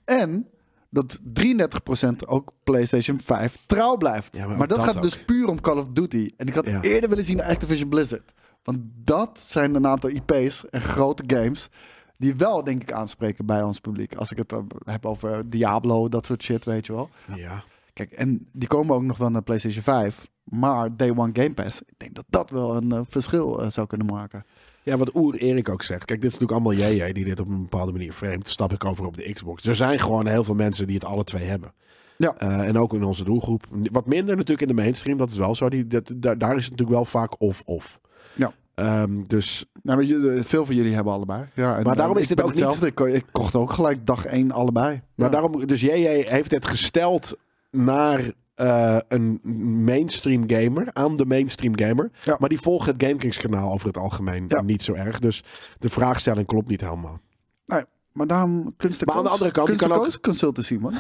Speaker 1: En dat 33% ook PlayStation 5 trouw blijft.
Speaker 2: Ja, maar
Speaker 1: maar,
Speaker 2: ook
Speaker 1: dat,
Speaker 2: dat
Speaker 1: gaat
Speaker 2: ook.
Speaker 1: dus puur om Call of Duty. En ik had
Speaker 2: Ja.
Speaker 1: eerder willen zien Activision Blizzard. Want dat zijn een aantal IP's en grote games. Die wel, denk ik, aanspreken bij ons publiek. Als ik het dan heb over Diablo, dat soort shit, weet je wel.
Speaker 2: Ja.
Speaker 1: Kijk, en die komen ook nog wel naar PlayStation 5. Maar Day One Game Pass, ik denk dat dat wel een eh, verschil eh, zou kunnen maken.
Speaker 2: Ja, wat Oer Erik ook zegt. Kijk, dit is natuurlijk allemaal jij, jij die dit op een bepaalde manier framet. Stap ik over op de Xbox. Er zijn gewoon heel veel mensen die het alle twee hebben.
Speaker 1: Ja.
Speaker 2: Eh, en ook in onze doelgroep. Wat minder natuurlijk in de mainstream, dat is wel zo. Die, dat, daar, daar is het natuurlijk wel vaak of-of.
Speaker 1: Ja.
Speaker 2: Ehm, dus
Speaker 1: Nou, maar jullie- eh, veel van jullie hebben allebei. Ja, en,
Speaker 2: Maar daarom
Speaker 1: eh,
Speaker 2: is
Speaker 1: ik
Speaker 2: dit
Speaker 1: ben
Speaker 2: ook niet-
Speaker 1: hetzelfde. Ik ko- Ik kocht ook gelijk dag één allebei.
Speaker 2: Maar
Speaker 1: Ja.
Speaker 2: daarom, dus JJ heeft het gesteld naar eh, een mainstream gamer, aan de mainstream gamer.
Speaker 1: Ja.
Speaker 2: Maar die volgen het GameKings kanaal over het algemeen
Speaker 1: Ja.
Speaker 2: niet zo erg. Dus de vraagstelling klopt niet helemaal.
Speaker 1: Nee, maar daarom kunst en
Speaker 2: Maar aan de
Speaker 1: cons-
Speaker 2: andere kant, je
Speaker 1: kunst en
Speaker 2: kan ook-
Speaker 1: cons- consultancy, man.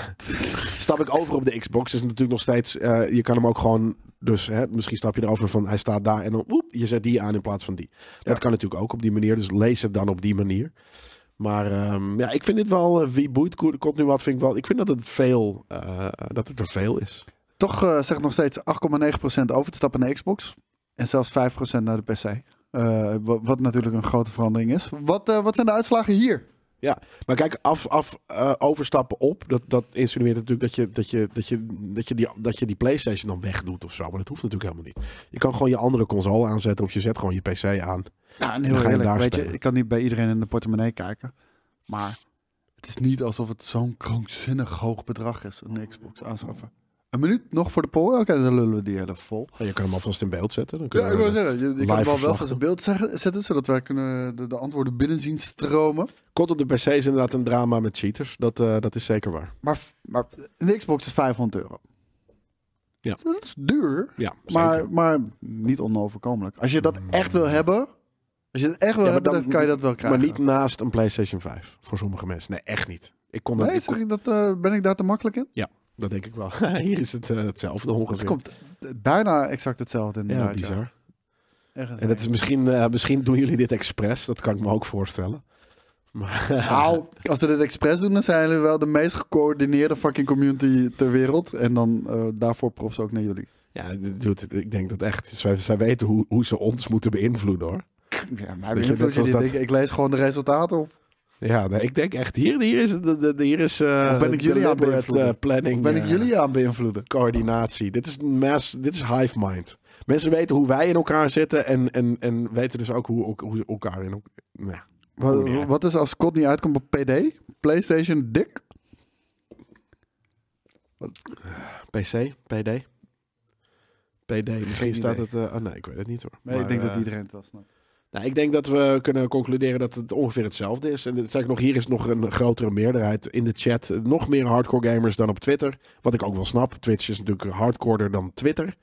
Speaker 2: Stap ik over op de Xbox, is natuurlijk nog steeds, eh, je kan hem ook gewoon, dus hè, misschien stap je erover van hij staat daar en dan oep, je zet die aan in plaats van die. Dat kan natuurlijk ook op die manier, dus lees het dan op die manier. Maar ehm, ja, ik vind dit wel, eh, wie boeit, ko- komt nu wat, vind ik wel, ik vind dat het veel, eh, dat het er veel is.
Speaker 1: Toch eh, zegt nog steeds 8,9% over te stappen naar Xbox. En zelfs 5% naar de PC. Eh, wa- wat, natuurlijk een grote verandering is. Wat, eh, wat zijn de uitslagen hier?
Speaker 2: Ja, maar kijk, af, af eh, overstappen op, dat, dat insinueert natuurlijk dat je, dat, je, dat, je, dat, je die, dat je die PlayStation dan wegdoet of zo. Maar dat hoeft natuurlijk helemaal niet. Je kan gewoon je andere console aanzetten of je zet gewoon je PC aan.
Speaker 1: Ja, en
Speaker 2: Dan
Speaker 1: heel
Speaker 2: ga je
Speaker 1: eerlijk,
Speaker 2: daar
Speaker 1: weet je,
Speaker 2: spelen.
Speaker 1: ik kan niet bij iedereen in de portemonnee kijken. Maar het is niet alsof het zo'n krankzinnig hoog bedrag is, een Xbox aanschaffen. Een minuut nog voor de poll? Oké, dan lullen we die hele vol.
Speaker 2: En je kan hem alvast in beeld zetten. Dan kun
Speaker 1: Ja,
Speaker 2: je,
Speaker 1: ik wil zeggen, je, je kan hem wel wel van
Speaker 2: verslag doen.
Speaker 1: zijn beeld zeggen- zetten, zodat wij kunnen de, de antwoorden binnen zien stromen.
Speaker 2: Kot op de PC is inderdaad een drama met cheaters. Dat, eh, dat is zeker waar.
Speaker 1: Maar, f- maar een Xbox is 500 euro.
Speaker 2: Ja.
Speaker 1: Dat is duur,
Speaker 2: Ja, zeker.
Speaker 1: maar,
Speaker 2: Mm.
Speaker 1: maar niet onoverkomelijk. Als je dat echt wil hebben, als je het echt wil
Speaker 2: Ja, maar
Speaker 1: hebben,
Speaker 2: dan-
Speaker 1: dan, kan je dat wel krijgen.
Speaker 2: Maar niet naast een PlayStation 5. Voor sommige mensen. Nee, echt niet. Ik kon dat,
Speaker 1: Nee,
Speaker 2: ik kon-
Speaker 1: zeg ik dat, eh, ben ik daar te makkelijk in?
Speaker 2: Ja, dat denk ik wel. Hier is het eh, hetzelfde
Speaker 1: Het
Speaker 2: ongeveer.
Speaker 1: komt eh, bijna exact hetzelfde in.
Speaker 2: ja, bizar.
Speaker 1: Ergens
Speaker 2: En dat is misschien, eh, misschien doen jullie dit expres. Dat kan ik me ook voorstellen. Maar,
Speaker 1: Nou, als we dit expres doen, dan zijn jullie wel de meest gecoördineerde fucking community ter wereld. En dan eh, daarvoor props ook naar jullie.
Speaker 2: Ja, dude, ik denk dat echt. Zij, zij weten hoe, hoe ze ons moeten beïnvloeden hoor.
Speaker 1: Ja,
Speaker 2: je,
Speaker 1: maar
Speaker 2: net
Speaker 1: ik,
Speaker 2: zoals dat-
Speaker 1: ik, ik lees gewoon de resultaten op.
Speaker 2: Ja, nee, ik denk echt. Hier, hier is. het- De, de, de- hier is eh,
Speaker 1: Of ben ik jullie aan
Speaker 2: deliberate,
Speaker 1: beïnvloeden?
Speaker 2: eh, planning.
Speaker 1: Ben ik
Speaker 2: eh,
Speaker 1: jullie aan beïnvloeden?
Speaker 2: coördinatie. Dit is, mass, dit is hive mind. Mensen weten hoe wij in elkaar zitten en, en, en weten dus ook hoe, hoe, ze elkaar in elkaar. Nou,
Speaker 1: Wat,
Speaker 2: hoe- ja.
Speaker 1: wat is als Scott niet uitkomt op PD? PlayStation dik?
Speaker 2: PC, PD. PD, misschien
Speaker 1: Geen
Speaker 2: staat
Speaker 1: idee.
Speaker 2: het. eh, oh nee, ik weet het niet hoor.
Speaker 1: Nee,
Speaker 2: Maar,
Speaker 1: ik denk
Speaker 2: eh,
Speaker 1: dat iedereen het wel snapt.
Speaker 2: Nou, ik denk dat we kunnen concluderen dat het ongeveer hetzelfde is. En dat zeg ik nog, hier is nog een grotere meerderheid in de chat. Nog meer hardcore gamers dan op Twitter. Wat ik ook wel snap. Twitch is natuurlijk hardcorder dan Twitter.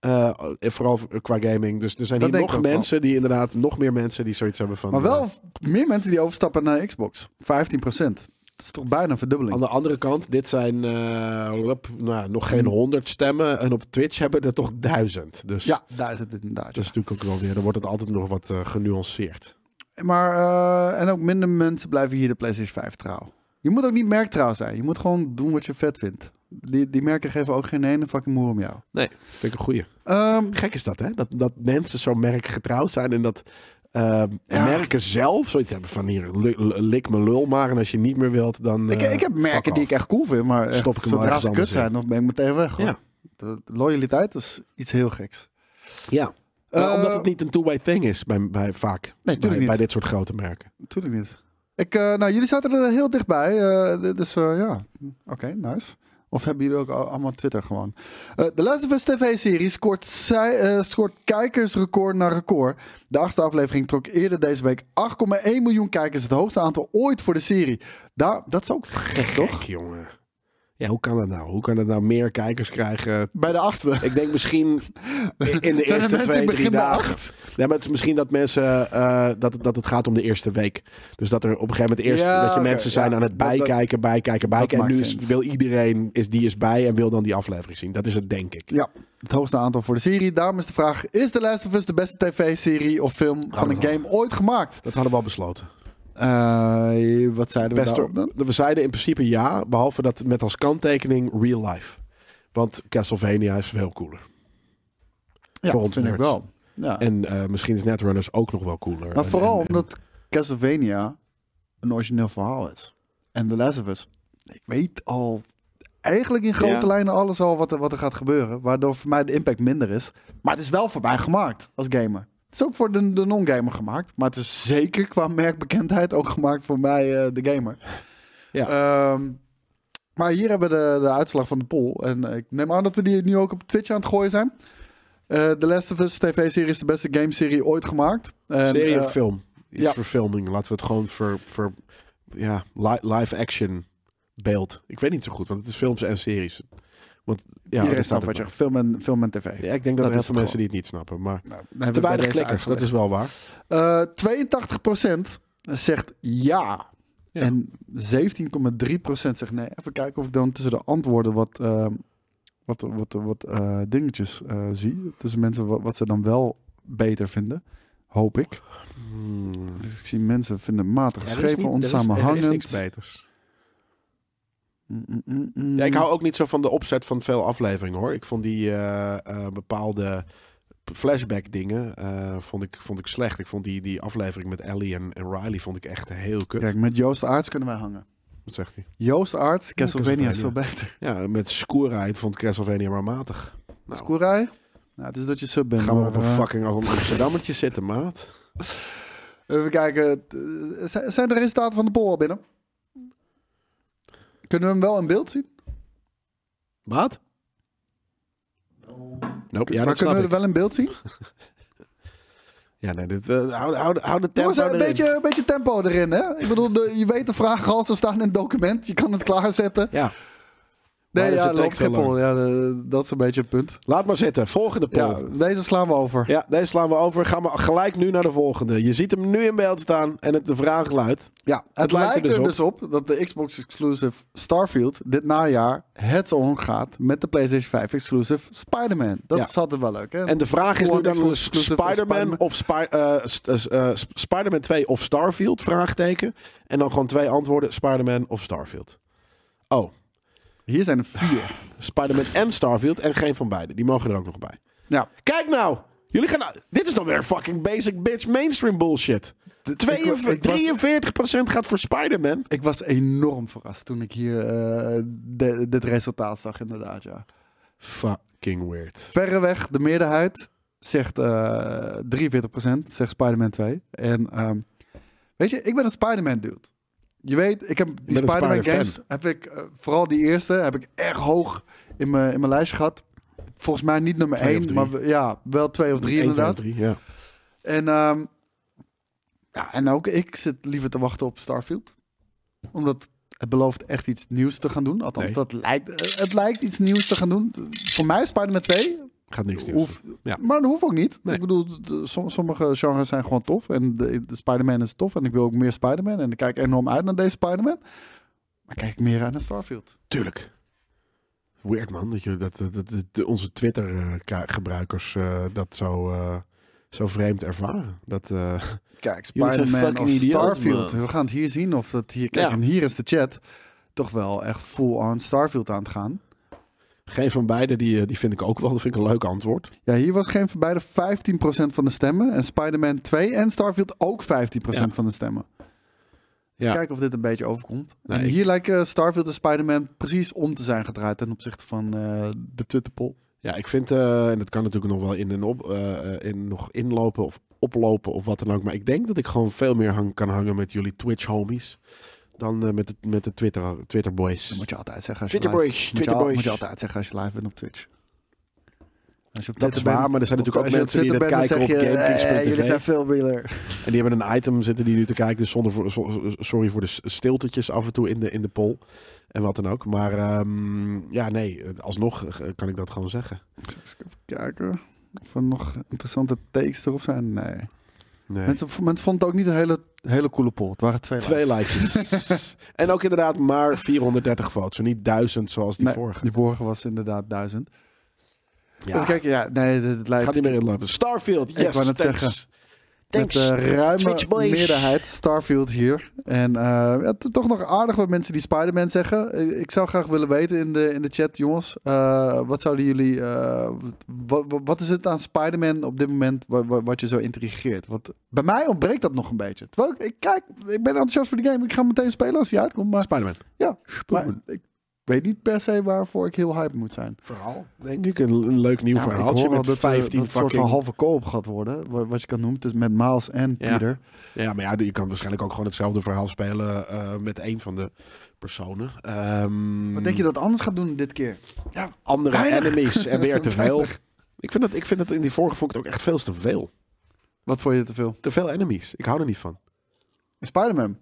Speaker 2: Eh, en vooral qua gaming. Dus er zijn
Speaker 1: Dat
Speaker 2: hier
Speaker 1: denk ik
Speaker 2: nog
Speaker 1: ook wel.
Speaker 2: mensen die inderdaad, nog meer mensen die zoiets hebben van.
Speaker 1: Maar wel
Speaker 2: eh,
Speaker 1: meer mensen die overstappen naar Xbox. 15%. Dat is toch bijna een verdubbeling?
Speaker 2: aan de andere kant, dit zijn eh, lop, nou, nog geen honderd stemmen. En op Twitch hebben er toch duizend. Dus
Speaker 1: Ja, daar is het inderdaad.
Speaker 2: dat is natuurlijk ook wel weer. Dan wordt het altijd nog wat eh, genuanceerd.
Speaker 1: Maar, eh, en ook minder mensen blijven hier de PlayStation 5 trouw. Je moet ook niet merktrouw zijn. Je moet gewoon doen wat je vet vindt. Die, die merken geven ook geen ene fucking moer om jou.
Speaker 2: Nee, dat vind ik een goeie.
Speaker 1: Ehm,
Speaker 2: Gek is dat, hè? Dat, dat mensen zo merkgetrouwd zijn en dat eh,
Speaker 1: Ja.
Speaker 2: merken zelf zoiets hebben van hier, li- li- lik me lul maar en als je niet meer wilt, dan...
Speaker 1: ik,
Speaker 2: eh,
Speaker 1: ik heb
Speaker 2: fuck
Speaker 1: merken die
Speaker 2: off.
Speaker 1: ik echt cool vind, maar echt,
Speaker 2: Stop ik hem maar
Speaker 1: zodra
Speaker 2: ergens
Speaker 1: ze kut
Speaker 2: anders in.
Speaker 1: zijn, dan ben ik meteen weg. hoor.
Speaker 2: Ja.
Speaker 1: De loyaliteit is iets heel geks.
Speaker 2: Ja, Maar
Speaker 1: Eh,
Speaker 2: omdat het niet een two-way thing is bij, bij, vaak bij,
Speaker 1: tuurlijk niet.
Speaker 2: bij dit soort grote merken.
Speaker 1: Natuurlijk niet. Ik, eh, nou, jullie zaten er heel dichtbij. eh, d- dus eh, ja, oké, nice. Of hebben jullie ook al- allemaal Twitter gewoon? Eh, de Last of Us TV-serie scoort, zij- eh, scoort kijkersrecord na record. De achtste aflevering trok eerder deze week 8,1 miljoen kijkers. Het hoogste aantal ooit voor de serie. Daar, dat is ook gek, toch?
Speaker 2: Gek, jongen. Ja, hoe kan dat nou? Hoe kan dat nou meer kijkers krijgen?
Speaker 1: Bij de achtste.
Speaker 2: Ik denk misschien in- in de
Speaker 1: Zijn er
Speaker 2: eerste
Speaker 1: mensen
Speaker 2: twee,
Speaker 1: begin
Speaker 2: drie
Speaker 1: bij
Speaker 2: dagen.
Speaker 1: acht?
Speaker 2: Nee, maar het is misschien dat mensen eh, dat, het- dat het gaat om de eerste week. Dus dat er op een gegeven moment eerst
Speaker 1: Ja,
Speaker 2: dat je
Speaker 1: oké,
Speaker 2: mensen zijn
Speaker 1: ja.
Speaker 2: aan het
Speaker 1: Dat- dat-
Speaker 2: bijkijken, bijkijken, bijkijken. En
Speaker 1: maakt
Speaker 2: nu is,
Speaker 1: sens.
Speaker 2: wil iedereen is, die is bij en wil dan die aflevering zien. Dat is het denk ik.
Speaker 1: Ja, het hoogste aantal voor de serie. Daarom is de vraag: is The Last of Us de beste tv-serie of film van een
Speaker 2: we
Speaker 1: game ooit gemaakt?
Speaker 2: Dat hadden we al besloten.
Speaker 1: Eh, wat zeiden we
Speaker 2: Best
Speaker 1: daarop dan?
Speaker 2: We zeiden in principe ja, behalve dat met als kanttekening real life. Want Castlevania is veel cooler.
Speaker 1: Ja,
Speaker 2: voor
Speaker 1: dat
Speaker 2: ons
Speaker 1: vind ik
Speaker 2: nerds.
Speaker 1: wel. Ja.
Speaker 2: En eh, misschien is Netrunners ook nog wel cooler.
Speaker 1: maar
Speaker 2: En-
Speaker 1: vooral
Speaker 2: en- en-
Speaker 1: omdat Castlevania een origineel verhaal is. En The Last of Us. Ik weet al eigenlijk in grote
Speaker 2: Ja.
Speaker 1: lijnen alles al wat er, wat er gaat gebeuren. Waardoor voor mij de impact minder is. Maar het is wel voor mij gemaakt als gamer. Het is ook voor de, de non-gamer gemaakt. Maar het is zeker qua merkbekendheid ook gemaakt voor mij, eh, de gamer.
Speaker 2: Ja.
Speaker 1: Ehm, maar hier hebben we de, de uitslag van de poll. En eh, ik neem aan dat we die nu ook op Twitch aan het gooien zijn. Eh The Last of Us TV-serie is de beste gameserie ooit gemaakt. En,
Speaker 2: serie
Speaker 1: eh,
Speaker 2: of film. Iets
Speaker 1: ja.
Speaker 2: verfilming. Laten we het gewoon voor, voor ja, li- live action beeld. Ik weet niet zo goed, want het is films en series. Want ja,
Speaker 1: iedereen
Speaker 2: daar staat
Speaker 1: snapt
Speaker 2: het
Speaker 1: wat je
Speaker 2: bij.
Speaker 1: film en, film en tv.
Speaker 2: Ja, ik denk dat,
Speaker 1: Dat
Speaker 2: er heel
Speaker 1: is het
Speaker 2: veel mensen die het niet snappen. Maar
Speaker 1: Nou, dan hebben
Speaker 2: te
Speaker 1: we bij
Speaker 2: weinig
Speaker 1: deze
Speaker 2: klikkers, dat
Speaker 1: uitgelegd.
Speaker 2: is wel waar.
Speaker 1: Eh, 82% zegt ja.
Speaker 2: Ja.
Speaker 1: En 17,3% zegt nee. Even kijken of ik dan tussen de antwoorden wat, eh, wat, wat, wat eh, dingetjes eh, zie. Tussen mensen wat, wat ze dan wel beter vinden. Hoop ik.
Speaker 2: Hmm.
Speaker 1: Dus ik zie mensen vinden matig
Speaker 2: Ja, er is
Speaker 1: geschreven,
Speaker 2: niet- er is- er is
Speaker 1: onsamenhangend.
Speaker 2: niks beters.
Speaker 1: Mm, mm, mm, mm.
Speaker 2: Ja, ik hou ook niet zo van de opzet van veel afleveringen hoor. Ik vond die eh, eh, bepaalde flashback dingen eh, vond ik, vond ik slecht. Ik vond die, die aflevering met Ellie en, en Riley vond ik echt heel kut.
Speaker 1: Kijk, met Joost Aarts kunnen wij hangen.
Speaker 2: Wat zegt hij?
Speaker 1: Joost Aarts, Castlevania is veel
Speaker 2: Castlevania.
Speaker 1: beter.
Speaker 2: Ja, met Scoorheid vond ik Castlevania maar matig. Nou,
Speaker 1: Koerai? Nou, het is dat je sub bent.
Speaker 2: gaan we
Speaker 1: maar,
Speaker 2: op een
Speaker 1: eh,
Speaker 2: fucking Amsterdammertje zitten, maat?
Speaker 1: Even kijken. eh, z- Zijn de resultaten van de poll al binnen? Kunnen we hem wel in beeld zien?
Speaker 2: Wat? Nope, ja,
Speaker 1: maar kunnen
Speaker 2: dat snap
Speaker 1: we
Speaker 2: ik.
Speaker 1: hem wel in beeld zien?
Speaker 2: Ja, nee, dit, eh, hou, hou, hou de tempo
Speaker 1: Jongens, een
Speaker 2: erin.
Speaker 1: beetje, een beetje tempo erin, hè? Ik bedoel, de, je weet de vragen al, ze staan in het document. Je kan het klaarzetten.
Speaker 2: Ja,
Speaker 1: nee,
Speaker 2: is
Speaker 1: ja,
Speaker 2: het
Speaker 1: leek
Speaker 2: ook zo
Speaker 1: Schiphol. Ja, de- dat is een beetje het punt.
Speaker 2: laat maar zitten. Volgende poll.
Speaker 1: Ja,
Speaker 2: Ja.
Speaker 1: deze slaan we over.
Speaker 2: deze slaan we over. Gaan we gelijk nu naar de volgende. Je ziet hem nu in beeld staan en het, de vraag luidt...
Speaker 1: Ja, het, lijkt,
Speaker 2: lijkt er dus
Speaker 1: er
Speaker 2: op.
Speaker 1: dus op dat de Xbox exclusive Starfield dit najaar heads-on gaat met de PlayStation 5 exclusive Spider-Man. Dat
Speaker 2: Ja.
Speaker 1: is altijd wel leuk, hè?
Speaker 2: En de vraag is
Speaker 1: Gewoon
Speaker 2: nu dan
Speaker 1: exclusive
Speaker 2: Spider-Man
Speaker 1: Spider-Man.
Speaker 2: of Spi- eh, s- eh, s- eh, s- Spider-Man 2 of Starfield? Vraagteken. En dan gewoon twee antwoorden. Spider-Man of Starfield. Oh,
Speaker 1: Hier zijn er vier.
Speaker 2: Spider-Man en Starfield en geen van beide. Die mogen er ook nog bij.
Speaker 1: Ja,
Speaker 2: Kijk nou! Jullie gaan nou- Dit is dan weer fucking basic bitch mainstream bullshit. Tweeën-
Speaker 1: ik was-
Speaker 2: 43% gaat voor Spider-Man.
Speaker 1: Ik was enorm verrast toen ik hier eh, de- dit resultaat zag, inderdaad. Ja.
Speaker 2: Fucking weird.
Speaker 1: Verreweg de meerderheid zegt eh 43%, zegt Spider-Man 2. En ehm, weet je, ik ben een Spider-Man dude. Je weet, ik heb die
Speaker 2: bent een
Speaker 1: Spider-Man
Speaker 2: Spider-fan.
Speaker 1: games, heb ik, eh, vooral die eerste, heb ik erg hoog in mijn, in mijn lijstje gehad. Volgens mij niet nummer
Speaker 2: Twee of
Speaker 1: 1,
Speaker 2: drie.
Speaker 1: maar we- ja, wel 2 of 3
Speaker 2: Eén,
Speaker 1: inderdaad.
Speaker 2: twee, drie, ja.
Speaker 1: En, ehm, ja, en ook ik zit liever te wachten op Starfield. Omdat het belooft echt iets nieuws te gaan doen. Althans,
Speaker 2: Nee.
Speaker 1: dat lijkt, eh, het lijkt iets nieuws te gaan doen. Voor mij is Spider-Man 2.
Speaker 2: Gaat niks nieuws.
Speaker 1: Hoef,
Speaker 2: Ja.
Speaker 1: Maar dat hoeft ook niet.
Speaker 2: Nee.
Speaker 1: Ik bedoel, de- som- sommige genres zijn gewoon tof. En de, de Spider-Man is tof. En ik wil ook meer Spider-Man. En ik kijk enorm uit naar deze Spider-Man. Maar kijk ik meer uit naar Starfield.
Speaker 2: Tuurlijk. Weird man, dat, je, dat, dat, dat- dat onze eh, Twitter-gebruikers dat zo, eh, zo vreemd ervaren. Dat, eh,
Speaker 1: Kijk,
Speaker 2: Jullie zijn
Speaker 1: Spider-Man of
Speaker 2: fucking idioot,
Speaker 1: Starfield.
Speaker 2: man.
Speaker 1: We gaan het hier zien of dat hier... Kijk,
Speaker 2: Ja.
Speaker 1: en hier is de chat toch wel echt full on Starfield aan het gaan.
Speaker 2: geen van beide, die, eh, die vind ik ook wel. Dat vind ik een leuk antwoord.
Speaker 1: Ja, hier was geen van beide 15% van de stemmen. En Spider-Man 2 en Starfield ook 15%
Speaker 2: Ja.
Speaker 1: van de stemmen. Dus
Speaker 2: Ja.
Speaker 1: kijken of dit een beetje overkomt.
Speaker 2: Nee,
Speaker 1: en
Speaker 2: ik-
Speaker 1: hier lijken Starfield en Spider-Man precies om te zijn gedraaid ten opzichte van eh, de Twitterpoll.
Speaker 2: Ja, ik vind, eh, en dat kan natuurlijk nog wel in en op, eh, eh, in, nog inlopen of oplopen of wat dan ook. Maar ik denk dat ik gewoon veel meer hang, kan hangen met jullie Twitch-homies. dan eh, met, de, met de Twitter, Twitter boys.
Speaker 1: Dat moet je altijd zeggen als je
Speaker 2: Twitterboys,
Speaker 1: live moet je, al-
Speaker 2: Twitterboys.
Speaker 1: moet je altijd zeggen als je live bent op Twitch. Als je op
Speaker 2: Dat
Speaker 1: Twitter
Speaker 2: is waar,
Speaker 1: bent-
Speaker 2: maar er zijn natuurlijk
Speaker 1: als
Speaker 2: ook
Speaker 1: je op
Speaker 2: mensen die
Speaker 1: Twitter
Speaker 2: dat
Speaker 1: bent, dan
Speaker 2: kijken
Speaker 1: zeg
Speaker 2: op
Speaker 1: je,
Speaker 2: GameKings.tv.
Speaker 1: eh, Jullie zijn veel realer.
Speaker 2: En die hebben een item zitten die nu te kijken. Dus zonder voor, zo- sorry voor de s- stiltetjes af en toe in de, in de poll. En wat dan ook. Maar ehm, ja, nee, alsnog eh, kan ik dat gewoon zeggen.
Speaker 1: Eens even kijken of er nog interessante takes erop zijn. Nee.
Speaker 2: Nee.
Speaker 1: Mensen, v- mensen vonden het ook niet een hele, hele coole poll. Het waren twee,
Speaker 2: Twee
Speaker 1: likes.
Speaker 2: likes. en ook inderdaad maar 430 votes. Zo niet duizend zoals die
Speaker 1: Nee,
Speaker 2: vorige.
Speaker 1: Die vorige was inderdaad duizend.
Speaker 2: Ja,
Speaker 1: Even kijken, ja, nee, het lijkt...
Speaker 2: gaat niet meer inlopen. Starfield,
Speaker 1: Ik
Speaker 2: yes,
Speaker 1: wou net
Speaker 2: thanks.
Speaker 1: zeggen.
Speaker 2: Thanks.
Speaker 1: Met de
Speaker 2: Switch
Speaker 1: ruime
Speaker 2: boys.
Speaker 1: meerderheid Starfield hier. En eh, ja, to- toch nog aardig wat mensen die Spider-Man zeggen. Eh, Ik zou graag willen weten in de, in de chat, jongens. eh, wat zouden jullie... eh, wa- wa- wat is het aan Spider-Man op dit moment wa- wa- wat je zo intrigeert? Want bij mij ontbreekt dat nog een beetje. Terwijl ik, ik kijk, ik ben enthousiast voor die game. Ik ga hem meteen spelen als die uitkomt. Maar
Speaker 2: Ah, Spider-Man.
Speaker 1: ja, maar
Speaker 2: Spider-Man.
Speaker 1: ik weet niet per se waarvoor ik heel hype moet zijn.
Speaker 2: Verhaal, denk ik. Een, een leuk nieuw
Speaker 1: maar
Speaker 2: verhaaltje
Speaker 1: ik hoor
Speaker 2: met
Speaker 1: wel dat, eh,
Speaker 2: 15
Speaker 1: dat soort
Speaker 2: fucking...
Speaker 1: van halve koop gaat worden. wa- Wat je kan noemen. Dus met Miles en
Speaker 2: Ja.
Speaker 1: Peter.
Speaker 2: Ja, maar ja, je kan waarschijnlijk ook gewoon hetzelfde verhaal spelen eh, met één van de personen. Ehm,
Speaker 1: Wat denk je dat anders gaat doen dit keer?
Speaker 2: Andere
Speaker 1: Weinig.
Speaker 2: enemies en weer te veel.
Speaker 1: Weinig.
Speaker 2: Ik vind, dat, ik vind dat in die vorige vond ik het ook echt veel te veel.
Speaker 1: Wat vond je te veel?
Speaker 2: Te veel enemies. Ik hou er niet van.
Speaker 1: Spider-Man.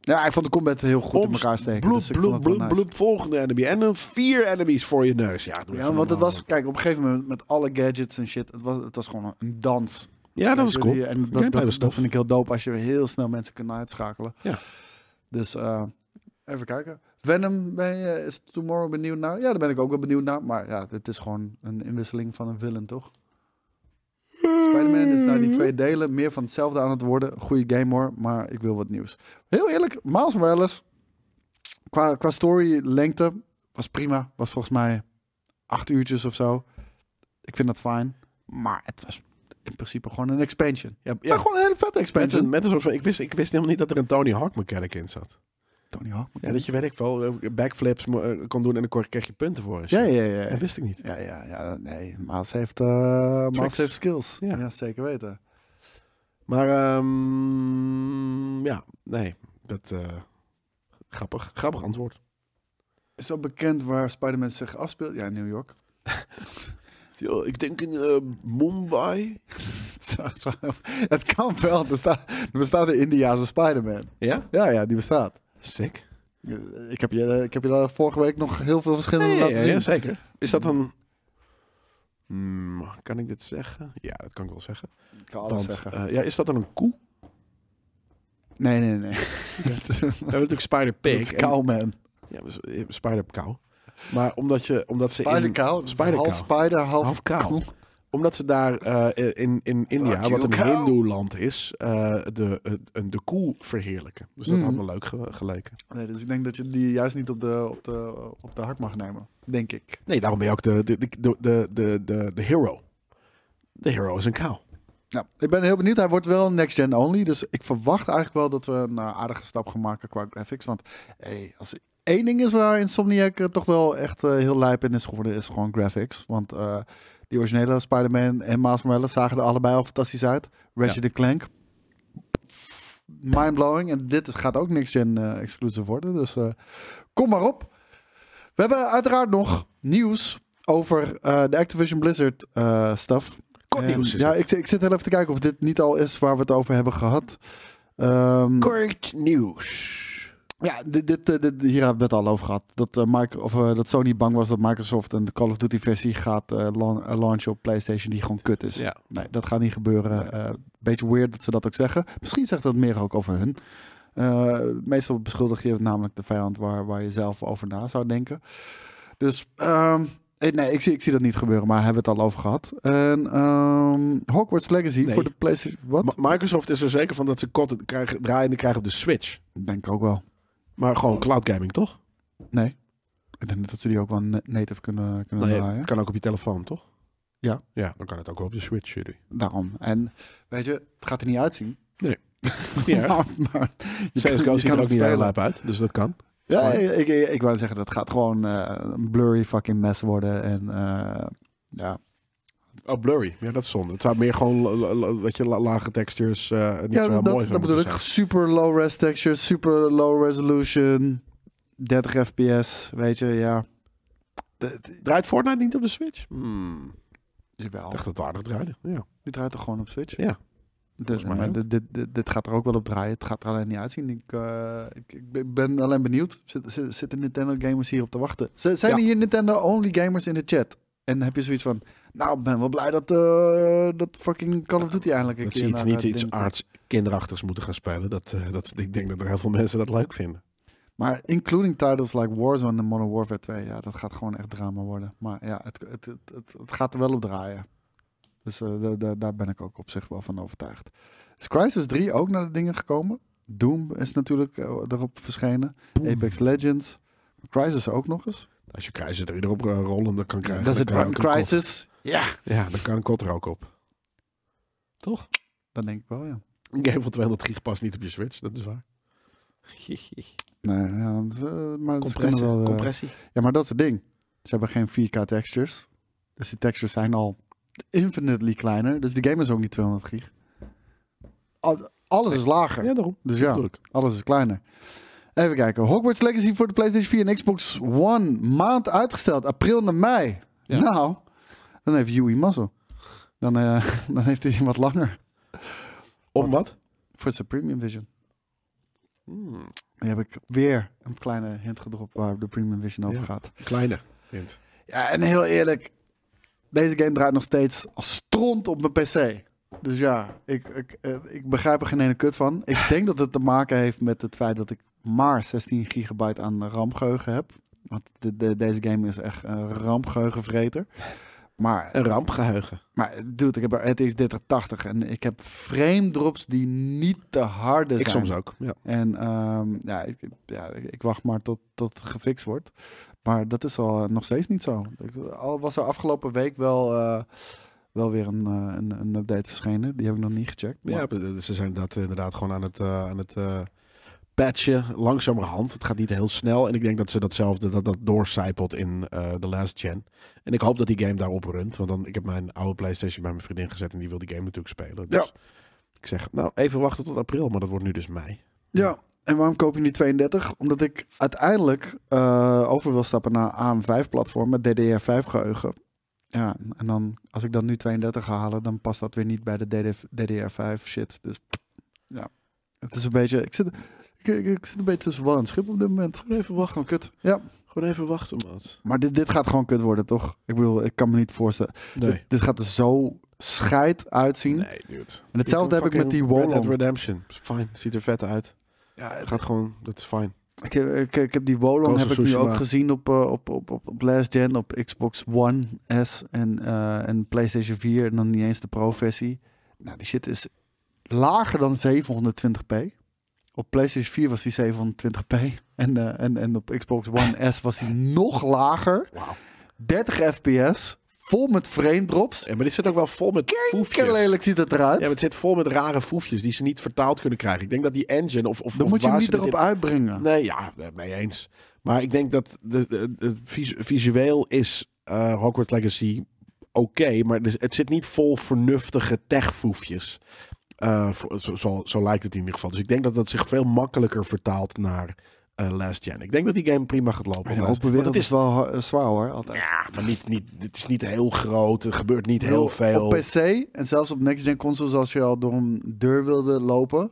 Speaker 1: Ja, ik vond de combat heel goed in
Speaker 2: Omst-
Speaker 1: elkaar steken.
Speaker 2: Bloep,
Speaker 1: dus ik
Speaker 2: bloep,
Speaker 1: vond het wel
Speaker 2: bloep,
Speaker 1: nice.
Speaker 2: bloep, volgende enemy. En dan vier enemies voor je neus. Ja, doe
Speaker 1: Ja,
Speaker 2: even
Speaker 1: want het
Speaker 2: normaal.
Speaker 1: was, kijk, op een gegeven moment met alle gadgets en shit, het was, het was gewoon een dans.
Speaker 2: Ja, dat
Speaker 1: Weet
Speaker 2: was
Speaker 1: je,
Speaker 2: cool.
Speaker 1: die- En dat,
Speaker 2: Gameplay
Speaker 1: dat,
Speaker 2: was
Speaker 1: dat
Speaker 2: tof.
Speaker 1: vind ik heel dope als je heel snel mensen kan uitschakelen.
Speaker 2: Ja.
Speaker 1: Dus eh, even kijken. Venom, ben je, is Tomorrow benieuwd naar? Ja, daar ben ik ook wel benieuwd naar. Maar ja, dit is gewoon een inwisseling van een villain, toch? Spider-Man is naar die twee delen meer van hetzelfde aan het worden. Goede game hoor, maar ik wil wat nieuws. Heel eerlijk, Miles Morales, qua, qua story lengte, was prima. Was volgens mij acht uurtjes of zo. Ik vind dat fijn. Maar het was in principe gewoon een expansion.
Speaker 2: Ja,
Speaker 1: Ja,
Speaker 2: ja.
Speaker 1: gewoon een hele vette
Speaker 2: Met
Speaker 1: expansion.
Speaker 2: een, met een soort van, ik, wist, ik wist helemaal niet dat er een Tony Hawk mechanic in zat.
Speaker 1: Tony Hawk.
Speaker 2: Ja, dat je, weet ik wel, eh, backflips mo- eh, kon doen en dan kreeg je punten voor. en
Speaker 1: ja,
Speaker 2: shit.
Speaker 1: ja, ja.
Speaker 2: Dat wist ik niet.
Speaker 1: Ja, ja, ja. Nee, Maas heeft, eh Maas
Speaker 2: Tricks.
Speaker 1: heeft skills.
Speaker 2: Ja.
Speaker 1: Ja. zeker weten.
Speaker 2: Maar ehm, ja, nee. Dat, eh, grappig. Grappig antwoord.
Speaker 1: Is al bekend waar Spider-Man zich afspeelt? Ja, in New York.
Speaker 2: Yo, ik denk in eh, Mumbai.
Speaker 1: het kan wel. Er, staat, er bestaat een Indiaanse Spider-Man.
Speaker 2: Ja?
Speaker 1: Ja, ja, die bestaat.
Speaker 2: Sick.
Speaker 1: Ik heb je, ik heb je daar vorige week nog heel veel verschillende
Speaker 2: ja,
Speaker 1: laten zien.
Speaker 2: ja, zeker. Is dat dan... Hmm, kan ik dit zeggen? Ja, dat kan ik wel zeggen.
Speaker 1: Ik kan alles
Speaker 2: Want,
Speaker 1: zeggen.
Speaker 2: eh, ja, is dat dan een koe? We
Speaker 1: nee, nee, nee. Dat is-
Speaker 2: hebben natuurlijk
Speaker 1: dat
Speaker 2: Spider-Pig.
Speaker 1: is
Speaker 2: en-
Speaker 1: Cowman.
Speaker 2: Ja, dus, eh, Spider-Kou. Maar omdat, je, omdat ze in...
Speaker 1: Spider-Cow.
Speaker 2: Spider-Cow.
Speaker 1: Half spider, half,
Speaker 2: Half
Speaker 1: cow.
Speaker 2: kou. Omdat ze daar eh, in, in India,
Speaker 1: Fuck
Speaker 2: wat
Speaker 1: you,
Speaker 2: een
Speaker 1: cow.
Speaker 2: hindoe-land is, eh, de, de, de koe verheerlijken. Dus dat had me leuk ge- geleken.
Speaker 1: Nee, dus ik denk dat je die juist niet op de, op de, op de hak mag nemen. Denk ik.
Speaker 2: Nee, daarom ben je ook de, de, de, de, de, de, de hero. De hero is een kou.
Speaker 1: Nou, ik ben heel benieuwd. Hij wordt wel next gen only. Dus ik verwacht eigenlijk wel dat we een eh, aardige stap gaan maken qua graphics. Want hey, als er één ding is waar Insomniac eh, toch wel echt eh, heel lijp in is geworden, is gewoon graphics. Want eh, die originele Spider-Man en Miles Morales zagen er allebei al fantastisch uit. Ratchet Clank. Mindblowing. En dit gaat ook next gen eh, exclusive worden. Dus eh, kom maar op. We hebben uiteraard nog nieuws over eh, de Activision Blizzard eh stuff.
Speaker 2: Kort
Speaker 1: En,
Speaker 2: nieuws is
Speaker 1: ja,
Speaker 2: dit.
Speaker 1: ik, zit- ik zit heel even te kijken of dit niet al is waar we het over hebben gehad. Ehm,
Speaker 2: Kort nieuws.
Speaker 1: ja, dit, dit, eh, dit- hier hebben we het al over gehad. Dat, eh, Mic- of, eh, dat Sony bang was dat Microsoft een Call of Duty versie gaat eh, lan- eh, launchen op PlayStation die gewoon kut is.
Speaker 2: Ja.
Speaker 1: Nee, dat gaat niet gebeuren. Eh, beetje weird dat ze dat ook zeggen. Misschien zegt dat meer ook over hun. Eh, meestal beschuldig je namelijk de vijand waar, waar je zelf over na zou denken. Dus ehm, eh, nee, ik zie, ik zie dat niet gebeuren, maar hebben we het al over gehad. En ehm, Hogwarts Legacy
Speaker 2: Nee.
Speaker 1: voor de PlayStation. Wat?
Speaker 2: Ma- Microsoft is er zeker van dat ze kotten krijgen, draaiende krijgen op de Switch.
Speaker 1: denk ik ook wel.
Speaker 2: Maar
Speaker 1: Oh.
Speaker 2: gewoon cloud gaming, toch?
Speaker 1: Nee. Ik denk dat ze die ook wel na- native kunnen, kunnen
Speaker 2: Nou ja,
Speaker 1: draaien.
Speaker 2: het kan ook op je telefoon, toch?
Speaker 1: Ja.
Speaker 2: Ja, dan kan het ook wel op de Switch, jullie.
Speaker 1: Daarom. En weet je, het gaat er niet uitzien.
Speaker 2: Ja.
Speaker 1: maar, maar je, kan- je
Speaker 2: CSGO ziet
Speaker 1: kan
Speaker 2: er ook
Speaker 1: het
Speaker 2: niet heel
Speaker 1: spelen.
Speaker 2: lijp uit, dus dat kan.
Speaker 1: Ja,
Speaker 2: Is
Speaker 1: ik, ik, ik wou zeggen, dat gaat gewoon eh, een blurry fucking mess worden. En eh, ja,
Speaker 2: Oh, blurry. Ja, dat is zonde. Het zou meer gewoon la- la- la- weet je, la- lage textures eh niet
Speaker 1: Ja, dat,
Speaker 2: zo mooi
Speaker 1: dat,
Speaker 2: zou
Speaker 1: dat bedoel
Speaker 2: moeten
Speaker 1: ik.
Speaker 2: zijn.
Speaker 1: Super low res texture, super low resolution, 30 fps, weet je, ja.
Speaker 2: Draait Fortnite niet op de Switch? Hmm.
Speaker 1: Jawel.
Speaker 2: Ik dacht dat het aardig draaide. Ja.
Speaker 1: Die draait er gewoon op Switch.
Speaker 2: ja.
Speaker 1: Dus,
Speaker 2: mij
Speaker 1: maar
Speaker 2: wel.
Speaker 1: dit, dit, dit, dit gaat er ook wel op draaien. Het gaat er alleen niet uitzien. Ik, eh, ik, ik ben alleen benieuwd. Zit- zit- Zitten Nintendo gamers hier op te wachten? Z- zijn
Speaker 2: Ja.
Speaker 1: er hier Nintendo only gamers in de chat? En heb je zoiets van... Nou, ik ben wel blij dat, eh, dat fucking Call of Duty eindelijk een
Speaker 2: Dat
Speaker 1: keer...
Speaker 2: ze iets,
Speaker 1: naar,
Speaker 2: niet
Speaker 1: eh,
Speaker 2: iets
Speaker 1: dingen komt.
Speaker 2: aards kinderachtigs moeten gaan spelen. Dat, eh, dat, ik denk dat er heel veel mensen dat leuk vinden.
Speaker 1: Maar including titles like Warzone en Modern Warfare 2, ja, dat gaat gewoon echt drama worden. Maar ja, het, het, het, het, het gaat er wel op draaien. Dus eh, da- da- daar ben ik ook op zich wel van overtuigd. Is Crysis 3 ook naar de dingen gekomen? Doom is natuurlijk eh, erop verschenen. Apex Legends. Crysis ook nog eens.
Speaker 2: Als je Crysis er erop eh, rollen, dan kan krijgen.
Speaker 1: Dat is het
Speaker 2: dan kan
Speaker 1: Prime
Speaker 2: ook een kot-
Speaker 1: Crysis. Ja,
Speaker 2: Ja, dan kan een kot er ook op. Toch?
Speaker 1: dat denk ik wel, ja.
Speaker 2: Een game van 200 gig past niet op je Switch, dat is waar.
Speaker 1: Nee, ja, dat is, eh, maar ze kunnen
Speaker 2: Compressie.
Speaker 1: wel, eh,
Speaker 2: compressie.
Speaker 1: Ja, maar dat is het ding. Ze hebben geen 4K textures. Dus die textures zijn al infinitely kleiner. Dus die game is ook niet 200 gig. Al- Alles is lager.
Speaker 2: Ja, daarom.
Speaker 1: Dus ja,
Speaker 2: Natuurlijk.
Speaker 1: alles is kleiner. Even kijken. Hogwarts Legacy voor de PlayStation 4 en Xbox One. Maand uitgesteld. April naar mei.
Speaker 2: Ja.
Speaker 1: Nou, dan heeft Yui mazzel. Dan, eh, dan heeft hij wat langer
Speaker 2: Om wat?
Speaker 1: voor zijn Premium Vision.
Speaker 2: Hmm.
Speaker 1: Dan heb ik weer een kleine hint gedropt waar de Premium Vision over
Speaker 2: Ja.
Speaker 1: gaat.
Speaker 2: Kleine. Hint.
Speaker 1: Ja, en heel eerlijk, deze game draait nog steeds als stront op mijn PC. Dus ja, ik, ik, eh, ik begrijp er geen ene kut van. Ik denk dat het te maken heeft met het feit dat ik maar 16 gigabyte aan RAM-geheugen heb. Want de, de- deze game is echt een rampgeheugenvreter. Maar
Speaker 2: Een rampgeheugen.
Speaker 1: maar dude, ik heb een RTX 3080 en ik heb frame drops die niet te harde zijn.
Speaker 2: Ik soms ook. Ja.
Speaker 1: En ehm, ja, ik, ja, ik wacht maar tot, tot het gefixt wordt. Maar dat is al eh, nog steeds niet zo. Ik- Al was er afgelopen week wel, eh, wel weer een, eh, een, een update verschenen. Die heb ik nog niet gecheckt. Maar,
Speaker 2: Ja, maar ze zijn dat inderdaad gewoon aan het, eh, aan het eh, patchen, langzamerhand. Het gaat niet heel snel. En ik denk dat ze datzelfde, dat dat doorcijpelt in eh The Last Gen. En ik hoop dat die game daarop runt. Want dan, ik heb mijn oude Playstation bij mijn vriendin gezet en die wil die game natuurlijk spelen. Dus ik zeg, nou even wachten tot april, maar dat wordt nu dus mei.
Speaker 1: Ja, en waarom koop je nu 32? Omdat ik uiteindelijk eh, over wil stappen naar AM5-platform met DDR5-geheugen. Ja, en dan als ik dan nu 32 ga halen, dan past dat weer niet bij de DDR5 shit. Dus ja, het is een beetje. Ik zit, ik, ik- ik zit een beetje tussen wal en schip op dit moment.
Speaker 2: Gewoon even
Speaker 1: Dat is
Speaker 2: wachten.
Speaker 1: gewoon kut. Ja,
Speaker 2: Gewoon even wachten, maat.
Speaker 1: maar dit, dit gaat gewoon kut worden, toch? Ik bedoel, ik kan me niet voorstellen. Dit,
Speaker 2: Nee.
Speaker 1: dit gaat er zo scheid uitzien.
Speaker 2: Nee, dude.
Speaker 1: En hetzelfde heb ik met die
Speaker 2: Red Dead
Speaker 1: Wolong.
Speaker 2: Redemption. Is Fijn, ziet er vet uit. Ja, gaat gewoon, dat is fijn.
Speaker 1: Ik heb, ik, ik heb die Wolong
Speaker 2: Ghost
Speaker 1: heb
Speaker 2: of
Speaker 1: ik nu ook
Speaker 2: Tsushima.
Speaker 1: gezien op, eh, op, op, op, op Last Gen, op Xbox One S en, eh, en PlayStation 4. En dan niet eens de Pro-versie. Nou, die shit is lager dan 720p. Op PlayStation 4 was die 720p. En, eh, en, en op Xbox One S was die nog lager. 30 fps, vol met frame drops.
Speaker 2: Ja, maar dit zit ook wel vol met foefjes.
Speaker 1: Kinderlelijk ziet het eruit.
Speaker 2: Ja, maar het zit vol met rare foefjes die ze niet vertaald kunnen krijgen. Ik denk dat die engine of... of
Speaker 1: dan
Speaker 2: of
Speaker 1: moet je hem
Speaker 2: waar
Speaker 1: niet
Speaker 2: ze dit
Speaker 1: erop
Speaker 2: in-
Speaker 1: uitbrengen.
Speaker 2: Nee, ja, eh, mee eens. Maar ik denk dat de, de- de vis- visueel is eh Hogwarts Legacy oké, maar dus het zit niet vol vernuftige techfoefjes. Eh, voor- zo, zo, zo lijkt het in ieder geval. Dus ik denk dat dat zich veel makkelijker vertaalt naar eh, Last Gen. Ik denk dat die game prima gaat lopen.
Speaker 1: Maar de
Speaker 2: Want
Speaker 1: open wereld
Speaker 2: het
Speaker 1: is wel eh, zwaar hoor, altijd.
Speaker 2: Ja, maar niet, niet, het is niet heel groot. Er gebeurt niet heel
Speaker 1: bedoel,
Speaker 2: veel.
Speaker 1: Op PC en zelfs op next-gen consoles, als je al door een deur wilde lopen.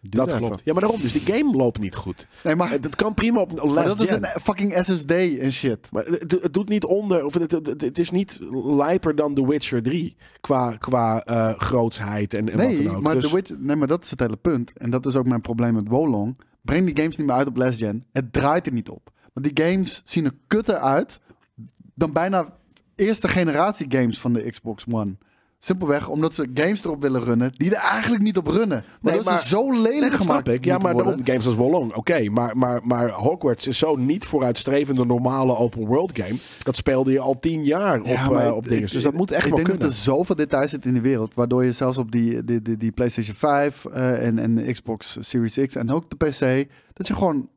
Speaker 1: doe
Speaker 2: dat
Speaker 1: even.
Speaker 2: klopt. Ja, maar daarom. Dus die game loopt niet goed.
Speaker 1: Nee, maar,
Speaker 2: Eh, Dat kan prima op een
Speaker 1: maar
Speaker 2: last
Speaker 1: dat is
Speaker 2: gen.
Speaker 1: een fucking SSD en shit.
Speaker 2: Maar het, het doet niet onder, of het, het, het- het is niet lijper dan The Witcher 3 qua, qua eh, grootsheid en, en wat
Speaker 1: Nee
Speaker 2: dan ook.
Speaker 1: maar,
Speaker 2: Dus-
Speaker 1: The Witcher- nee, maar dat is het hele punt. En dat is ook mijn probleem met Wolong. Breng die games niet meer uit op last-gen. Het draait er niet op. Want die games zien er kutter uit dan bijna eerste generatie games van de Xbox One. Simpelweg omdat ze games erop willen runnen die er eigenlijk niet op runnen. Maar
Speaker 2: Nee,
Speaker 1: dat
Speaker 2: maar-
Speaker 1: ze zo lelijk
Speaker 2: Nee, dat snap
Speaker 1: gemaakt
Speaker 2: ik. Ja,
Speaker 1: moeten
Speaker 2: maar
Speaker 1: worden.
Speaker 2: daarom games als Wolong, oké. maar, maar, maar Hogwarts is zo niet vooruitstrevende normale open world game. Dat speelde je al tien jaar op,
Speaker 1: Ja, maar
Speaker 2: eh,
Speaker 1: ik-
Speaker 2: op dingen.
Speaker 1: ik-
Speaker 2: Dus dat moet echt
Speaker 1: ik
Speaker 2: wel
Speaker 1: denk
Speaker 2: kunnen.
Speaker 1: dat er zoveel details zitten in de wereld. Waardoor je zelfs op die, die, die, die PlayStation 5 eh, en, en de Xbox Series X en ook de PC. Dat je gewoon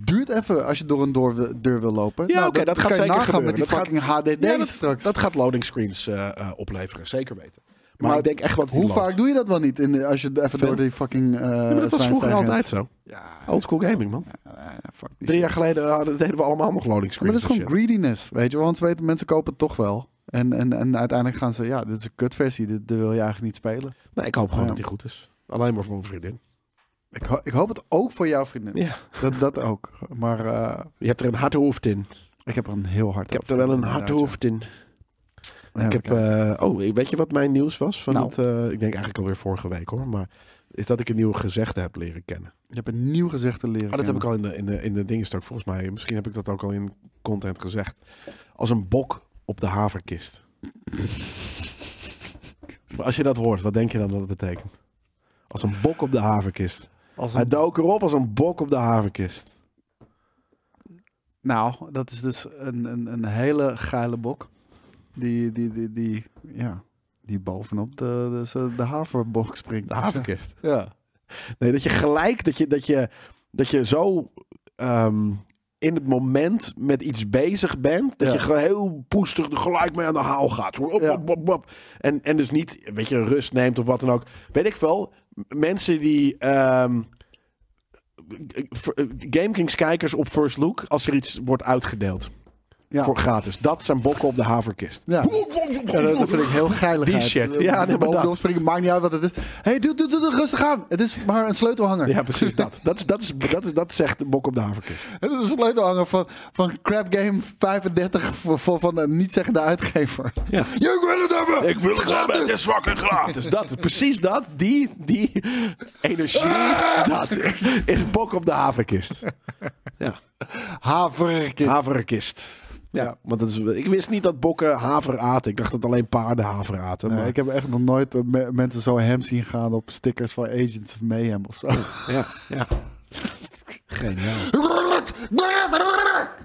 Speaker 1: duurt even als je door een deur, deur wil lopen.
Speaker 2: Ja,
Speaker 1: Nou,
Speaker 2: oké, dat,
Speaker 1: kan
Speaker 2: gaat
Speaker 1: je
Speaker 2: zeker
Speaker 1: nagaan
Speaker 2: gebeuren.
Speaker 1: met die
Speaker 2: dat
Speaker 1: fucking
Speaker 2: gaat,
Speaker 1: HDD
Speaker 2: Ja, dat,
Speaker 1: straks.
Speaker 2: Dat gaat loading screens eh, eh, opleveren, zeker weten. Maar, ik denk echt wat die
Speaker 1: Hoe
Speaker 2: loopt.
Speaker 1: vaak doe je dat wel niet in, de- als je even door die fucking... eh
Speaker 2: Ja, maar dat was vroeger altijd zo.
Speaker 1: Ja,
Speaker 2: Oldschool gaming, man.
Speaker 1: fuck die
Speaker 2: Drie
Speaker 1: shit.
Speaker 2: jaar geleden eh, deden we allemaal nog loading
Speaker 1: Maar
Speaker 2: screens.
Speaker 1: dat is gewoon
Speaker 2: en shit.
Speaker 1: greediness, weet je wel. Want ze weten, mensen kopen het toch wel. En, en, en uiteindelijk gaan ze, ja, dit is een kutversie. Dit, dit wil je eigenlijk niet spelen.
Speaker 2: Nee, ik hoop gewoon
Speaker 1: Ja.
Speaker 2: dat die goed is. Alleen maar voor mijn vriendin.
Speaker 1: Ik, ho- ik hoop het ook voor jouw vriendin.
Speaker 2: Ja.
Speaker 1: Dat, dat ook. Maar eh,
Speaker 2: Je hebt er een hard hoofd in.
Speaker 1: ik heb er een heel hard
Speaker 2: Ik heb er wel een hard hoofd in.
Speaker 1: Ja,
Speaker 2: ik heb,
Speaker 1: oké.
Speaker 2: eh, oh, weet je wat mijn nieuws was? Van
Speaker 1: Nou.
Speaker 2: het, eh, ik denk eigenlijk alweer vorige week hoor. Maar is dat ik een nieuw gezegde heb leren kennen.
Speaker 1: Je hebt een nieuw gezicht te leren
Speaker 2: Maar Oh, dat heb ik
Speaker 1: kennen.
Speaker 2: al in de, in de, in de dingenstok volgens mij. Misschien heb ik dat ook al in content gezegd. Als een bok op de haverkist. maar als je dat hoort, wat denk je dan dat het betekent? Als een bok op de haverkist.
Speaker 1: Als
Speaker 2: Hij
Speaker 1: een-
Speaker 2: dook erop als een bok op de haverkist.
Speaker 1: Nou, dat is dus een, een, een hele geile bok. Die, die, die, die, ja, die bovenop de, de, de haverbok springt.
Speaker 2: De haverkist.
Speaker 1: Ja.
Speaker 2: Nee, dat je gelijk, dat je, dat je, dat je zo ehm, in het moment met iets bezig bent. Dat
Speaker 1: Ja.
Speaker 2: je gewoon heel poestig er gelijk mee aan de haal gaat. Zo, Op,
Speaker 1: Ja.
Speaker 2: op, op, op. En, en dus niet, weet je, rust neemt of wat dan ook. Weet ik wel, m- mensen die... ehm, v- eh, GameKings kijkers op First Look als er iets wordt uitgedeeld
Speaker 1: Ja.
Speaker 2: voor gratis. Dat zijn bokken op de haverkist.
Speaker 1: Ja. Ja, dat, dat vind ik heel geiligheid.
Speaker 2: Die shit. Ja, nee, maar
Speaker 1: Bovenop
Speaker 2: dat.
Speaker 1: springen, maakt niet uit wat het is. Hé, hey, doe, doe, doe, doe, rustig aan. Het is maar een sleutelhanger.
Speaker 2: Ja, precies dat. Dat is, dat is, dat is, dat is echt de bok op de haverkist.
Speaker 1: Het is een sleutelhanger van, van Crap Game 35 voor, voor- van een niet-zeggende uitgever.
Speaker 2: Ja.
Speaker 1: Je wil het hebben!
Speaker 2: Ik wil het hebben, het is
Speaker 4: zwak en gratis.
Speaker 2: Dus dat, precies dat, die, die energie, dat is bok op de haverkist. Ja,
Speaker 1: Haverkist.
Speaker 2: haverkist. Ja,
Speaker 1: Ja.
Speaker 2: want dat is, ik wist niet dat bokken haver aten. Ik dacht dat alleen paarden haver aten.
Speaker 1: Nee,
Speaker 2: maar,
Speaker 1: ik heb echt nog nooit eh, me- mensen zo hem zien gaan op stickers van Agents of Mayhem of zo.
Speaker 2: ja, ja. Oh, Geniaal.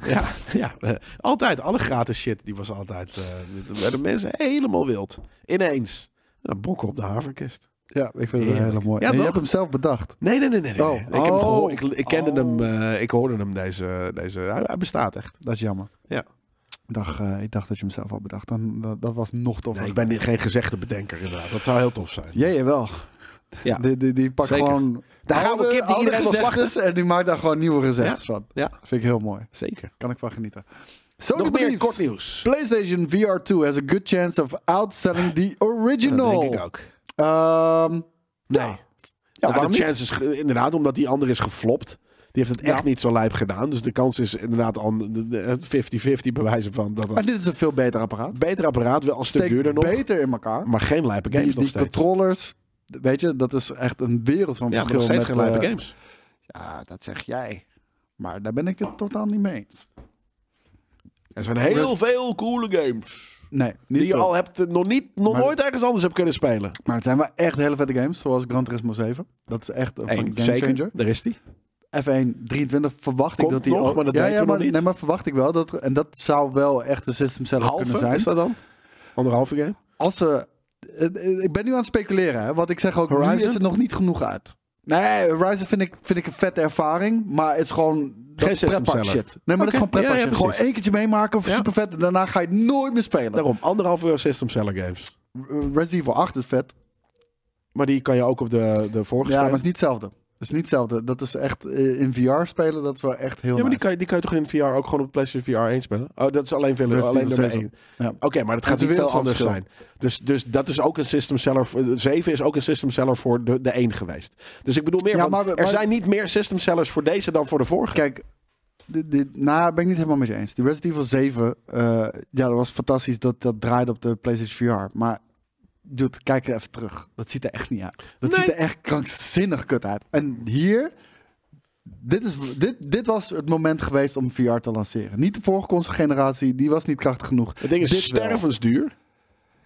Speaker 2: Ja, ja eh, altijd. Alle gratis shit, die was altijd... eh daar werden mensen helemaal wild. Ineens. Ja, bokken op de haverkist.
Speaker 1: Ja, ik vind het
Speaker 2: Heerlijk.
Speaker 1: heel mooi.
Speaker 2: Ja,
Speaker 1: en je
Speaker 2: toch?
Speaker 1: hebt hem zelf bedacht.
Speaker 2: Nee, nee, nee. nee, nee.
Speaker 1: Oh.
Speaker 2: Ik, heb hem
Speaker 1: Oh.
Speaker 2: gehoord. ik, ik kende
Speaker 1: Oh.
Speaker 2: hem, eh, ik hoorde hem deze... deze hij, hij bestaat echt.
Speaker 1: Dat is jammer.
Speaker 2: Ja.
Speaker 1: Ik dacht, eh, ik dacht dat je hem zelf had bedacht. Dan, dat, dat was nog toffer.
Speaker 2: Nee, ik ben niet- geen gezegde bedenker inderdaad. Dat zou heel tof zijn.
Speaker 1: Jee, wel.
Speaker 2: Ja.
Speaker 1: Die, die, die pakt
Speaker 2: Zeker.
Speaker 1: gewoon
Speaker 2: Daar gaan we
Speaker 1: oude-
Speaker 2: kip die
Speaker 1: oude
Speaker 2: iedereen wil
Speaker 1: gezegdes En die maakt daar gewoon nieuwe gezegdes
Speaker 2: Ja.
Speaker 1: van.
Speaker 2: Ja,
Speaker 1: Vind ik heel mooi.
Speaker 2: zeker.
Speaker 1: Kan ik van genieten. Sony
Speaker 2: Nog meer
Speaker 1: believes
Speaker 2: kort nieuws.
Speaker 1: PlayStation VR 2 has a good chance of outselling the original.
Speaker 2: Dat denk ik ook.
Speaker 1: Ehm,
Speaker 2: Nee.
Speaker 1: ja,
Speaker 2: Nou,
Speaker 1: waarom
Speaker 2: de
Speaker 1: niet?
Speaker 2: chance is ge- inderdaad omdat die ander is geflopt. Die heeft het
Speaker 1: Ja.
Speaker 2: echt niet zo lijp gedaan. Dus de kans is inderdaad al de- eh, de- 50-50 bewijzen van dat
Speaker 1: Maar
Speaker 2: dat
Speaker 1: dit is een veel beter apparaat.
Speaker 2: beter apparaat, wel een stuk
Speaker 1: Steekt
Speaker 2: duurder nog.
Speaker 1: beter in elkaar.
Speaker 2: Maar geen lijpe games
Speaker 1: Die,
Speaker 2: nog
Speaker 1: die
Speaker 2: steeds.
Speaker 1: controllers, weet je, dat is echt een wereld van
Speaker 2: ja,
Speaker 1: verschil.
Speaker 2: nog steeds
Speaker 1: met,
Speaker 2: geen lijpe
Speaker 1: eh,
Speaker 2: games.
Speaker 1: Ja, dat zeg jij. Maar daar ben ik het totaal niet mee eens.
Speaker 2: Er zijn heel
Speaker 1: Rust-
Speaker 2: veel coole games.
Speaker 1: Nee, niet
Speaker 2: Die je
Speaker 1: veel.
Speaker 2: al hebt, eh, nog, niet, nog
Speaker 1: Maar-
Speaker 2: nooit ergens anders hebt kunnen spelen.
Speaker 1: Maar het zijn wel echt hele vette games, zoals Gran Turismo 7. Dat is echt een
Speaker 2: Eén,
Speaker 1: fucking game
Speaker 2: zeker.
Speaker 1: changer.
Speaker 2: Daar is die.
Speaker 1: F1 23 verwacht
Speaker 2: Komt
Speaker 1: ik dat die
Speaker 2: nog,
Speaker 1: ook-
Speaker 2: maar dat
Speaker 1: ja,
Speaker 2: weten
Speaker 1: ja,
Speaker 2: we nog
Speaker 1: maar,
Speaker 2: niet.
Speaker 1: Nee, maar verwacht ik wel dat en dat zou wel echt de system zelf kunnen
Speaker 2: Halve
Speaker 1: zijn.
Speaker 2: is dat dan? Anderhalve game?
Speaker 1: Als ze eh, eh, ik ben nu aan het speculeren, hè, want ik zeg ook nu
Speaker 2: Horizon?
Speaker 1: is het nog niet genoeg uit. Nee, Horizon vind ik, vind ik een vette ervaring, maar het is gewoon dat
Speaker 2: Geen
Speaker 1: is pretpark
Speaker 2: systemseller.
Speaker 1: shit. Nee, maar dat is
Speaker 2: Oké,
Speaker 1: gewoon pretpark
Speaker 2: ja, ja,
Speaker 1: shit.
Speaker 2: precies.
Speaker 1: Gewoon één keertje meemaken,
Speaker 2: Ja.
Speaker 1: super vet en daarna ga je het nooit meer spelen.
Speaker 2: Daarom, anderhalf uur System Seller games.
Speaker 1: Eh, Resident Evil 8 is vet.
Speaker 2: Maar die kan je ook op de, de vorige
Speaker 1: Ja, maar
Speaker 2: spelen.
Speaker 1: het is niet hetzelfde. Het is niet hetzelfde. Dat is echt eh, in VR spelen, dat is wel echt heel
Speaker 2: Ja, maar die
Speaker 1: nice.
Speaker 2: kan, je- die kan je toch in VR ook gewoon op PlayStation VR 1 spelen? Oh, dat is alleen, veel,
Speaker 1: Resident
Speaker 2: alleen
Speaker 1: Evil
Speaker 2: nummer
Speaker 1: 7.
Speaker 2: 1.
Speaker 1: Ja.
Speaker 2: Oké, maar dat
Speaker 1: Het is
Speaker 2: gaat
Speaker 1: een
Speaker 2: niet veel
Speaker 1: wereld van
Speaker 2: anders
Speaker 1: verschil.
Speaker 2: zijn. Dus, dus dat is ook een System Seller. voor- eh, 7 is ook een System Seller voor de, de 1 geweest. Dus ik bedoel meer
Speaker 1: Ja,
Speaker 2: van,
Speaker 1: maar-
Speaker 2: er
Speaker 1: maar-
Speaker 2: zijn niet meer System Sellers voor deze dan voor de vorige.
Speaker 1: Kijk, dit, dit, nou, ben ik niet helemaal met je eens. Die Resident Evil 7, eh, ja, dat was fantastisch dat dat draaide op de PlayStation VR. Maar, dude, kijk er even terug. Dat ziet er echt niet uit. Dat
Speaker 2: Nee.
Speaker 1: ziet er echt krankzinnig kut uit. En hier, dit, is, dit, dit was het moment geweest om VR te lanceren. Niet de vorige console generatie, die was niet krachtig genoeg.
Speaker 2: het ding
Speaker 1: Dit
Speaker 2: is
Speaker 1: wel.
Speaker 2: stervensduur.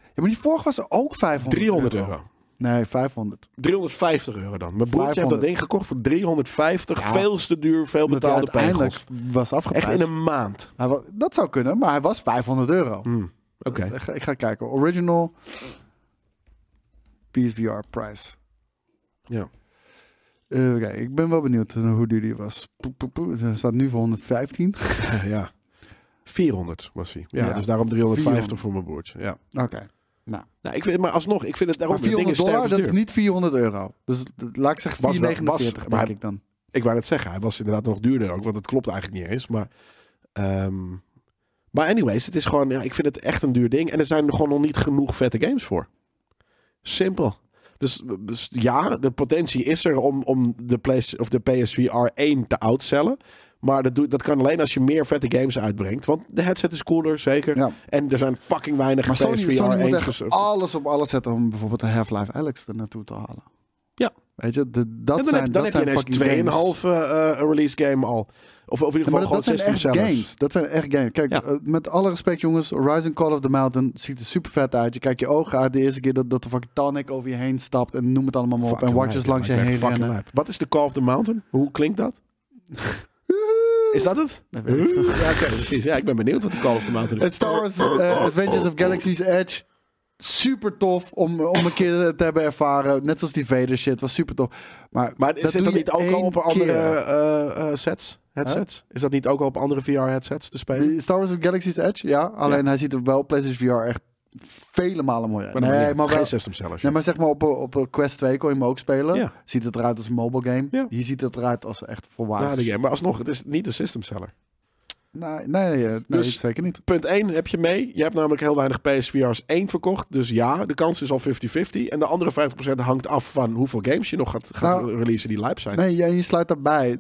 Speaker 1: Ja, maar die vorige was er ook 500
Speaker 2: 300 euro.
Speaker 1: Nee, 500.
Speaker 2: 350 euro dan. Mijn broertje heeft dat
Speaker 1: 500.
Speaker 2: ding gekocht voor 350.
Speaker 1: Ja.
Speaker 2: Veel te duur, veel
Speaker 1: Omdat hij
Speaker 2: betaalde
Speaker 1: uiteindelijk
Speaker 2: pegels.
Speaker 1: was
Speaker 2: Echt
Speaker 1: afgeprijsd.
Speaker 2: in een maand.
Speaker 1: Hij wa- dat zou kunnen, maar hij was 500 euro. Dus
Speaker 2: Oké.
Speaker 1: Ik, ga, ik ga kijken. Original PSVR price.
Speaker 2: Ja.
Speaker 1: Even kijken, ik ben wel benieuwd naar hoe duur die was. Poep, poep, poep. Ze staat nu voor 115.
Speaker 2: ja. 400 was hij. Ja,
Speaker 1: Ja,
Speaker 2: dus daarom 350
Speaker 1: 400.
Speaker 2: voor mijn broertje. Ja.
Speaker 1: Oké. Nou,
Speaker 2: Nou, ik vind, maar alsnog, ik vind het daarom...
Speaker 1: maar
Speaker 2: het ding
Speaker 1: 400 dollar, dat is
Speaker 2: stervensduur.
Speaker 1: niet 400 euro. Dus d- laat ik zeggen
Speaker 2: Was wel-
Speaker 1: 449,
Speaker 2: was-
Speaker 1: denk
Speaker 2: maar-
Speaker 1: ik dan.
Speaker 2: Ik wou net zeggen, hij was inderdaad nog duurder ook, want het klopt eigenlijk niet eens. Maar, ehm, maar anyways, het is gewoon, ja, ik vind het echt een duur ding. En er zijn er gewoon nog niet genoeg vette games voor. Simpel. Dus, dus ja, de potentie is er om, om de, Play- of de PSVR 1 te outsellen. Maar dat, doe, dat kan alleen als je meer vette games uitbrengt. Want de headset is cooler, zeker.
Speaker 1: Ja.
Speaker 2: En er zijn fucking weinig
Speaker 1: Maar
Speaker 2: PSVR
Speaker 1: Sony, Sony
Speaker 2: 1
Speaker 1: moet echt
Speaker 2: ges-
Speaker 1: alles op alles zetten om bijvoorbeeld een Half-Life Alex er naartoe te halen.
Speaker 2: Ja.
Speaker 1: Weet je, de, dat
Speaker 2: En dan
Speaker 1: zijn,
Speaker 2: heb,
Speaker 1: dat
Speaker 2: dan heb
Speaker 1: zijn
Speaker 2: je
Speaker 1: fucking games.
Speaker 2: ineens 2,5 eh, eh, release game al. Of, of in ieder
Speaker 1: Ja,
Speaker 2: geval
Speaker 1: maar dat,
Speaker 2: gewoon
Speaker 1: dat zijn
Speaker 2: system
Speaker 1: echt
Speaker 2: sellers.
Speaker 1: games. Dat zijn echt games. Kijk,
Speaker 2: Ja.
Speaker 1: eh, met alle respect jongens, Horizon Call of the Mountain ziet er super vet uit. Je kijkt je ogen uit de eerste keer dat, dat de fucking Tonic over je heen stapt en noem het allemaal maar op. En
Speaker 2: Fucking
Speaker 1: watches
Speaker 2: lijp,
Speaker 1: langs je
Speaker 2: ja, lijkt
Speaker 1: heen
Speaker 2: me echt
Speaker 1: rennen.
Speaker 2: fucking lijp. Wat is de Call of the Mountain? Hoe klinkt dat? Is dat het?
Speaker 1: Dat weet ik
Speaker 2: Ja, oké, precies. Ja, ik ben benieuwd wat de Call of the Mountain
Speaker 1: En
Speaker 2: is.
Speaker 1: Star Wars eh, Adventures of Galaxy's Edge. Super tof om, om een keer te hebben ervaren. Net zoals die Vader shit, was super tof. Maar,
Speaker 2: Maar
Speaker 1: dat
Speaker 2: zit
Speaker 1: doe
Speaker 2: dat
Speaker 1: je
Speaker 2: niet ook al
Speaker 1: één
Speaker 2: op andere eh, eh, sets? Headsets? Is dat niet ook al op andere VR-headsets te
Speaker 1: keer.
Speaker 2: spelen?
Speaker 1: Die Eh, Star Wars of Galaxy's Edge, ja. Alleen hij ziet er wel op PlayStation VR echt vele malen mooi uit.
Speaker 2: Maar dan ben je- het is
Speaker 1: wel-
Speaker 2: geen system sellers.
Speaker 1: nee, maar zeg maar op, op een Quest 2 kon je hem ook spelen.
Speaker 2: Ja.
Speaker 1: Ziet het eruit als een mobile game.
Speaker 2: Ja.
Speaker 1: Hier ziet het eruit als echt
Speaker 2: Ja,
Speaker 1: volwaardig.
Speaker 2: de game. maar alsnog, het is niet een system seller.
Speaker 1: nee, nee, nee, nee,
Speaker 2: Dus-
Speaker 1: zeker niet.
Speaker 2: Punt 1 heb je mee. Je hebt namelijk heel weinig PSVR's 1 verkocht. Dus ja, de kans is al 50-50. En de andere 50% hangt af van hoeveel games je nog gaat, gaat
Speaker 1: Nou,
Speaker 2: releasen die lijp zijn.
Speaker 1: Nee, ja, je sluit daarbij.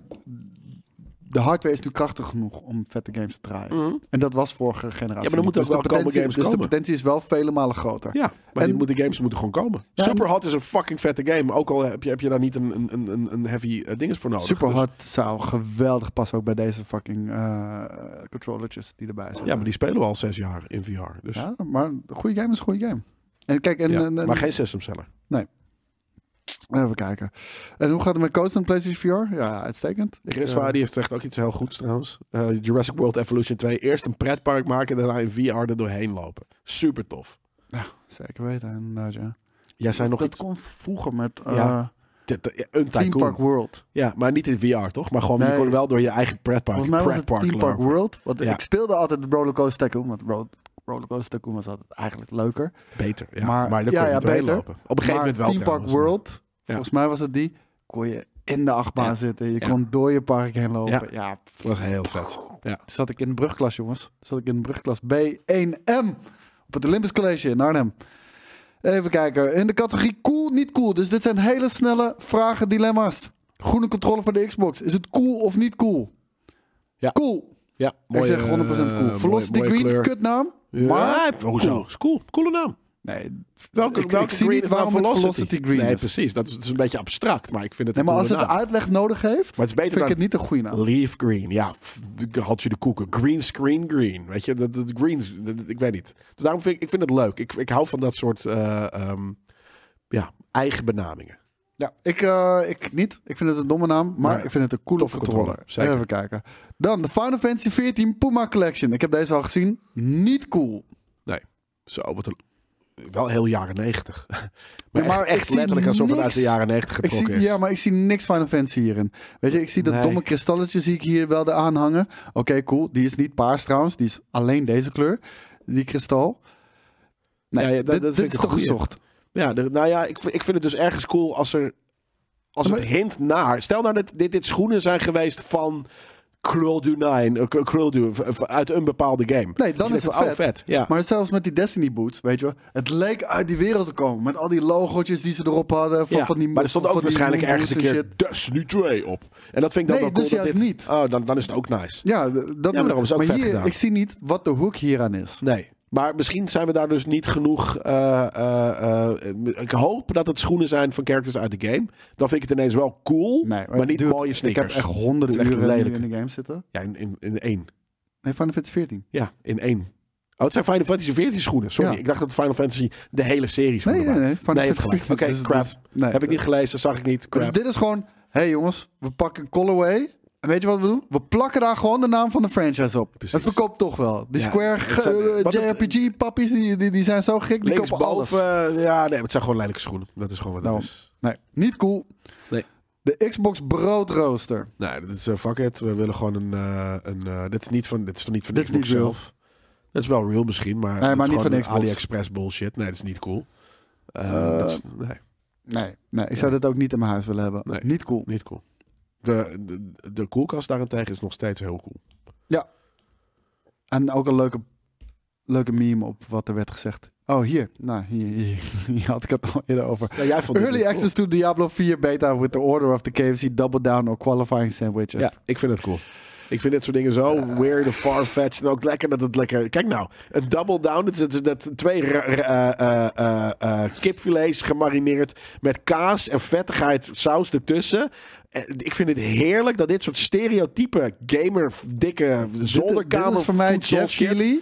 Speaker 1: De hardware is nu krachtig genoeg om vette games te draaien.
Speaker 2: Mhm.
Speaker 1: En dat was vorige generatie.
Speaker 2: Mm. Ja, maar dan
Speaker 1: niet.
Speaker 2: moeten
Speaker 1: Dus
Speaker 2: ook
Speaker 1: de
Speaker 2: wel
Speaker 1: potentie-
Speaker 2: komen games
Speaker 1: Dus de
Speaker 2: komen.
Speaker 1: potentie is wel vele malen groter.
Speaker 2: Ja, nou, maar
Speaker 1: En-
Speaker 2: die, moet- die games moeten gewoon komen.
Speaker 1: Ja,
Speaker 2: Superhot is een fucking vette game. Ook al heb je, heb je daar niet een, een- een, een, een heavy eh, dinges voor nodig.
Speaker 1: Super
Speaker 2: Dus-
Speaker 1: hard zou geweldig passen ook bij deze fucking eh controllertjes die erbij zijn.
Speaker 2: Dus- ja, maar die spelen we al zes jaar in VR. Dus.
Speaker 1: Ja, maar een goede game is een goede game. En kijk, en,
Speaker 2: Ja,
Speaker 1: en- en-
Speaker 2: maar geen system seller.
Speaker 1: even kijken. En hoe gaat het met Coast en PlayStation VR? Ja, uitstekend. Ik,
Speaker 2: Chris
Speaker 1: eh,
Speaker 2: Wadi heeft echt ook iets heel goeds trouwens. Eh, Jurassic World Evolution 2. Eerst een pretpark maken en daarna in VR er doorheen lopen. Super tof.
Speaker 1: Zeker weten, inderdaad, ja.
Speaker 2: Jij zei nog
Speaker 1: dat
Speaker 2: iets.
Speaker 1: kon vroeger met eh
Speaker 2: Ja, dit- eh, een
Speaker 1: Theme Park
Speaker 2: tycoon.
Speaker 1: World.
Speaker 2: Ja, maar niet in VR toch? Maar gewoon, je
Speaker 1: Nee.
Speaker 2: kon wel door je eigen pretpark,
Speaker 1: Volgens mij was het
Speaker 2: pretpark
Speaker 1: Theme Park
Speaker 2: lopen.
Speaker 1: World. Want
Speaker 2: Ja.
Speaker 1: ik speelde altijd Rollercoaster Tycoon. Want Ro- Rollercoaster Tycoon was altijd eigenlijk leuker.
Speaker 2: Beter, ja. Maar,
Speaker 1: Maar-
Speaker 2: daar
Speaker 1: ja,
Speaker 2: kon je
Speaker 1: ja,
Speaker 2: doorheen
Speaker 1: beter.
Speaker 2: lopen. Op een gegeven
Speaker 1: maar
Speaker 2: moment wel
Speaker 1: Theme Park
Speaker 2: trouwens.
Speaker 1: World, volgens mij was het die, kon je in de achtbaan
Speaker 2: Ja.
Speaker 1: zitten. Je
Speaker 2: Ja.
Speaker 1: kon door je park heen lopen.
Speaker 2: Ja.
Speaker 1: Ja.
Speaker 2: Dat was heel vet. Ja.
Speaker 1: toen zat ik in de brugklas, jongens. Toen zat ik in de brugklas B1M op het Olympisch College in Arnhem. Even kijken. In de categorie cool, niet cool. Dus dit zijn hele snelle vragen, dilemma's. Groene controle voor de Xbox. Is het cool of niet cool?
Speaker 2: Ja.
Speaker 1: Cool.
Speaker 2: Ja, mooie,
Speaker 1: ik zeg 100% cool.
Speaker 2: eh,
Speaker 1: Velocity
Speaker 2: mooie- mooie
Speaker 1: Green,
Speaker 2: kleur.
Speaker 1: kutnaam.
Speaker 2: Ja,
Speaker 1: maar
Speaker 2: hoezo? Is cool. Coole naam.
Speaker 1: Nee,
Speaker 2: Welke,
Speaker 1: Ik- ik
Speaker 2: welke
Speaker 1: zie
Speaker 2: green
Speaker 1: niet
Speaker 2: is nou
Speaker 1: waarom het Velocity Green
Speaker 2: Nee,
Speaker 1: is.
Speaker 2: precies. Dat is, het is een beetje abstract, maar ik vind het
Speaker 1: nee
Speaker 2: een
Speaker 1: maar als
Speaker 2: coole
Speaker 1: het uitleg nodig heeft,
Speaker 2: Maar het is beter
Speaker 1: vind ik
Speaker 2: dan-
Speaker 1: het niet een goede naam.
Speaker 2: naam. Leaf Green. Ja, f- had je de koeken. Green Screen Green. Weet je, dat, dat greens, dat- dat- ik weet niet. Dus daarom vind ik, ik vind het leuk. Ik, ik hou van dat soort eh, ehm, ja, eigen benamingen.
Speaker 1: Ja, ik, eh, ik niet. Ik vind het een domme naam, maar
Speaker 2: Nee.
Speaker 1: ik vind het een coole
Speaker 2: Toffe
Speaker 1: controller.
Speaker 2: controller, zeker.
Speaker 1: Even kijken. Dan de Final Fantasy 14 Puma Collection. Ik heb deze al gezien. Niet cool.
Speaker 2: Nee. Zo, wat een... Wel heel jaren negentig. Maar,
Speaker 1: Nee, maar
Speaker 2: echt,
Speaker 1: ik
Speaker 2: echt
Speaker 1: zie
Speaker 2: letterlijk alsof het uit
Speaker 1: niks.
Speaker 2: de jaren negentig
Speaker 1: Ik
Speaker 2: getrokken
Speaker 1: zie,
Speaker 2: is.
Speaker 1: ja, maar ik zie niks Final Fantasy hierin. Weet je, ik zie dat
Speaker 2: Nee.
Speaker 1: domme kristalletje zie ik hier wel aan hangen. Oké, cool. Die is niet paars trouwens. Die is alleen deze kleur. Die kristal. Nee,
Speaker 2: Ja, ja, dat-
Speaker 1: dit,
Speaker 2: dat vind
Speaker 1: dit
Speaker 2: ik
Speaker 1: is
Speaker 2: een
Speaker 1: toch
Speaker 2: goeie.
Speaker 1: gezocht.
Speaker 2: Ja, de- nou ja, ik, v- ik vind het dus ergens cool als er. Als
Speaker 1: Maar-
Speaker 2: het hint naar. Stel nou dat dit, dit schoenen zijn geweest van. Krul du 9, eh, K- Krul du, v- v- uit een bepaalde game.
Speaker 1: Nee,
Speaker 2: Dat
Speaker 1: dan
Speaker 2: je
Speaker 1: is het
Speaker 2: denkt
Speaker 1: vet.
Speaker 2: van, oh, Ja.
Speaker 1: Maar zelfs met die Destiny boots, weet je wel. Het leek uit die wereld te komen. Met al die logotjes die ze erop hadden. Van,
Speaker 2: Ja,
Speaker 1: van die,
Speaker 2: maar er stond ook
Speaker 1: van die
Speaker 2: waarschijnlijk
Speaker 1: boots
Speaker 2: ergens een
Speaker 1: en
Speaker 2: keer
Speaker 1: shit.
Speaker 2: Destiny 2 op. En dat vind ik dan
Speaker 1: Nee,
Speaker 2: wel cool.
Speaker 1: dus
Speaker 2: dat
Speaker 1: juist
Speaker 2: dit,
Speaker 1: niet.
Speaker 2: Oh, dan, dan is het ook nice.
Speaker 1: Ja, d- dat
Speaker 2: maar daarom is het ook
Speaker 1: maar
Speaker 2: vet
Speaker 1: hier,
Speaker 2: gedaan.
Speaker 1: ik zie niet wat de hoek hieraan is.
Speaker 2: Nee. Maar misschien zijn we daar dus niet genoeg. eh, eh, eh, ik hoop dat het schoenen zijn van characters uit de game. Dan vind ik het ineens wel cool. maar, niet
Speaker 1: dude,
Speaker 2: mooie sneakers.
Speaker 1: Ik heb echt honderden
Speaker 2: Het is echt
Speaker 1: uren nu
Speaker 2: lelijk.
Speaker 1: in de game zitten.
Speaker 2: Ja, in, in, in één.
Speaker 1: Nee, Final Fantasy 14.
Speaker 2: Ja, in één. Oh, het zijn Final Fantasy 14 schoenen. Sorry,
Speaker 1: Ja.
Speaker 2: ik dacht dat Final Fantasy de hele serie
Speaker 1: Nee,
Speaker 2: schoenen
Speaker 1: nee, nee.
Speaker 2: waren.
Speaker 1: Final
Speaker 2: je
Speaker 1: Fantasy
Speaker 2: hebt gelijk.
Speaker 1: 14.
Speaker 2: Oké,
Speaker 1: Dus-
Speaker 2: crap.
Speaker 1: dus- nee,
Speaker 2: Heb ik niet gelezen, zag ik niet.
Speaker 1: Maar
Speaker 2: Crap.
Speaker 1: Dit is gewoon, hé hey jongens, we pakken colorway. En weet je wat we doen? We plakken daar gewoon de naam van de franchise op.
Speaker 2: Precies.
Speaker 1: Het verkoopt toch wel. Die
Speaker 2: Ja,
Speaker 1: Square
Speaker 2: het zijn- want het-
Speaker 1: JRPG-pappies, die, die, die zijn zo gek. Die kopen alles.
Speaker 2: eh, Linksboven, ja, nee, maar het zijn gewoon lelijke schoenen. Dat is gewoon wat
Speaker 1: Daarom.
Speaker 2: het is.
Speaker 1: Nee, niet Oh, cool.
Speaker 2: Dus- Nee.
Speaker 1: De Xbox broodrooster.
Speaker 2: Nee, dat is eh, fuck it. We willen gewoon een. eh, een eh, dit, is niet van, dit is van niet van
Speaker 1: Dit is
Speaker 2: Xbox
Speaker 1: niet real.
Speaker 2: zelf. Dat is wel real misschien, maar.
Speaker 1: maar
Speaker 2: dat is
Speaker 1: niet
Speaker 2: gewoon
Speaker 1: van
Speaker 2: een
Speaker 1: Xbox.
Speaker 2: AliExpress bullshit. Nee, dat is niet cool. Eh, dat is- nee,
Speaker 1: Nee, nee ik zou dat ook niet in mijn huis willen hebben.
Speaker 2: Nee.
Speaker 1: Niet cool.
Speaker 2: niet cool. De, de, de koelkast daarentegen is nog steeds heel cool.
Speaker 1: En ook een leuke, leuke meme op wat er werd gezegd. Oh, hier. Nou, hier, hier, hier had ik het al eerder over.
Speaker 2: Ja, jij vond dit
Speaker 1: Early
Speaker 2: niet
Speaker 1: access to Diablo 4 beta with the order of the KFC double down or qualifying sandwiches.
Speaker 2: Ja, ik vind het cool. Ik vind dit soort dingen zo weird en far-fetched. En ook lekker dat het lekker... Kijk nou, een double down. Dat, dat, dat twee ra- ra- eh, eh, eh, eh, kipfilets gemarineerd met kaas en vettigheid saus ertussen. Eh, Ik vind het heerlijk dat dit soort stereotype gamer dikke
Speaker 1: Dit-
Speaker 2: zolderkamer
Speaker 1: Dit is voor mij
Speaker 2: voedsel
Speaker 1: Jeff
Speaker 2: shit.
Speaker 1: Keighley,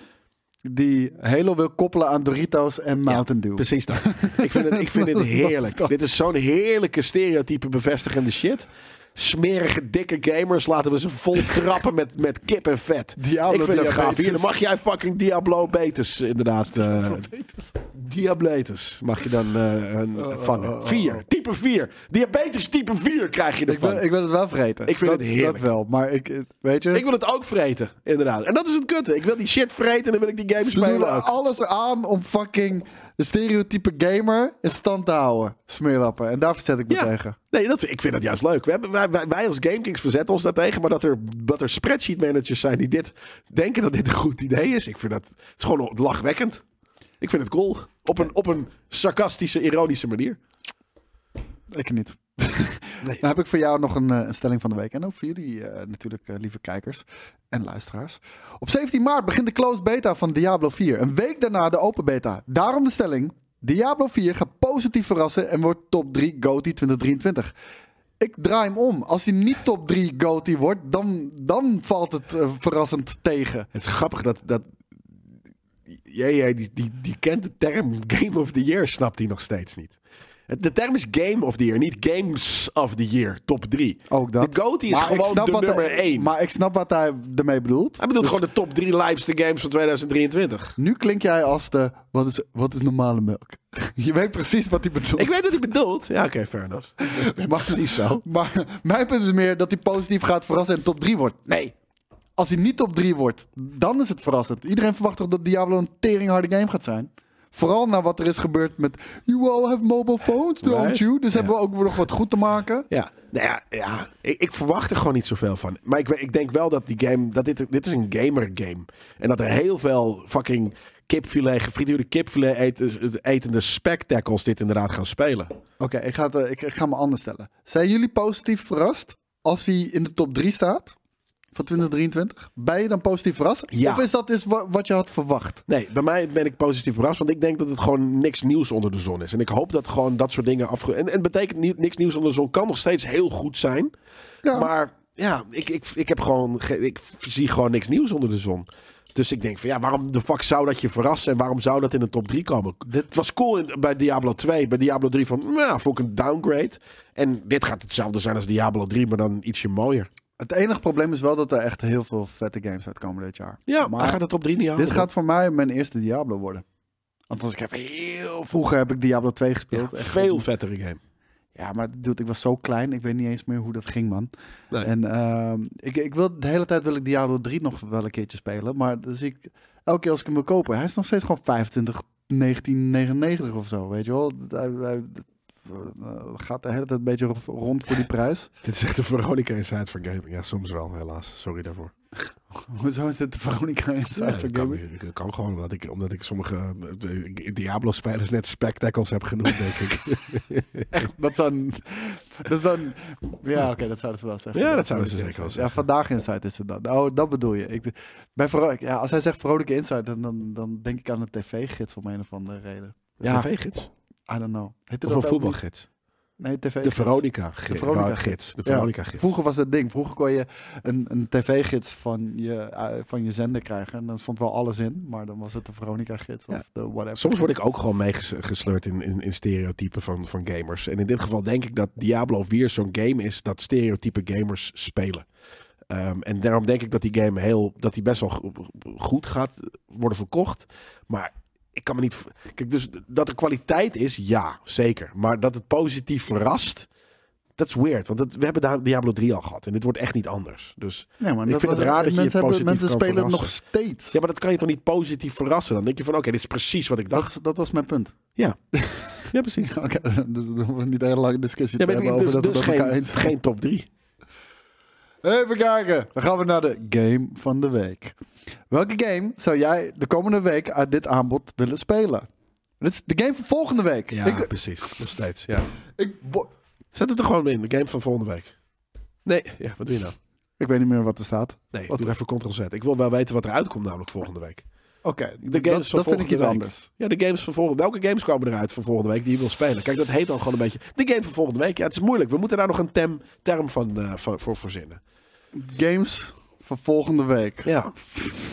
Speaker 1: die Halo wil koppelen aan Doritos en Mountain Dew.
Speaker 2: Precies dat. ik, vind het, ik vind het heerlijk. Dit is zo'n heerlijke stereotype bevestigende shit. Smerige, dikke gamers laten we ze vol trappen met, met kip en vet.
Speaker 1: Diablo
Speaker 2: ik vind het gaaf.
Speaker 1: diabetes.
Speaker 2: Hier, dan mag jij fucking Diablo Betes, inderdaad. eh diabletes mag je dan eh een,
Speaker 1: Oh,
Speaker 2: vangen. 4, type 4. Diabetes type 4 krijg je
Speaker 1: Ik
Speaker 2: ervan.
Speaker 1: wil, ik wil het wel vreten.
Speaker 2: Ik vind
Speaker 1: dat,
Speaker 2: het heerlijk.
Speaker 1: Dat wel, maar ik, eh, weet je...
Speaker 2: Ik wil het ook vreten, inderdaad. En dat is het kutte. Ik wil die shit vreten en dan wil ik die game
Speaker 1: Ze doen
Speaker 2: spelen
Speaker 1: er
Speaker 2: ook.
Speaker 1: alles aan om fucking de stereotype gamer in stand te houden. Smeerlappen. En daar verzet ik me tegen.
Speaker 2: Nee, dat, ik vind dat juist leuk. We hebben, wij, wij, wij als GameKings verzetten ons daartegen. Maar dat er, dat er spreadsheet managers zijn die dit denken dat dit een goed idee is. Ik vind dat het is gewoon lachwekkend. Ik vind het cool. Op een, op een sarcastische, ironische manier.
Speaker 1: Ik niet. Dan heb ik voor jou nog een, eh, een stelling van de week. En ook voor jullie eh, natuurlijk, eh, lieve kijkers en luisteraars. Op 17 maart begint de closed beta van Diablo 4. Een week daarna de open beta. Daarom de stelling. Diablo 4 gaat positief verrassen en wordt top 3 GOTY 2023. Ik draai hem om. Als hij niet top 3 GOTY wordt, dan, dan valt het eh, verrassend tegen.
Speaker 2: Het is grappig dat... dat jij, jij, die, die, die kent de term Game of the Year, snapt hij nog steeds niet. Het- De term is Game of the Year, niet Games of the Year, top 3.
Speaker 1: Ook dat.
Speaker 2: De GOAT is
Speaker 1: Maar ik
Speaker 2: gewoon
Speaker 1: snap
Speaker 2: de
Speaker 1: wat hij-
Speaker 2: nummer 1.
Speaker 1: Maar ik snap wat hij ermee bedoelt.
Speaker 2: Hij bedoelt
Speaker 1: Dus
Speaker 2: gewoon de top 3 lijpste games van 2023.
Speaker 1: Nu klink jij als de, wat is, wat is normale melk? Je weet precies wat hij bedoelt.
Speaker 2: Ik weet wat hij bedoelt. Ja, oké, fair enough.
Speaker 1: maar,
Speaker 2: precies zo.
Speaker 1: Maar mijn punt is meer dat hij positief gaat verrassen en top 3 wordt. Nee. Als hij niet top 3 wordt, dan is het verrassend. Iedereen verwacht toch dat Diablo een teringharde game gaat zijn? Vooral na wat er is gebeurd met... You all have mobile phones, don't
Speaker 2: Right.
Speaker 1: you? Dus hebben we ook nog wat goed te maken.
Speaker 2: Ja, nou ja, ja ik, ik verwacht er gewoon niet zoveel van. Maar ik, we- ik denk wel dat die game, dat dit, dit is een gamer game. En dat er heel veel fucking kipfilet, gefrituurde kipfilet eten, etende spectacles dit inderdaad gaan spelen.
Speaker 1: Oké, ik, ga het, eh, ik, ik ga me anders stellen. Zijn jullie positief verrast als hij in de top 3 staat van 2023? Ben je dan positief verrast?
Speaker 2: Ja.
Speaker 1: Of is dat is wa- wat je had verwacht?
Speaker 2: Nee, bij mij ben ik positief verrast, want ik denk dat het gewoon niks nieuws onder de zon is. En ik hoop dat gewoon dat soort dingen afge... En, en het betekent niet, niks nieuws onder de zon kan nog steeds heel goed zijn. Maar ja, ik, ik, ik heb gewoon, ge- ik zie gewoon niks nieuws onder de zon. Dus ik denk van ja, waarom de fuck zou dat je verrassen en waarom zou dat in de top 3 komen? Het was cool in- bij Diablo 2, bij Diablo 3 van, nou, ja, vond ik een downgrade. En dit gaat hetzelfde zijn als Diablo 3, maar dan ietsje mooier.
Speaker 1: Het enige probleem is wel dat er echt heel veel vette games uitkomen dit jaar.
Speaker 2: Ja, maar
Speaker 1: Maar
Speaker 2: hij gaat de top 3 niet halen.
Speaker 1: Dit gaat voor mij mijn eerste Diablo worden. Althans, ik heb heel vroeger heb ik Diablo 2 gespeeld. Echt-
Speaker 2: veel vettere game.
Speaker 1: Ja, maar dude, ik was zo klein. Ik weet niet eens meer hoe dat ging, man.
Speaker 2: Nee.
Speaker 1: En ehm, ik, ik wil, de hele tijd wil ik Diablo 3 nog wel een keertje spelen. Maar dan zie ik elke keer als ik hem wil kopen. Hij is nog steeds gewoon 25, 1999 of zo, weet je wel. Hij, hij- eh, gaat de hele tijd een beetje ro- rond voor die prijs.
Speaker 2: Dit is echt de Veronica Inside voor Gaming. Ja, soms wel, helaas. Sorry daarvoor.
Speaker 1: Hoezo is dit de Veronica Inside for
Speaker 2: dat kan,
Speaker 1: Gaming?
Speaker 2: ik- ik kan gewoon, omdat ik, omdat ik sommige eh, eh, Diablo-spelers net spectacles heb genoemd, denk ik.
Speaker 1: Dat zou een... Dat zou een- ja, oké, dat zouden ze wel zeggen.
Speaker 2: Ja, dat zouden ze zeker wel
Speaker 1: Ja,
Speaker 2: zeggen.
Speaker 1: vandaag Inside is het dan. Oh, dat bedoel je. Ik, bij Vero- ja, als hij zegt Veronica Inside, dan, dan, dan denk ik aan een tv-gids om een of andere reden. Ja,
Speaker 2: Ja. TV-gids?
Speaker 1: I don't know. Heette
Speaker 2: Of
Speaker 1: dat ook niet?
Speaker 2: een voetbalgids?
Speaker 1: Nee, tv
Speaker 2: De Veronica-gids.
Speaker 1: De Veronica
Speaker 2: De Veronica-gids.
Speaker 1: Vroeger was dat ding. Vroeger kon je een, een tv-gids van je, eh, van je zender krijgen. En dan stond wel alles in. Maar dan was het de Veronica-gids of
Speaker 2: Ja.
Speaker 1: de whatever.
Speaker 2: Soms word ik ook gewoon meegesleurd in, in, in stereotypen van, van gamers. En in dit geval denk ik dat Diablo 4 zo'n game is dat stereotype gamers spelen. Ehm, en daarom denk ik dat die game heel, dat die best wel go- goed gaat worden verkocht. Maar ik kan me niet. v- Kijk, dus dat er kwaliteit is, ja, zeker. Maar dat het positief verrast, Dat is weird, want dat, we hebben Dia- Diablo 3 al gehad. En dit wordt echt niet anders. Dus
Speaker 1: Nee, maar
Speaker 2: ik
Speaker 1: dat
Speaker 2: vind
Speaker 1: was-
Speaker 2: het raar dat je
Speaker 1: mensen
Speaker 2: je
Speaker 1: hebben-
Speaker 2: positief
Speaker 1: Mensen
Speaker 2: kan
Speaker 1: spelen het nog
Speaker 2: verrassen.
Speaker 1: steeds.
Speaker 2: Ja, maar dat kan je toch niet positief verrassen? Dan denk je van, oké, dit is precies wat ik dacht.
Speaker 1: dat, dat was mijn punt.
Speaker 2: Ja, ja precies.
Speaker 1: Oké, dus we hoeven niet een hele lange discussie
Speaker 2: Ja,
Speaker 1: te
Speaker 2: maar
Speaker 1: hebben
Speaker 2: dit-
Speaker 1: over
Speaker 2: dus,
Speaker 1: dat we
Speaker 2: dus
Speaker 1: het met elkaar
Speaker 2: geen,
Speaker 1: eens zijn.
Speaker 2: geen top 3.
Speaker 1: Even kijken. Dan gaan we naar de game van de week. Welke game zou jij de komende week uit dit aanbod willen spelen? Dit is de game van volgende week.
Speaker 2: Ja,
Speaker 1: Ik,
Speaker 2: precies. Nog steeds, ja.
Speaker 1: ik, bo-
Speaker 2: Zet het er gewoon in, de game van volgende week. Nee, ja, wat doe je nou?
Speaker 1: ik weet niet meer wat er staat.
Speaker 2: Nee,
Speaker 1: Wat-
Speaker 2: doe even ctrl-z. Ik wil wel weten wat er uitkomt namelijk volgende week.
Speaker 1: Oké,
Speaker 2: De
Speaker 1: dat,
Speaker 2: games
Speaker 1: dat
Speaker 2: van
Speaker 1: vind ik
Speaker 2: volgende
Speaker 1: iets
Speaker 2: week.
Speaker 1: anders.
Speaker 2: Ja, de games van volgende Welke games komen eruit van volgende week die je wil spelen? Kijk, dat heet dan gewoon een beetje... De game van volgende week. Ja, het is moeilijk. We moeten daar nog een tem- term van, eh, van, voor verzinnen.
Speaker 1: Games van volgende week.
Speaker 2: Ja.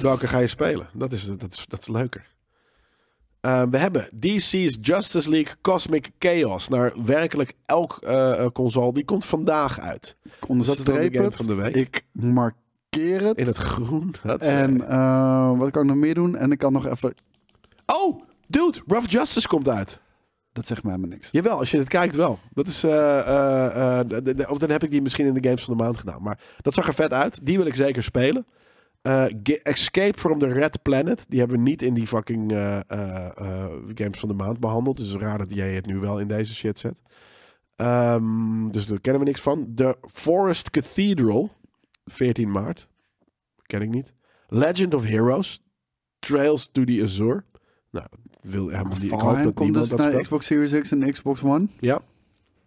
Speaker 2: Welke ga je spelen? Dat is, dat is, dat is leuker. Eh, we hebben DC's Justice League Cosmic Chaos. Naar werkelijk elk eh, eh, console. Die komt vandaag uit. dat is
Speaker 1: Onderstreep
Speaker 2: dan de game
Speaker 1: het.
Speaker 2: van de week?
Speaker 1: Ik markeer het.
Speaker 2: In het groen. Dat is,
Speaker 1: en
Speaker 2: eh,
Speaker 1: eh, wat kan ik nog meer doen? En ik kan nog even...
Speaker 2: Oh, dude. Rough Justice komt uit.
Speaker 1: Dat zegt mij helemaal niks.
Speaker 2: Jawel, als je het kijkt wel. Dat is, eh, eh, eh, de- de- of dan heb ik die misschien in de Games van de Maand gedaan. Maar dat zag er vet uit. Die wil ik zeker spelen. Eh, Ge- Escape from the Red Planet. Die hebben we niet in die fucking eh, eh, eh, Games van de Maand behandeld. Dus raar dat jij het nu wel in deze shit zet. Ehm, dus daar kennen we niks van. The Forest Cathedral. 14 maart. Ken ik niet. Legend of Heroes. Trails to the Azure. Nou, dat wil helemaal niet. Ik hoop
Speaker 1: Valheim
Speaker 2: dat
Speaker 1: komt
Speaker 2: niemand
Speaker 1: dus
Speaker 2: dat
Speaker 1: naar
Speaker 2: speelt.
Speaker 1: Xbox Series X en Xbox One.
Speaker 2: Ja.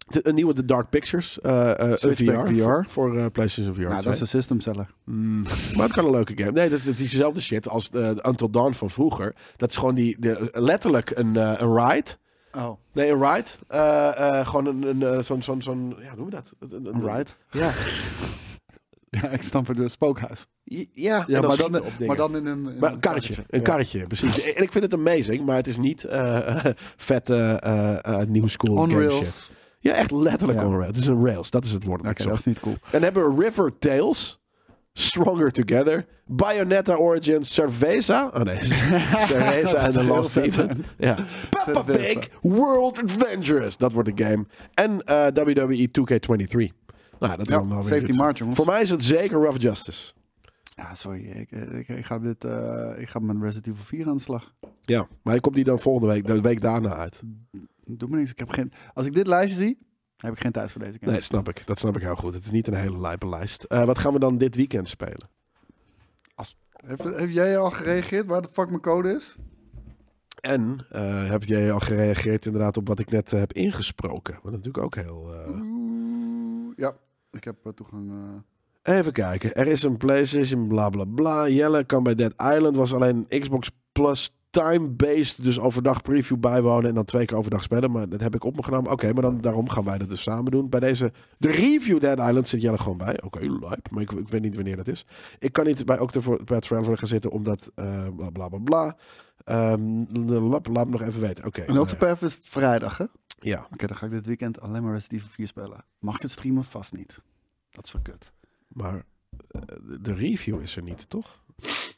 Speaker 2: De, een nieuwe The Dark Pictures. eh, eh, een VR.
Speaker 1: Switchback VR.
Speaker 2: Voor, voor eh, PlayStation VR.
Speaker 1: Nou, dat is een systemseller.
Speaker 2: Mm, maar het kan een leuke game. Nee, dat, dat is dezelfde shit als eh Until Dawn van vroeger. Dat is gewoon die, de, letterlijk een, eh, een ride.
Speaker 1: Oh,
Speaker 2: Nee, een ride. Eh, eh, gewoon een, een eh, zo'n, zo'n, zo'n, ja, hoe noem je dat? Een,
Speaker 1: een ride.
Speaker 2: Ja,
Speaker 1: Ja, ik stamp er door het spookhuis.
Speaker 2: ja, ja
Speaker 1: Ja, maar, dan,
Speaker 2: schieten op dingen.
Speaker 1: maar dan in een, in
Speaker 2: Maar een karretje, een
Speaker 1: Ja.
Speaker 2: karretje, precies. En ik vind het amazing, maar het is niet eh, vette eh eh new school
Speaker 1: On
Speaker 2: game
Speaker 1: rails.
Speaker 2: shit. Ja, echt letterlijk
Speaker 1: Ja.
Speaker 2: on rails. Het is een rails, dat is het woord dat
Speaker 1: Oké,
Speaker 2: ik
Speaker 1: dat
Speaker 2: zocht.
Speaker 1: is niet cool.
Speaker 2: En hebben we River Tales, Stronger Together, Bayonetta Origins, Cerveza. Oh nee, Cerveza en The
Speaker 1: heel
Speaker 2: Lost
Speaker 1: vet
Speaker 2: Eden. Ja. Peppa
Speaker 1: Cerveza.
Speaker 2: Pig World Adventures. Dat wordt de game. En eh, WWE 2K23. Nou, dat is
Speaker 1: Ja,
Speaker 2: dan wel weer
Speaker 1: 17
Speaker 2: goed.
Speaker 1: maart, jongens.
Speaker 2: Voor mij is het zeker Rough Justice.
Speaker 1: Ja, sorry. Ik, ik, ik ga dit, eh, ik ga mijn Resident Evil 4 aan de slag.
Speaker 2: Ja, maar komt die dan volgende week, de week daarna uit?
Speaker 1: Doe me niks. Ik heb geen, als ik dit lijstje zie, heb ik geen tijd voor deze game.
Speaker 2: Nee, snap ik. Dat snap ik heel goed. Het is niet een hele lijpe lijst. Eh, wat gaan we dan dit weekend spelen?
Speaker 1: Heb, heb jij al gereageerd waar de fuck mijn code is?
Speaker 2: En eh, heb jij al gereageerd inderdaad op wat ik net eh, heb ingesproken? Wat natuurlijk ook heel... eh,
Speaker 1: Oeh, ja, ik heb eh, toegang. eh.
Speaker 2: Oh, Even kijken. Er is een PlayStation, bla bla bla. Jelle kan bij Dead Island. Was alleen een Xbox Plus time-based. Dus overdag preview bijwonen en dan twee keer overdag spelen. Maar dat heb ik op me genomen. Oké, maar dan daarom gaan wij dat dus samen doen. Bij deze, de review Dead Island zit Jelle gewoon bij. Oké, lijp. Maar ik, ik weet niet wanneer dat is. Ik kan niet bij Octo bij Traveler gaan zitten omdat eh, bla bla bla bla. Ehm, lap, laat me nog even weten. Oké.
Speaker 1: Een Octopath is vrijdag, hè? Oké,
Speaker 2: eh, ja.
Speaker 1: dan ga ik dit weekend alleen maar Resident Evil 4 spelen. Mag ik het streamen? Vast niet. Dat is wel kut.
Speaker 2: Maar eh, de review is er niet, toch?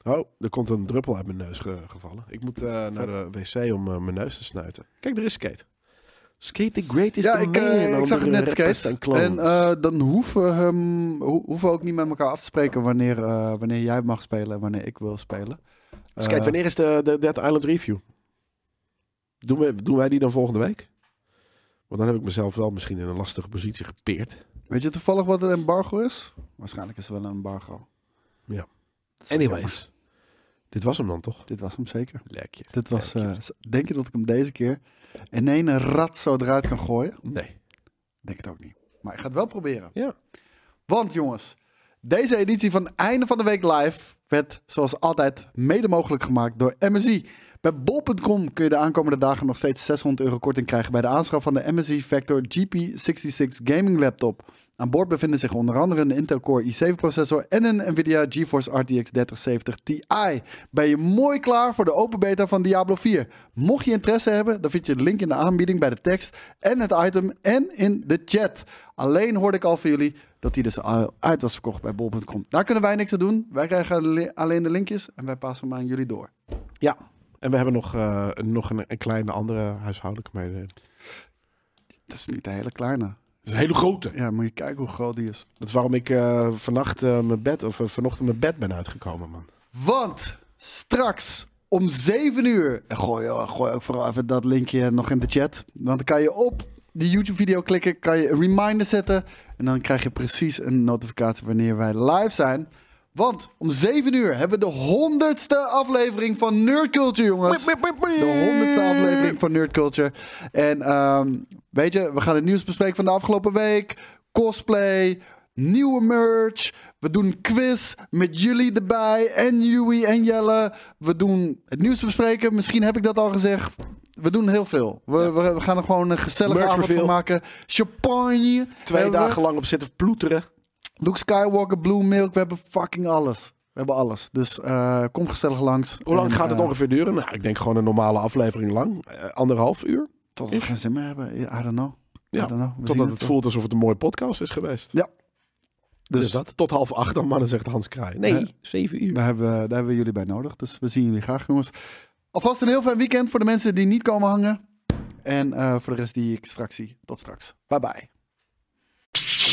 Speaker 2: Oh, er komt een druppel uit mijn neus ge- gevallen. Ik moet eh, naar de wc om eh, mijn neus te snuiten. Kijk, er is Skate. Skate the Great is
Speaker 1: ja,
Speaker 2: the
Speaker 1: ik, eh,
Speaker 2: man
Speaker 1: ik
Speaker 2: onder
Speaker 1: zag het net
Speaker 2: rappers
Speaker 1: skate.
Speaker 2: en
Speaker 1: En,
Speaker 2: clones.
Speaker 1: eh, dan hoeven, we hem- ho- hoeven we ook niet met elkaar af te spreken wanneer, eh, wanneer jij mag spelen en wanneer ik wil spelen. Eh,
Speaker 2: Skate, wanneer is de, de Dead Island review? Doen, we, doen wij die dan volgende week? Want dan heb ik mezelf wel misschien in een lastige positie gepeerd.
Speaker 1: Weet je toevallig wat een embargo is? Waarschijnlijk is het wel een embargo.
Speaker 2: Ja.
Speaker 1: Dat is wel jammer.
Speaker 2: Anyways, dit was hem dan toch?
Speaker 1: Dit was hem zeker.
Speaker 2: Lekje.
Speaker 1: Dit was, eh, z- denk je dat ik hem deze keer in één rat zo eruit kan gooien?
Speaker 2: Nee.
Speaker 1: Denk het ook niet. Maar ik ga het wel proberen.
Speaker 2: Ja.
Speaker 1: Want jongens, deze editie van Einde van de Week Live werd zoals altijd mede mogelijk gemaakt door MSI. Bij bol.com kun je de aankomende dagen nog steeds 600 euro korting krijgen bij de aanschaf van de MSI Vector GP66 gaming laptop. Aan boord bevinden zich onder andere een Intel Core i7 processor en een Nvidia GeForce RTX 3070 Ti. Ben je mooi klaar voor de open beta van Diablo 4? Mocht je interesse hebben, dan vind je de link in de aanbieding bij de tekst en het item en in de chat. Alleen hoorde ik al van jullie dat die dus al uit was verkocht bij bol.com. Daar kunnen wij niks aan doen. Wij krijgen alle- alleen de linkjes en wij passen hem aan jullie door.
Speaker 2: Ja. En we hebben nog, eh, nog een, een kleine andere huishoudelijke mededeling.
Speaker 1: Dat is niet de hele kleine.
Speaker 2: is een hele grote.
Speaker 1: Ja, moet je kijken hoe groot die is.
Speaker 2: Dat is waarom ik eh, vannacht eh, mijn bed, of eh, vanochtend mijn bed ben uitgekomen, man.
Speaker 1: Want straks om 7 uur. En gooi, oh, gooi ook vooral even dat linkje nog in de chat. Want dan kan je op die YouTube-video klikken, kan je een reminder zetten. En dan krijg je precies een notificatie wanneer wij live zijn. Want om 7 uur hebben we de 100ste aflevering van Nerd Culture, jongens. De honderdste aflevering van Nerd Culture. En ehm, weet je, we gaan het nieuws bespreken van de afgelopen week. Cosplay, nieuwe merch. We doen een quiz met jullie erbij. En Yui en Jelle. We doen het nieuws bespreken. Misschien heb ik dat al gezegd. We doen heel veel. We, we, we gaan er gewoon een gezellige
Speaker 2: Merch
Speaker 1: avond van
Speaker 2: reveal.
Speaker 1: maken. Champagne.
Speaker 2: Twee
Speaker 1: hebben we.
Speaker 2: dagen lang op zitten ploeteren.
Speaker 1: Luke Skywalker, Blue Milk. We hebben fucking alles. We hebben alles. Dus eh, kom gezellig langs.
Speaker 2: Hoe lang
Speaker 1: En,
Speaker 2: gaat het
Speaker 1: eh,
Speaker 2: ongeveer duren? Nou, ik denk gewoon een normale aflevering lang. Eh, anderhalf uur.
Speaker 1: Tot we geen zin meer hebben. I don't know. I
Speaker 2: Ja,
Speaker 1: don't know. We zien
Speaker 2: totdat het
Speaker 1: wel.
Speaker 2: voelt alsof het een mooie podcast is geweest.
Speaker 1: Ja.
Speaker 2: Dus,
Speaker 1: Dus
Speaker 2: dat, tot half acht dan, maar dan zegt Hans Kraai. Nee,
Speaker 1: Ja.
Speaker 2: zeven uur.
Speaker 1: Daar, hebben we, daar hebben we jullie bij nodig. Dus we zien jullie graag, jongens. Alvast een heel fijn weekend voor de mensen die niet komen hangen. En eh, voor de rest die ik straks zie. Tot straks. Bye bye.